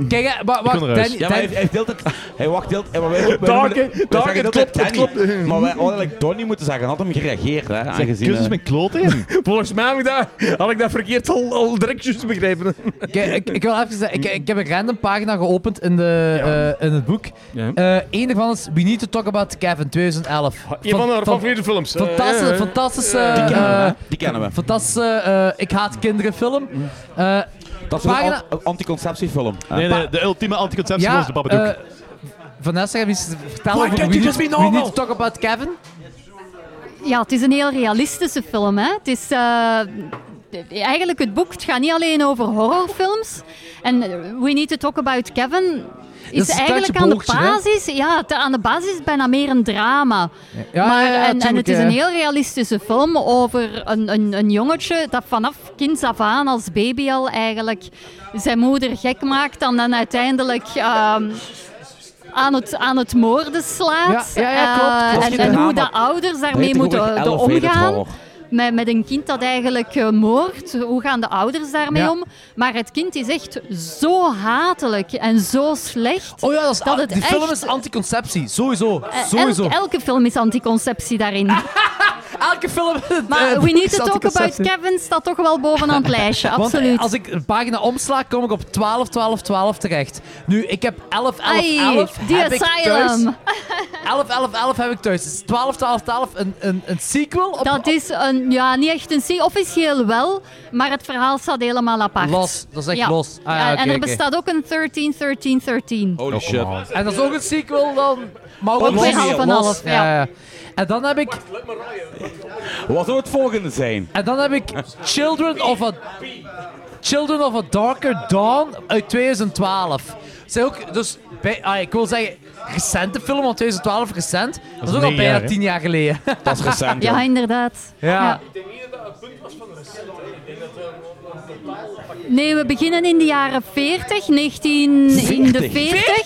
Kijk, hè, maar wacht,
kon eruit.
Danny-
Ja, maar hij,
Danny-
hij deelt het... Hij wacht deelt... Ja, maar wij, wij
Dank,
noemen-
hè.
wij
Dank,
zeggen
het
altijd
klopt, het
Danny.
klopt.
Maar wij hadden eigenlijk Donnie moeten zeggen. Had hem gereageerd, hè. Aangezien...
Kus is
eh,
mijn kloot in.
Volgens mij heb ik dat, had ik dat verkeerd al, al direct juist begrepen.
Kijk, ik, ik wil even zeggen, ik, ik heb een random pagina geopend in, de, eh, in het boek.
Ja.
Eh Eén daarvan is We Need to Talk About Kevin 2011.
Een van haar
Fan-
favoriete films. eh,
Fantastische,
ja, ja.
fantastische,
Die
eh,
kennen we, hè. Die kennen we.
fantastische eh, ik haat kinderen film. Eh,
Dat is een
pagina-
an- anticonceptiefilm. hè.
Nee, nee, de ultieme anticonceptie was
ja,
de Babadook.
eh, Vanessa, heb je iets te vertellen
Why
over
can't
we,
you
need,
just be
we
normal?
Need to Talk About Kevin?
Ja, het is een heel realistische film. Hè. Het is eh, eigenlijk het boek. Het gaat niet alleen over horrorfilms. En eh, We Need to Talk About Kevin
is
is,
een
eigenlijk
touch
aan de
boogtje, hè?
basis. Ja, het- aan de basis is bijna meer een drama.
Ja,
maar,
ja, ja,
en, en
tuurlijk,
het is
ja.
een heel realistische film over een, een, een jongetje dat vanaf kinds af aan, als baby al eigenlijk, zijn moeder gek maakt en dan uiteindelijk ehm, aan, het, aan het moorden slaat.
Ja, ja, ja, klopt,
Eh,
klopt.
en, en hoe
Ja,
de
maar
ouders
Dat heet
daarmee
tegenwoordig
moeten eh, de
elevated
omgaan.
horror.
Met, met een kind dat eigenlijk eh, moordt, hoe gaan de ouders daarmee
Ja.
om? Maar het kind is echt zo hatelijk en zo slecht.
Oh ja, dat is,
Dat het
die film
echt-
is anticonceptie. Sowieso,
Eh, elk-
sowieso.
elke film is anticonceptie daarin.
Elke film...
Maar
eh,
we need
is
to talk about
anticonceptie.
Kevin staat toch wel bovenaan het lijstje,
Want
absoluut.
als ik een pagina omsla, kom ik op 12, 12, 12 terecht. Nu, ik heb 11, 11, 11
The
heb ik thuis.
Asylum.
11, 11, 11 heb ik thuis. Dus Het is 12, 12, 12 een, een, een sequel op
Dat is een, ja, niet echt een serie. Officieel wel, maar het verhaal staat helemaal apart.
Los, dat is echt
Ja.
los. Ah, ja,
en,
oké,
en er
oké. Oh,
bestaat ook een 13, 13, 13.
Holy shit.
En dat is ook een sequel dan. Maar ook
Ook
los.
weer half en
los.
half, ja.
En dan heb ik,
Wat zou het volgende zijn?
en dan heb ik Children of a Children of a Darker Dawn uit 2012. Zijn ook, dus, bij, ah, ik wil zeggen, recente film van 2012, recent. Dat, is ook al
negen
bijna
jaar, hè?
10 jaar geleden.
Dat is recent.
Ja,
joh.
inderdaad.
ja.
Nee, we beginnen in de jaren 40, 19 in de 40.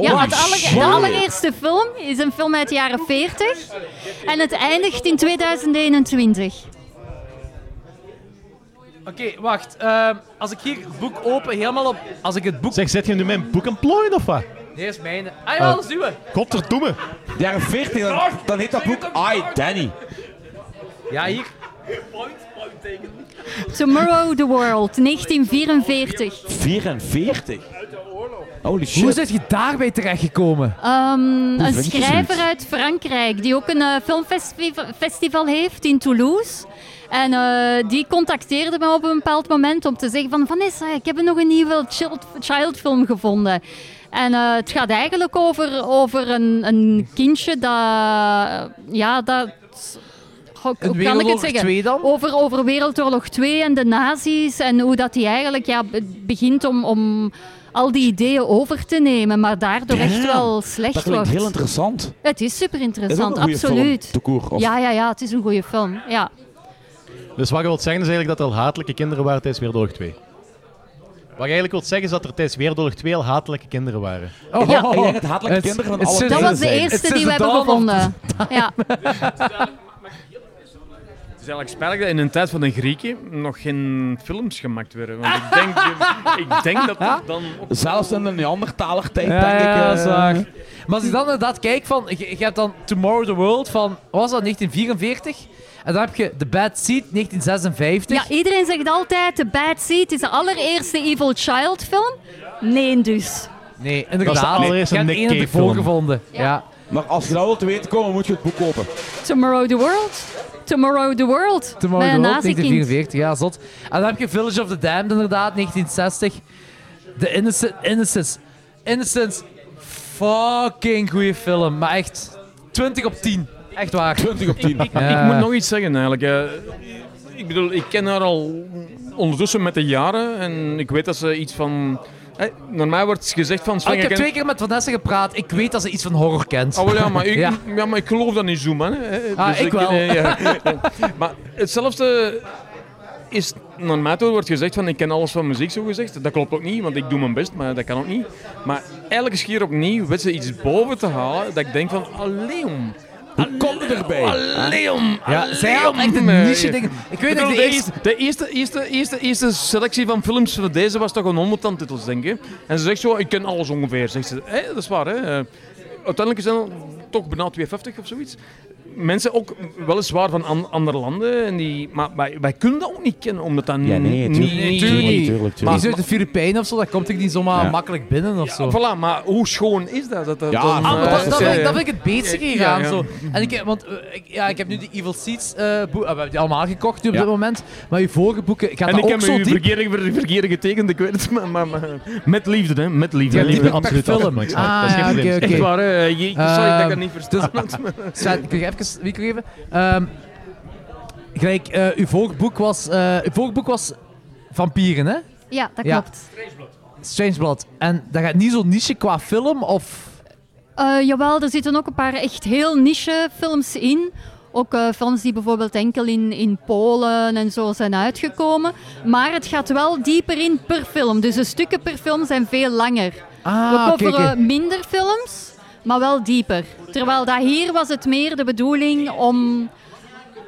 Ja, het aller, de allereerste film is een film uit de jaren 40 en het eindigt in 2021.
Oké, wacht. Ehm, als ik hier het boek open, helemaal op. Als ik het boek.
Zeg, zet je nu mijn boek aan het plooien of wat?
Nee, is mijn. Ah ja, dat is uwe.
Godverdomme.
De jaren 14, dan, dan heet dat boek I, Danny.
Ja, hier.
Tomorrow the World, 1944.
44. Holy shit.
Hoe zit je daarbij terechtgekomen?
Ehm,
Hoe
een
vind je
schrijver
zoiets?
uit Frankrijk die ook een eh, filmfestival heeft in Toulouse. En eh, die contacteerde me op een bepaald moment om te zeggen van Vanessa, ik heb nog een nieuwe child, childfilm gevonden. En eh, het gaat eigenlijk over, over een, een kindje dat... eh, Ja, dat... Goh,
Een
hoe kan ik
Wereldoorlog
het zeggen?
2 dan?
Over, over Wereldoorlog 2 en de nazi's en hoe dat die eigenlijk ja, be- begint om, om al die ideeën over te nemen, maar daardoor echt
Damn.
wel slecht
Dat
wordt.
klinkt heel interessant.
Het is super interessant,
Dat is ook een goeie
absoluut.
film, tout court, of-
Ja, ja, ja, het is een goede film. Ja.
Dus wat je wilt zeggen is eigenlijk dat er al hatelijke kinderen waren tijdens Wereldoorlog 2. Wat je eigenlijk wilt zeggen is dat er tijdens Wereldoorlog 2 al hatelijke kinderen waren.
Oh,
Ja. ik denk het hatelijke kinderen van alle
Dat was de eerste die we hebben gevonden. Ja.
Het is eigenlijk spijtig dat in een tijd van de Grieken nog geen films gemaakt werden. Want ik denk, ik denk dat er dan...
Zelfs in de Neandertaler tijd,
Ja,
denk ik.
ja,
eh,
zwaar. Maar als ik dan inderdaad kijk van, je, je hebt dan Tomorrow the World van, wat was dat, 1944? En dan heb je The Bad Seed, 1956.
ja, iedereen zegt altijd: The Bad Seed is de allereerste Evil Child film. Nee, dus.
Nee,
Dat is
inderdaad.
de allereerste
je hebt
Nick
één
Cave
ervoor
film.
gevonden. Ja.
Maar als je dat wilt te weten komen, moet je het boek kopen.
Tomorrow the World. Tomorrow the World.
Tomorrow
Met
the
een
World,
nazi-kind.
1944, ja, zot. En dan heb je Village of the Damned, inderdaad, 1960. The Innocent, Innocence. Innocence, fucking goede film. Maar echt, 20 op 10. Echt waar.
20 op 10.
Ja.
Ik moet nog iets zeggen eigenlijk. eh. ik bedoel, ik ken haar al ondertussen met de jaren en ik weet dat ze iets van... eh, naar mij wordt gezegd van...
Ah,
Sven,
ik
je
heb
kent-
twee keer met Vanessa gepraat. Ik weet dat ze iets van horror kent.
Oh, wel, ja, maar ik,
Ja.
ja. maar ik geloof dat niet zo, man. hè.
Ah, ik wel.
eh, ja. maar hetzelfde is, naar mij toe wordt gezegd van ik ken alles van muziek, zo gezegd. Dat klopt ook niet, want ik doe mijn best, maar dat kan ook niet. Maar elke keer opnieuw weet ze iets boven te halen dat ik denk van, alleem.
Hoe komt het erbij?
Alleem.
Ja, zij had echt een
Allee,
niche
eh,
ding. Ik weet
Ik
dat
bedoel,
de eerste...
de eerste, eerste, eerste, eerste selectie van films voor deze was toch een honderdtal titels, denk ik. En ze zegt zo, ik ken alles ongeveer. Zegt ze, Hé, dat is waar, hè. Eh, Uiteindelijk zijn er toch bijna 250 of zoiets. Mensen ook weliswaar van an- andere landen, en die, maar wij, wij kunnen dat ook niet kennen, omdat dat
Ja, nee,
niet...
tuurlijk,
niet-
tuurlijk niet.
tuurlijk,
Die is
tuurlijk.
uit de Filipijnen of zo, dat komt ik niet zomaar
Ja.
makkelijk binnen of zo.
Voilà, maar hoe schoon is dat? dat, dat
Ja,
dan,
Ah, maar dat,
eh,
dat,
ja,
vind ik,
ja.
dat vind ik het beestje
Ja,
gegaan.
ja.
Zo. En ik, want, eh, ik, ja, ik heb nu de Evil Seeds eh, boek- eh, we hebben die allemaal gekocht nu op
Ja.
dit moment. Maar je vorige boeken gaat
En
dat
ik
ook
heb
zo
u
diep.
verkeerd ver- verkeerd getekend, ik weet het, maar, maar, maar met liefde, hè. Met liefde.
Ja,
Liefde.
liefde.
per
Absoluut,
film.
absoluut.
Ah,
Dat is geen
ja,
probleem.
oké,
Echt
oké.
waar, hè. Je, je- sorry dat ik dat
Ehm,
niet verstaan had, maar-
Sven, kun je even wie geven? Ehm gelijk, eh, uw vorige boek was, eh, uw vorige boek was Vampieren, hè?
Ja, dat
Ja.
klopt.
Strange Blood. En dat gaat niet zo niche qua film of...
Eh, jawel, er zitten ook een paar echt heel niche films in. Ook eh, films die bijvoorbeeld enkel in, in Polen en zo zijn uitgekomen. Maar het gaat wel dieper in per film. Dus de stukken per film zijn veel langer.
Ah,
We
oké,
coveren
oké.
minder films, maar wel dieper. Terwijl dat hier was het meer de bedoeling om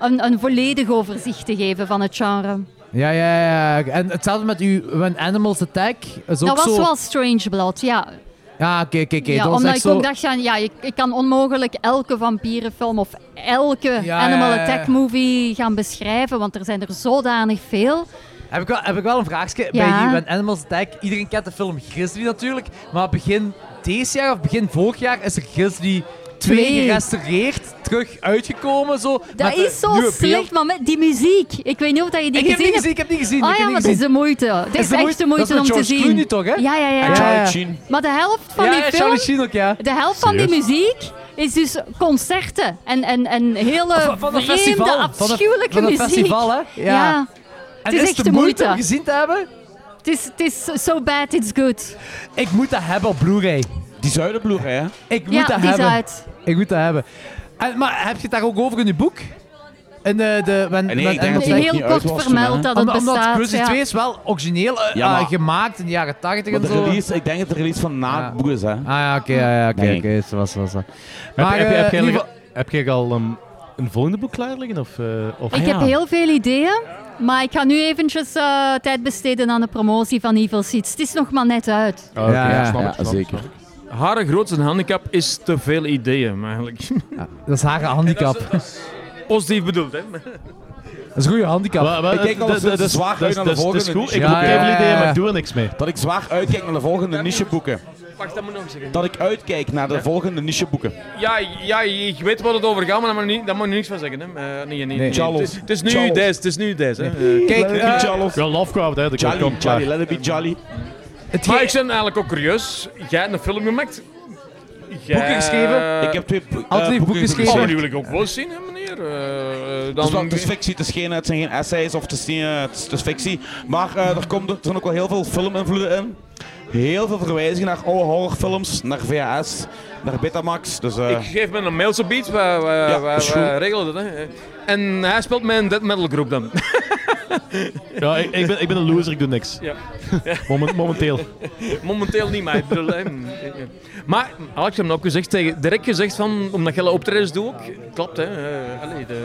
een, een volledig overzicht te geven van het genre.
Ja, ja, ja. ja. En hetzelfde met uw When Animals Attack. Is ook
dat was
zo...
wel Strange Blood, ja.
Ja, oké, oké, oké.
ja
dat was
omdat ik
echt zo...
ook dacht, ja, ja, ik, ik kan onmogelijk elke vampierenfilm of elke
Ja,
Animal
ja, ja, ja.
Attack movie gaan beschrijven, want er zijn er zodanig veel.
Heb ik wel, heb ik wel een vraagje bij
Ja.
die When Animals Attack. Iedereen kent de film Grizzly natuurlijk, maar begin deze jaar of begin vorig jaar is er Grizzly 2
Twee.
gerestaureerd, terug uitgekomen. Zo,
Dat
met
is
een
zo
nieuwe beeld.
slecht, maar met die muziek. Ik weet niet of dat je die
Ik heb die gezien,
gezien hebt.
ik heb die gezien.
Ah
ik heb die
ja, maar het
gezien.
is de moeite. Het is,
de
echt de moeite
dat
om
is met George
te zien.
Clooney toch, hè?
Ja, ja, ja.
En
Ja,
Charlie
ja.
Sheen.
Maar de helft van
Ja,
die
ja,
film,
Charlie Sheen ook, ja.
de helft van die
Serieus?
muziek is dus concerten en, en, en hele
Van- Van een
vreemde,
festival. Van een-
afschuwelijke
van een
muziek.
festival, hè?
Ja.
En
is
is
echt
de
de
moeite om
moeite.
gezien te hebben?
Het is, het is so bad, it's good.
Ik moet dat hebben op Blu-ray.
Die zuidenbloer, hè?
Ik moet
ja,
dat
die
hebben.
is uit.
Ik moet dat hebben. En, maar heb je het daar ook over in je boek? In de, de, when,
Nee, ik
When
denk
Animals
dat die
Attack?
ook
Heel
niet uit
kort
was toen,
vermeld
hè?
dat het
Omdat-
bestaat.
Omdat Cruising
ja.
2 is wel origineel eh,
Ja,
eh,
maar-
gemaakt in de jaren 80
Maar
en
de
zo.
release, ik denk dat de release van na
Ja.
het boek is, hè?
Ah ja, oké, ja, ja, oké,
Denk
oké, zo was was. was.
Heb,
Maar
heb,
eh,
heb, jij
in
al-
ieder geval-
heb jij al um, een volgende boek klaar liggen? Of, eh, of
Ah,
Ik heb heel veel ideeën, maar ik ga nu eventjes eh, tijd besteden aan de promotie van Evil Seeds. Het is nog maar net uit.
Ah, oké,
Ja, ja,
snap
Oh, ja,
ik, snap ik,
zeker.
snap ik.
Haar grootste handicap is te veel ideeën, eigenlijk.
dat is haar handicap. Dat
Positief bedoeld, hè?
is een goede handicap.
Wel, wel,
Ik kijk al
dat-
eens
dat- dat-
zwaar uit
dat-
naar de
dat- dat is
volgende.
goed. Ik
Ja,
heb ook
ja,
heel veel ideeën,
ja.
maar ik doe er niks mee.
Dat ik zwaar uitkijk naar de volgende nicheboeken.
Wacht, dat moet nog eens zeggen.
Dat ik uitkijk naar de volgende nicheboeken.
Ja, ja, ik weet waar het over gaat, maar daar mag, niet, daar mag je niks van zeggen. Hè. Eh, nee, nee, nee.
Charles.
Het is- Het is nu
Charles.
deze, het is nu deze. hè. Eh,
Kijk, eh,
Ja, Lovecraft, hè. dat
Jolly,
komt klaar.
Jolly, let it be jolly.
maar ik ben eigenlijk ook curieus. Jij hebt een film gemaakt. Jij...
Boeken geschreven.
ik heb twee bo- eh,
Anthony heeft boeken geschreven.
Oh, maar die wil ik ook wel eens zien, hè, meneer. Eh, eh,
Het is, Dus wel-
dan...
het is fictie, het is geen, het zijn geen essays of het is, niet, eh, het is, het is fictie. Maar eh, er, komt, er zijn ook wel heel veel filminvloeden in. Heel veel verwijzingen naar oude horrorfilms, naar VHS, naar Betamax. Dus, eh,
Ik geef me een mail zo beat, we, we, we-
dat is
we
goed.
regelen dat. Hè. En hij speelt met een dead metal groep dan.
Ja, ik, ik ben, ik ben een loser, ik doe niks.
Ja.
Moment- momenteel.
Momenteel niet, maar ik bedoel, hè. Maar Alex heeft me ook gezegd, tegen, direct gezegd van, omdat Gelle optredens doe ook. Klopt, hè. eh, allee, de-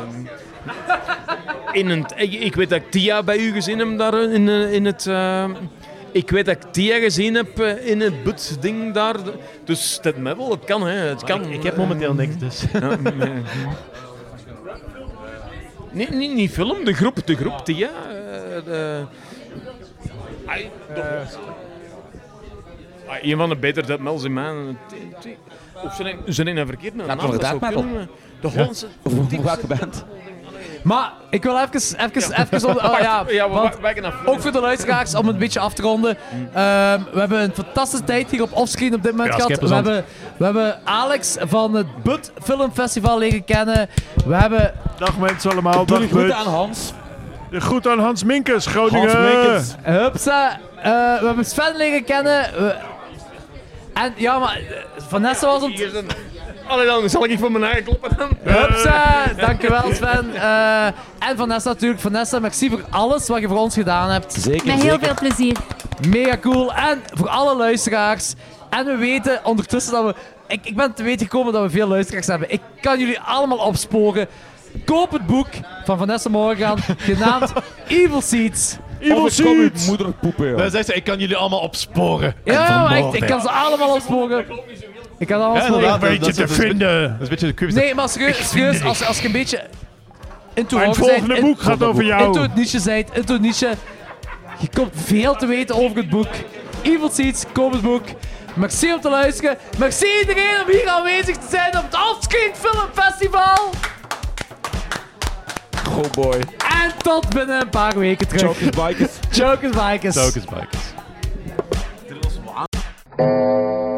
in een, ik, ik weet dat ik Tia bij u gezien heb daar in, eh, in het... eh, ik weet dat ik Tia gezien heb eh, in het butsding daar. Dus dat me wel, het kan, hè. Het kan.
Ik heb momenteel niks, dus.
Ja, nee. Nee, niet, niet film, de groep, de groep, die ja. eh, de... eh, Ai, de- Ah, een van de beter dead metals in mijn... Of zijn die- zijn die nou verkeerd met een
Laten we
naam?
death
Dat
metal.
zou kunnen. eh. De Hollandse...
Hoe welke band?
Maar ik wil even, even, even om, oh ja,
Ah, Ja, we
want
wa- wijken af.
ook voor de luisteraars, om het een beetje af te ronden. Ehm, we hebben een fantastische tijd hier op offscreen op dit moment
Ja,
gehad. We
schippersand.
hebben, we hebben Alex van het Bud Film Festival leren kennen. We hebben
Dag mensen allemaal.
Doe
dag
die groeten
Bud.
aan Hans.
De groet aan Hans Minkers, Groningen.
Hans Meekens.
Hupsa, eh, we hebben Sven leren kennen. We- en ja, maar eh, Vanessa was
Hier
het.
is een- Allee dan, zal ik voor mijn eigen kloppen dan?
Hupsa, dankjewel Sven. Eh, en Vanessa natuurlijk. Vanessa, merci voor alles wat je voor ons gedaan hebt.
Zeker,
Met heel
zeker.
veel plezier.
Mega cool. En voor alle luisteraars. En we weten ondertussen dat we. Ik, ik ben te weten gekomen dat we veel luisteraars hebben. Ik kan jullie allemaal opsporen. Koop het boek van Vanessa Morgan, genaamd Evil Seeds.
Evil
Of ik kom uw
Seeds.
moeder poepen, joh.
Dan zegt ze, ik kan jullie allemaal opsporen.
Ja,
En
ja, maar echt,
vermoorden.
ik kan ze allemaal opsporen. Ik kan ze allemaal
Ja,
opsporen.
inderdaad, dat- dat- dat- dat-
vinden.
Dat is een beetje de kubus.
Nee, maar serieus, serieus als, als je een beetje into
Mijn
horror bent,
volgende
in-
boek gaat over
Into
jou.
het niche zijt, into het niche. Je komt veel te weten over het boek. Evil Seeds, koop het boek. Merci om te luisteren. Merci iedereen om hier aanwezig te zijn op het Offscreen Film Festival.
Oh boy.
En tot binnen een paar weken terug.
Chokers, bikers.
Jokers, bikers.
Focus, Bikers.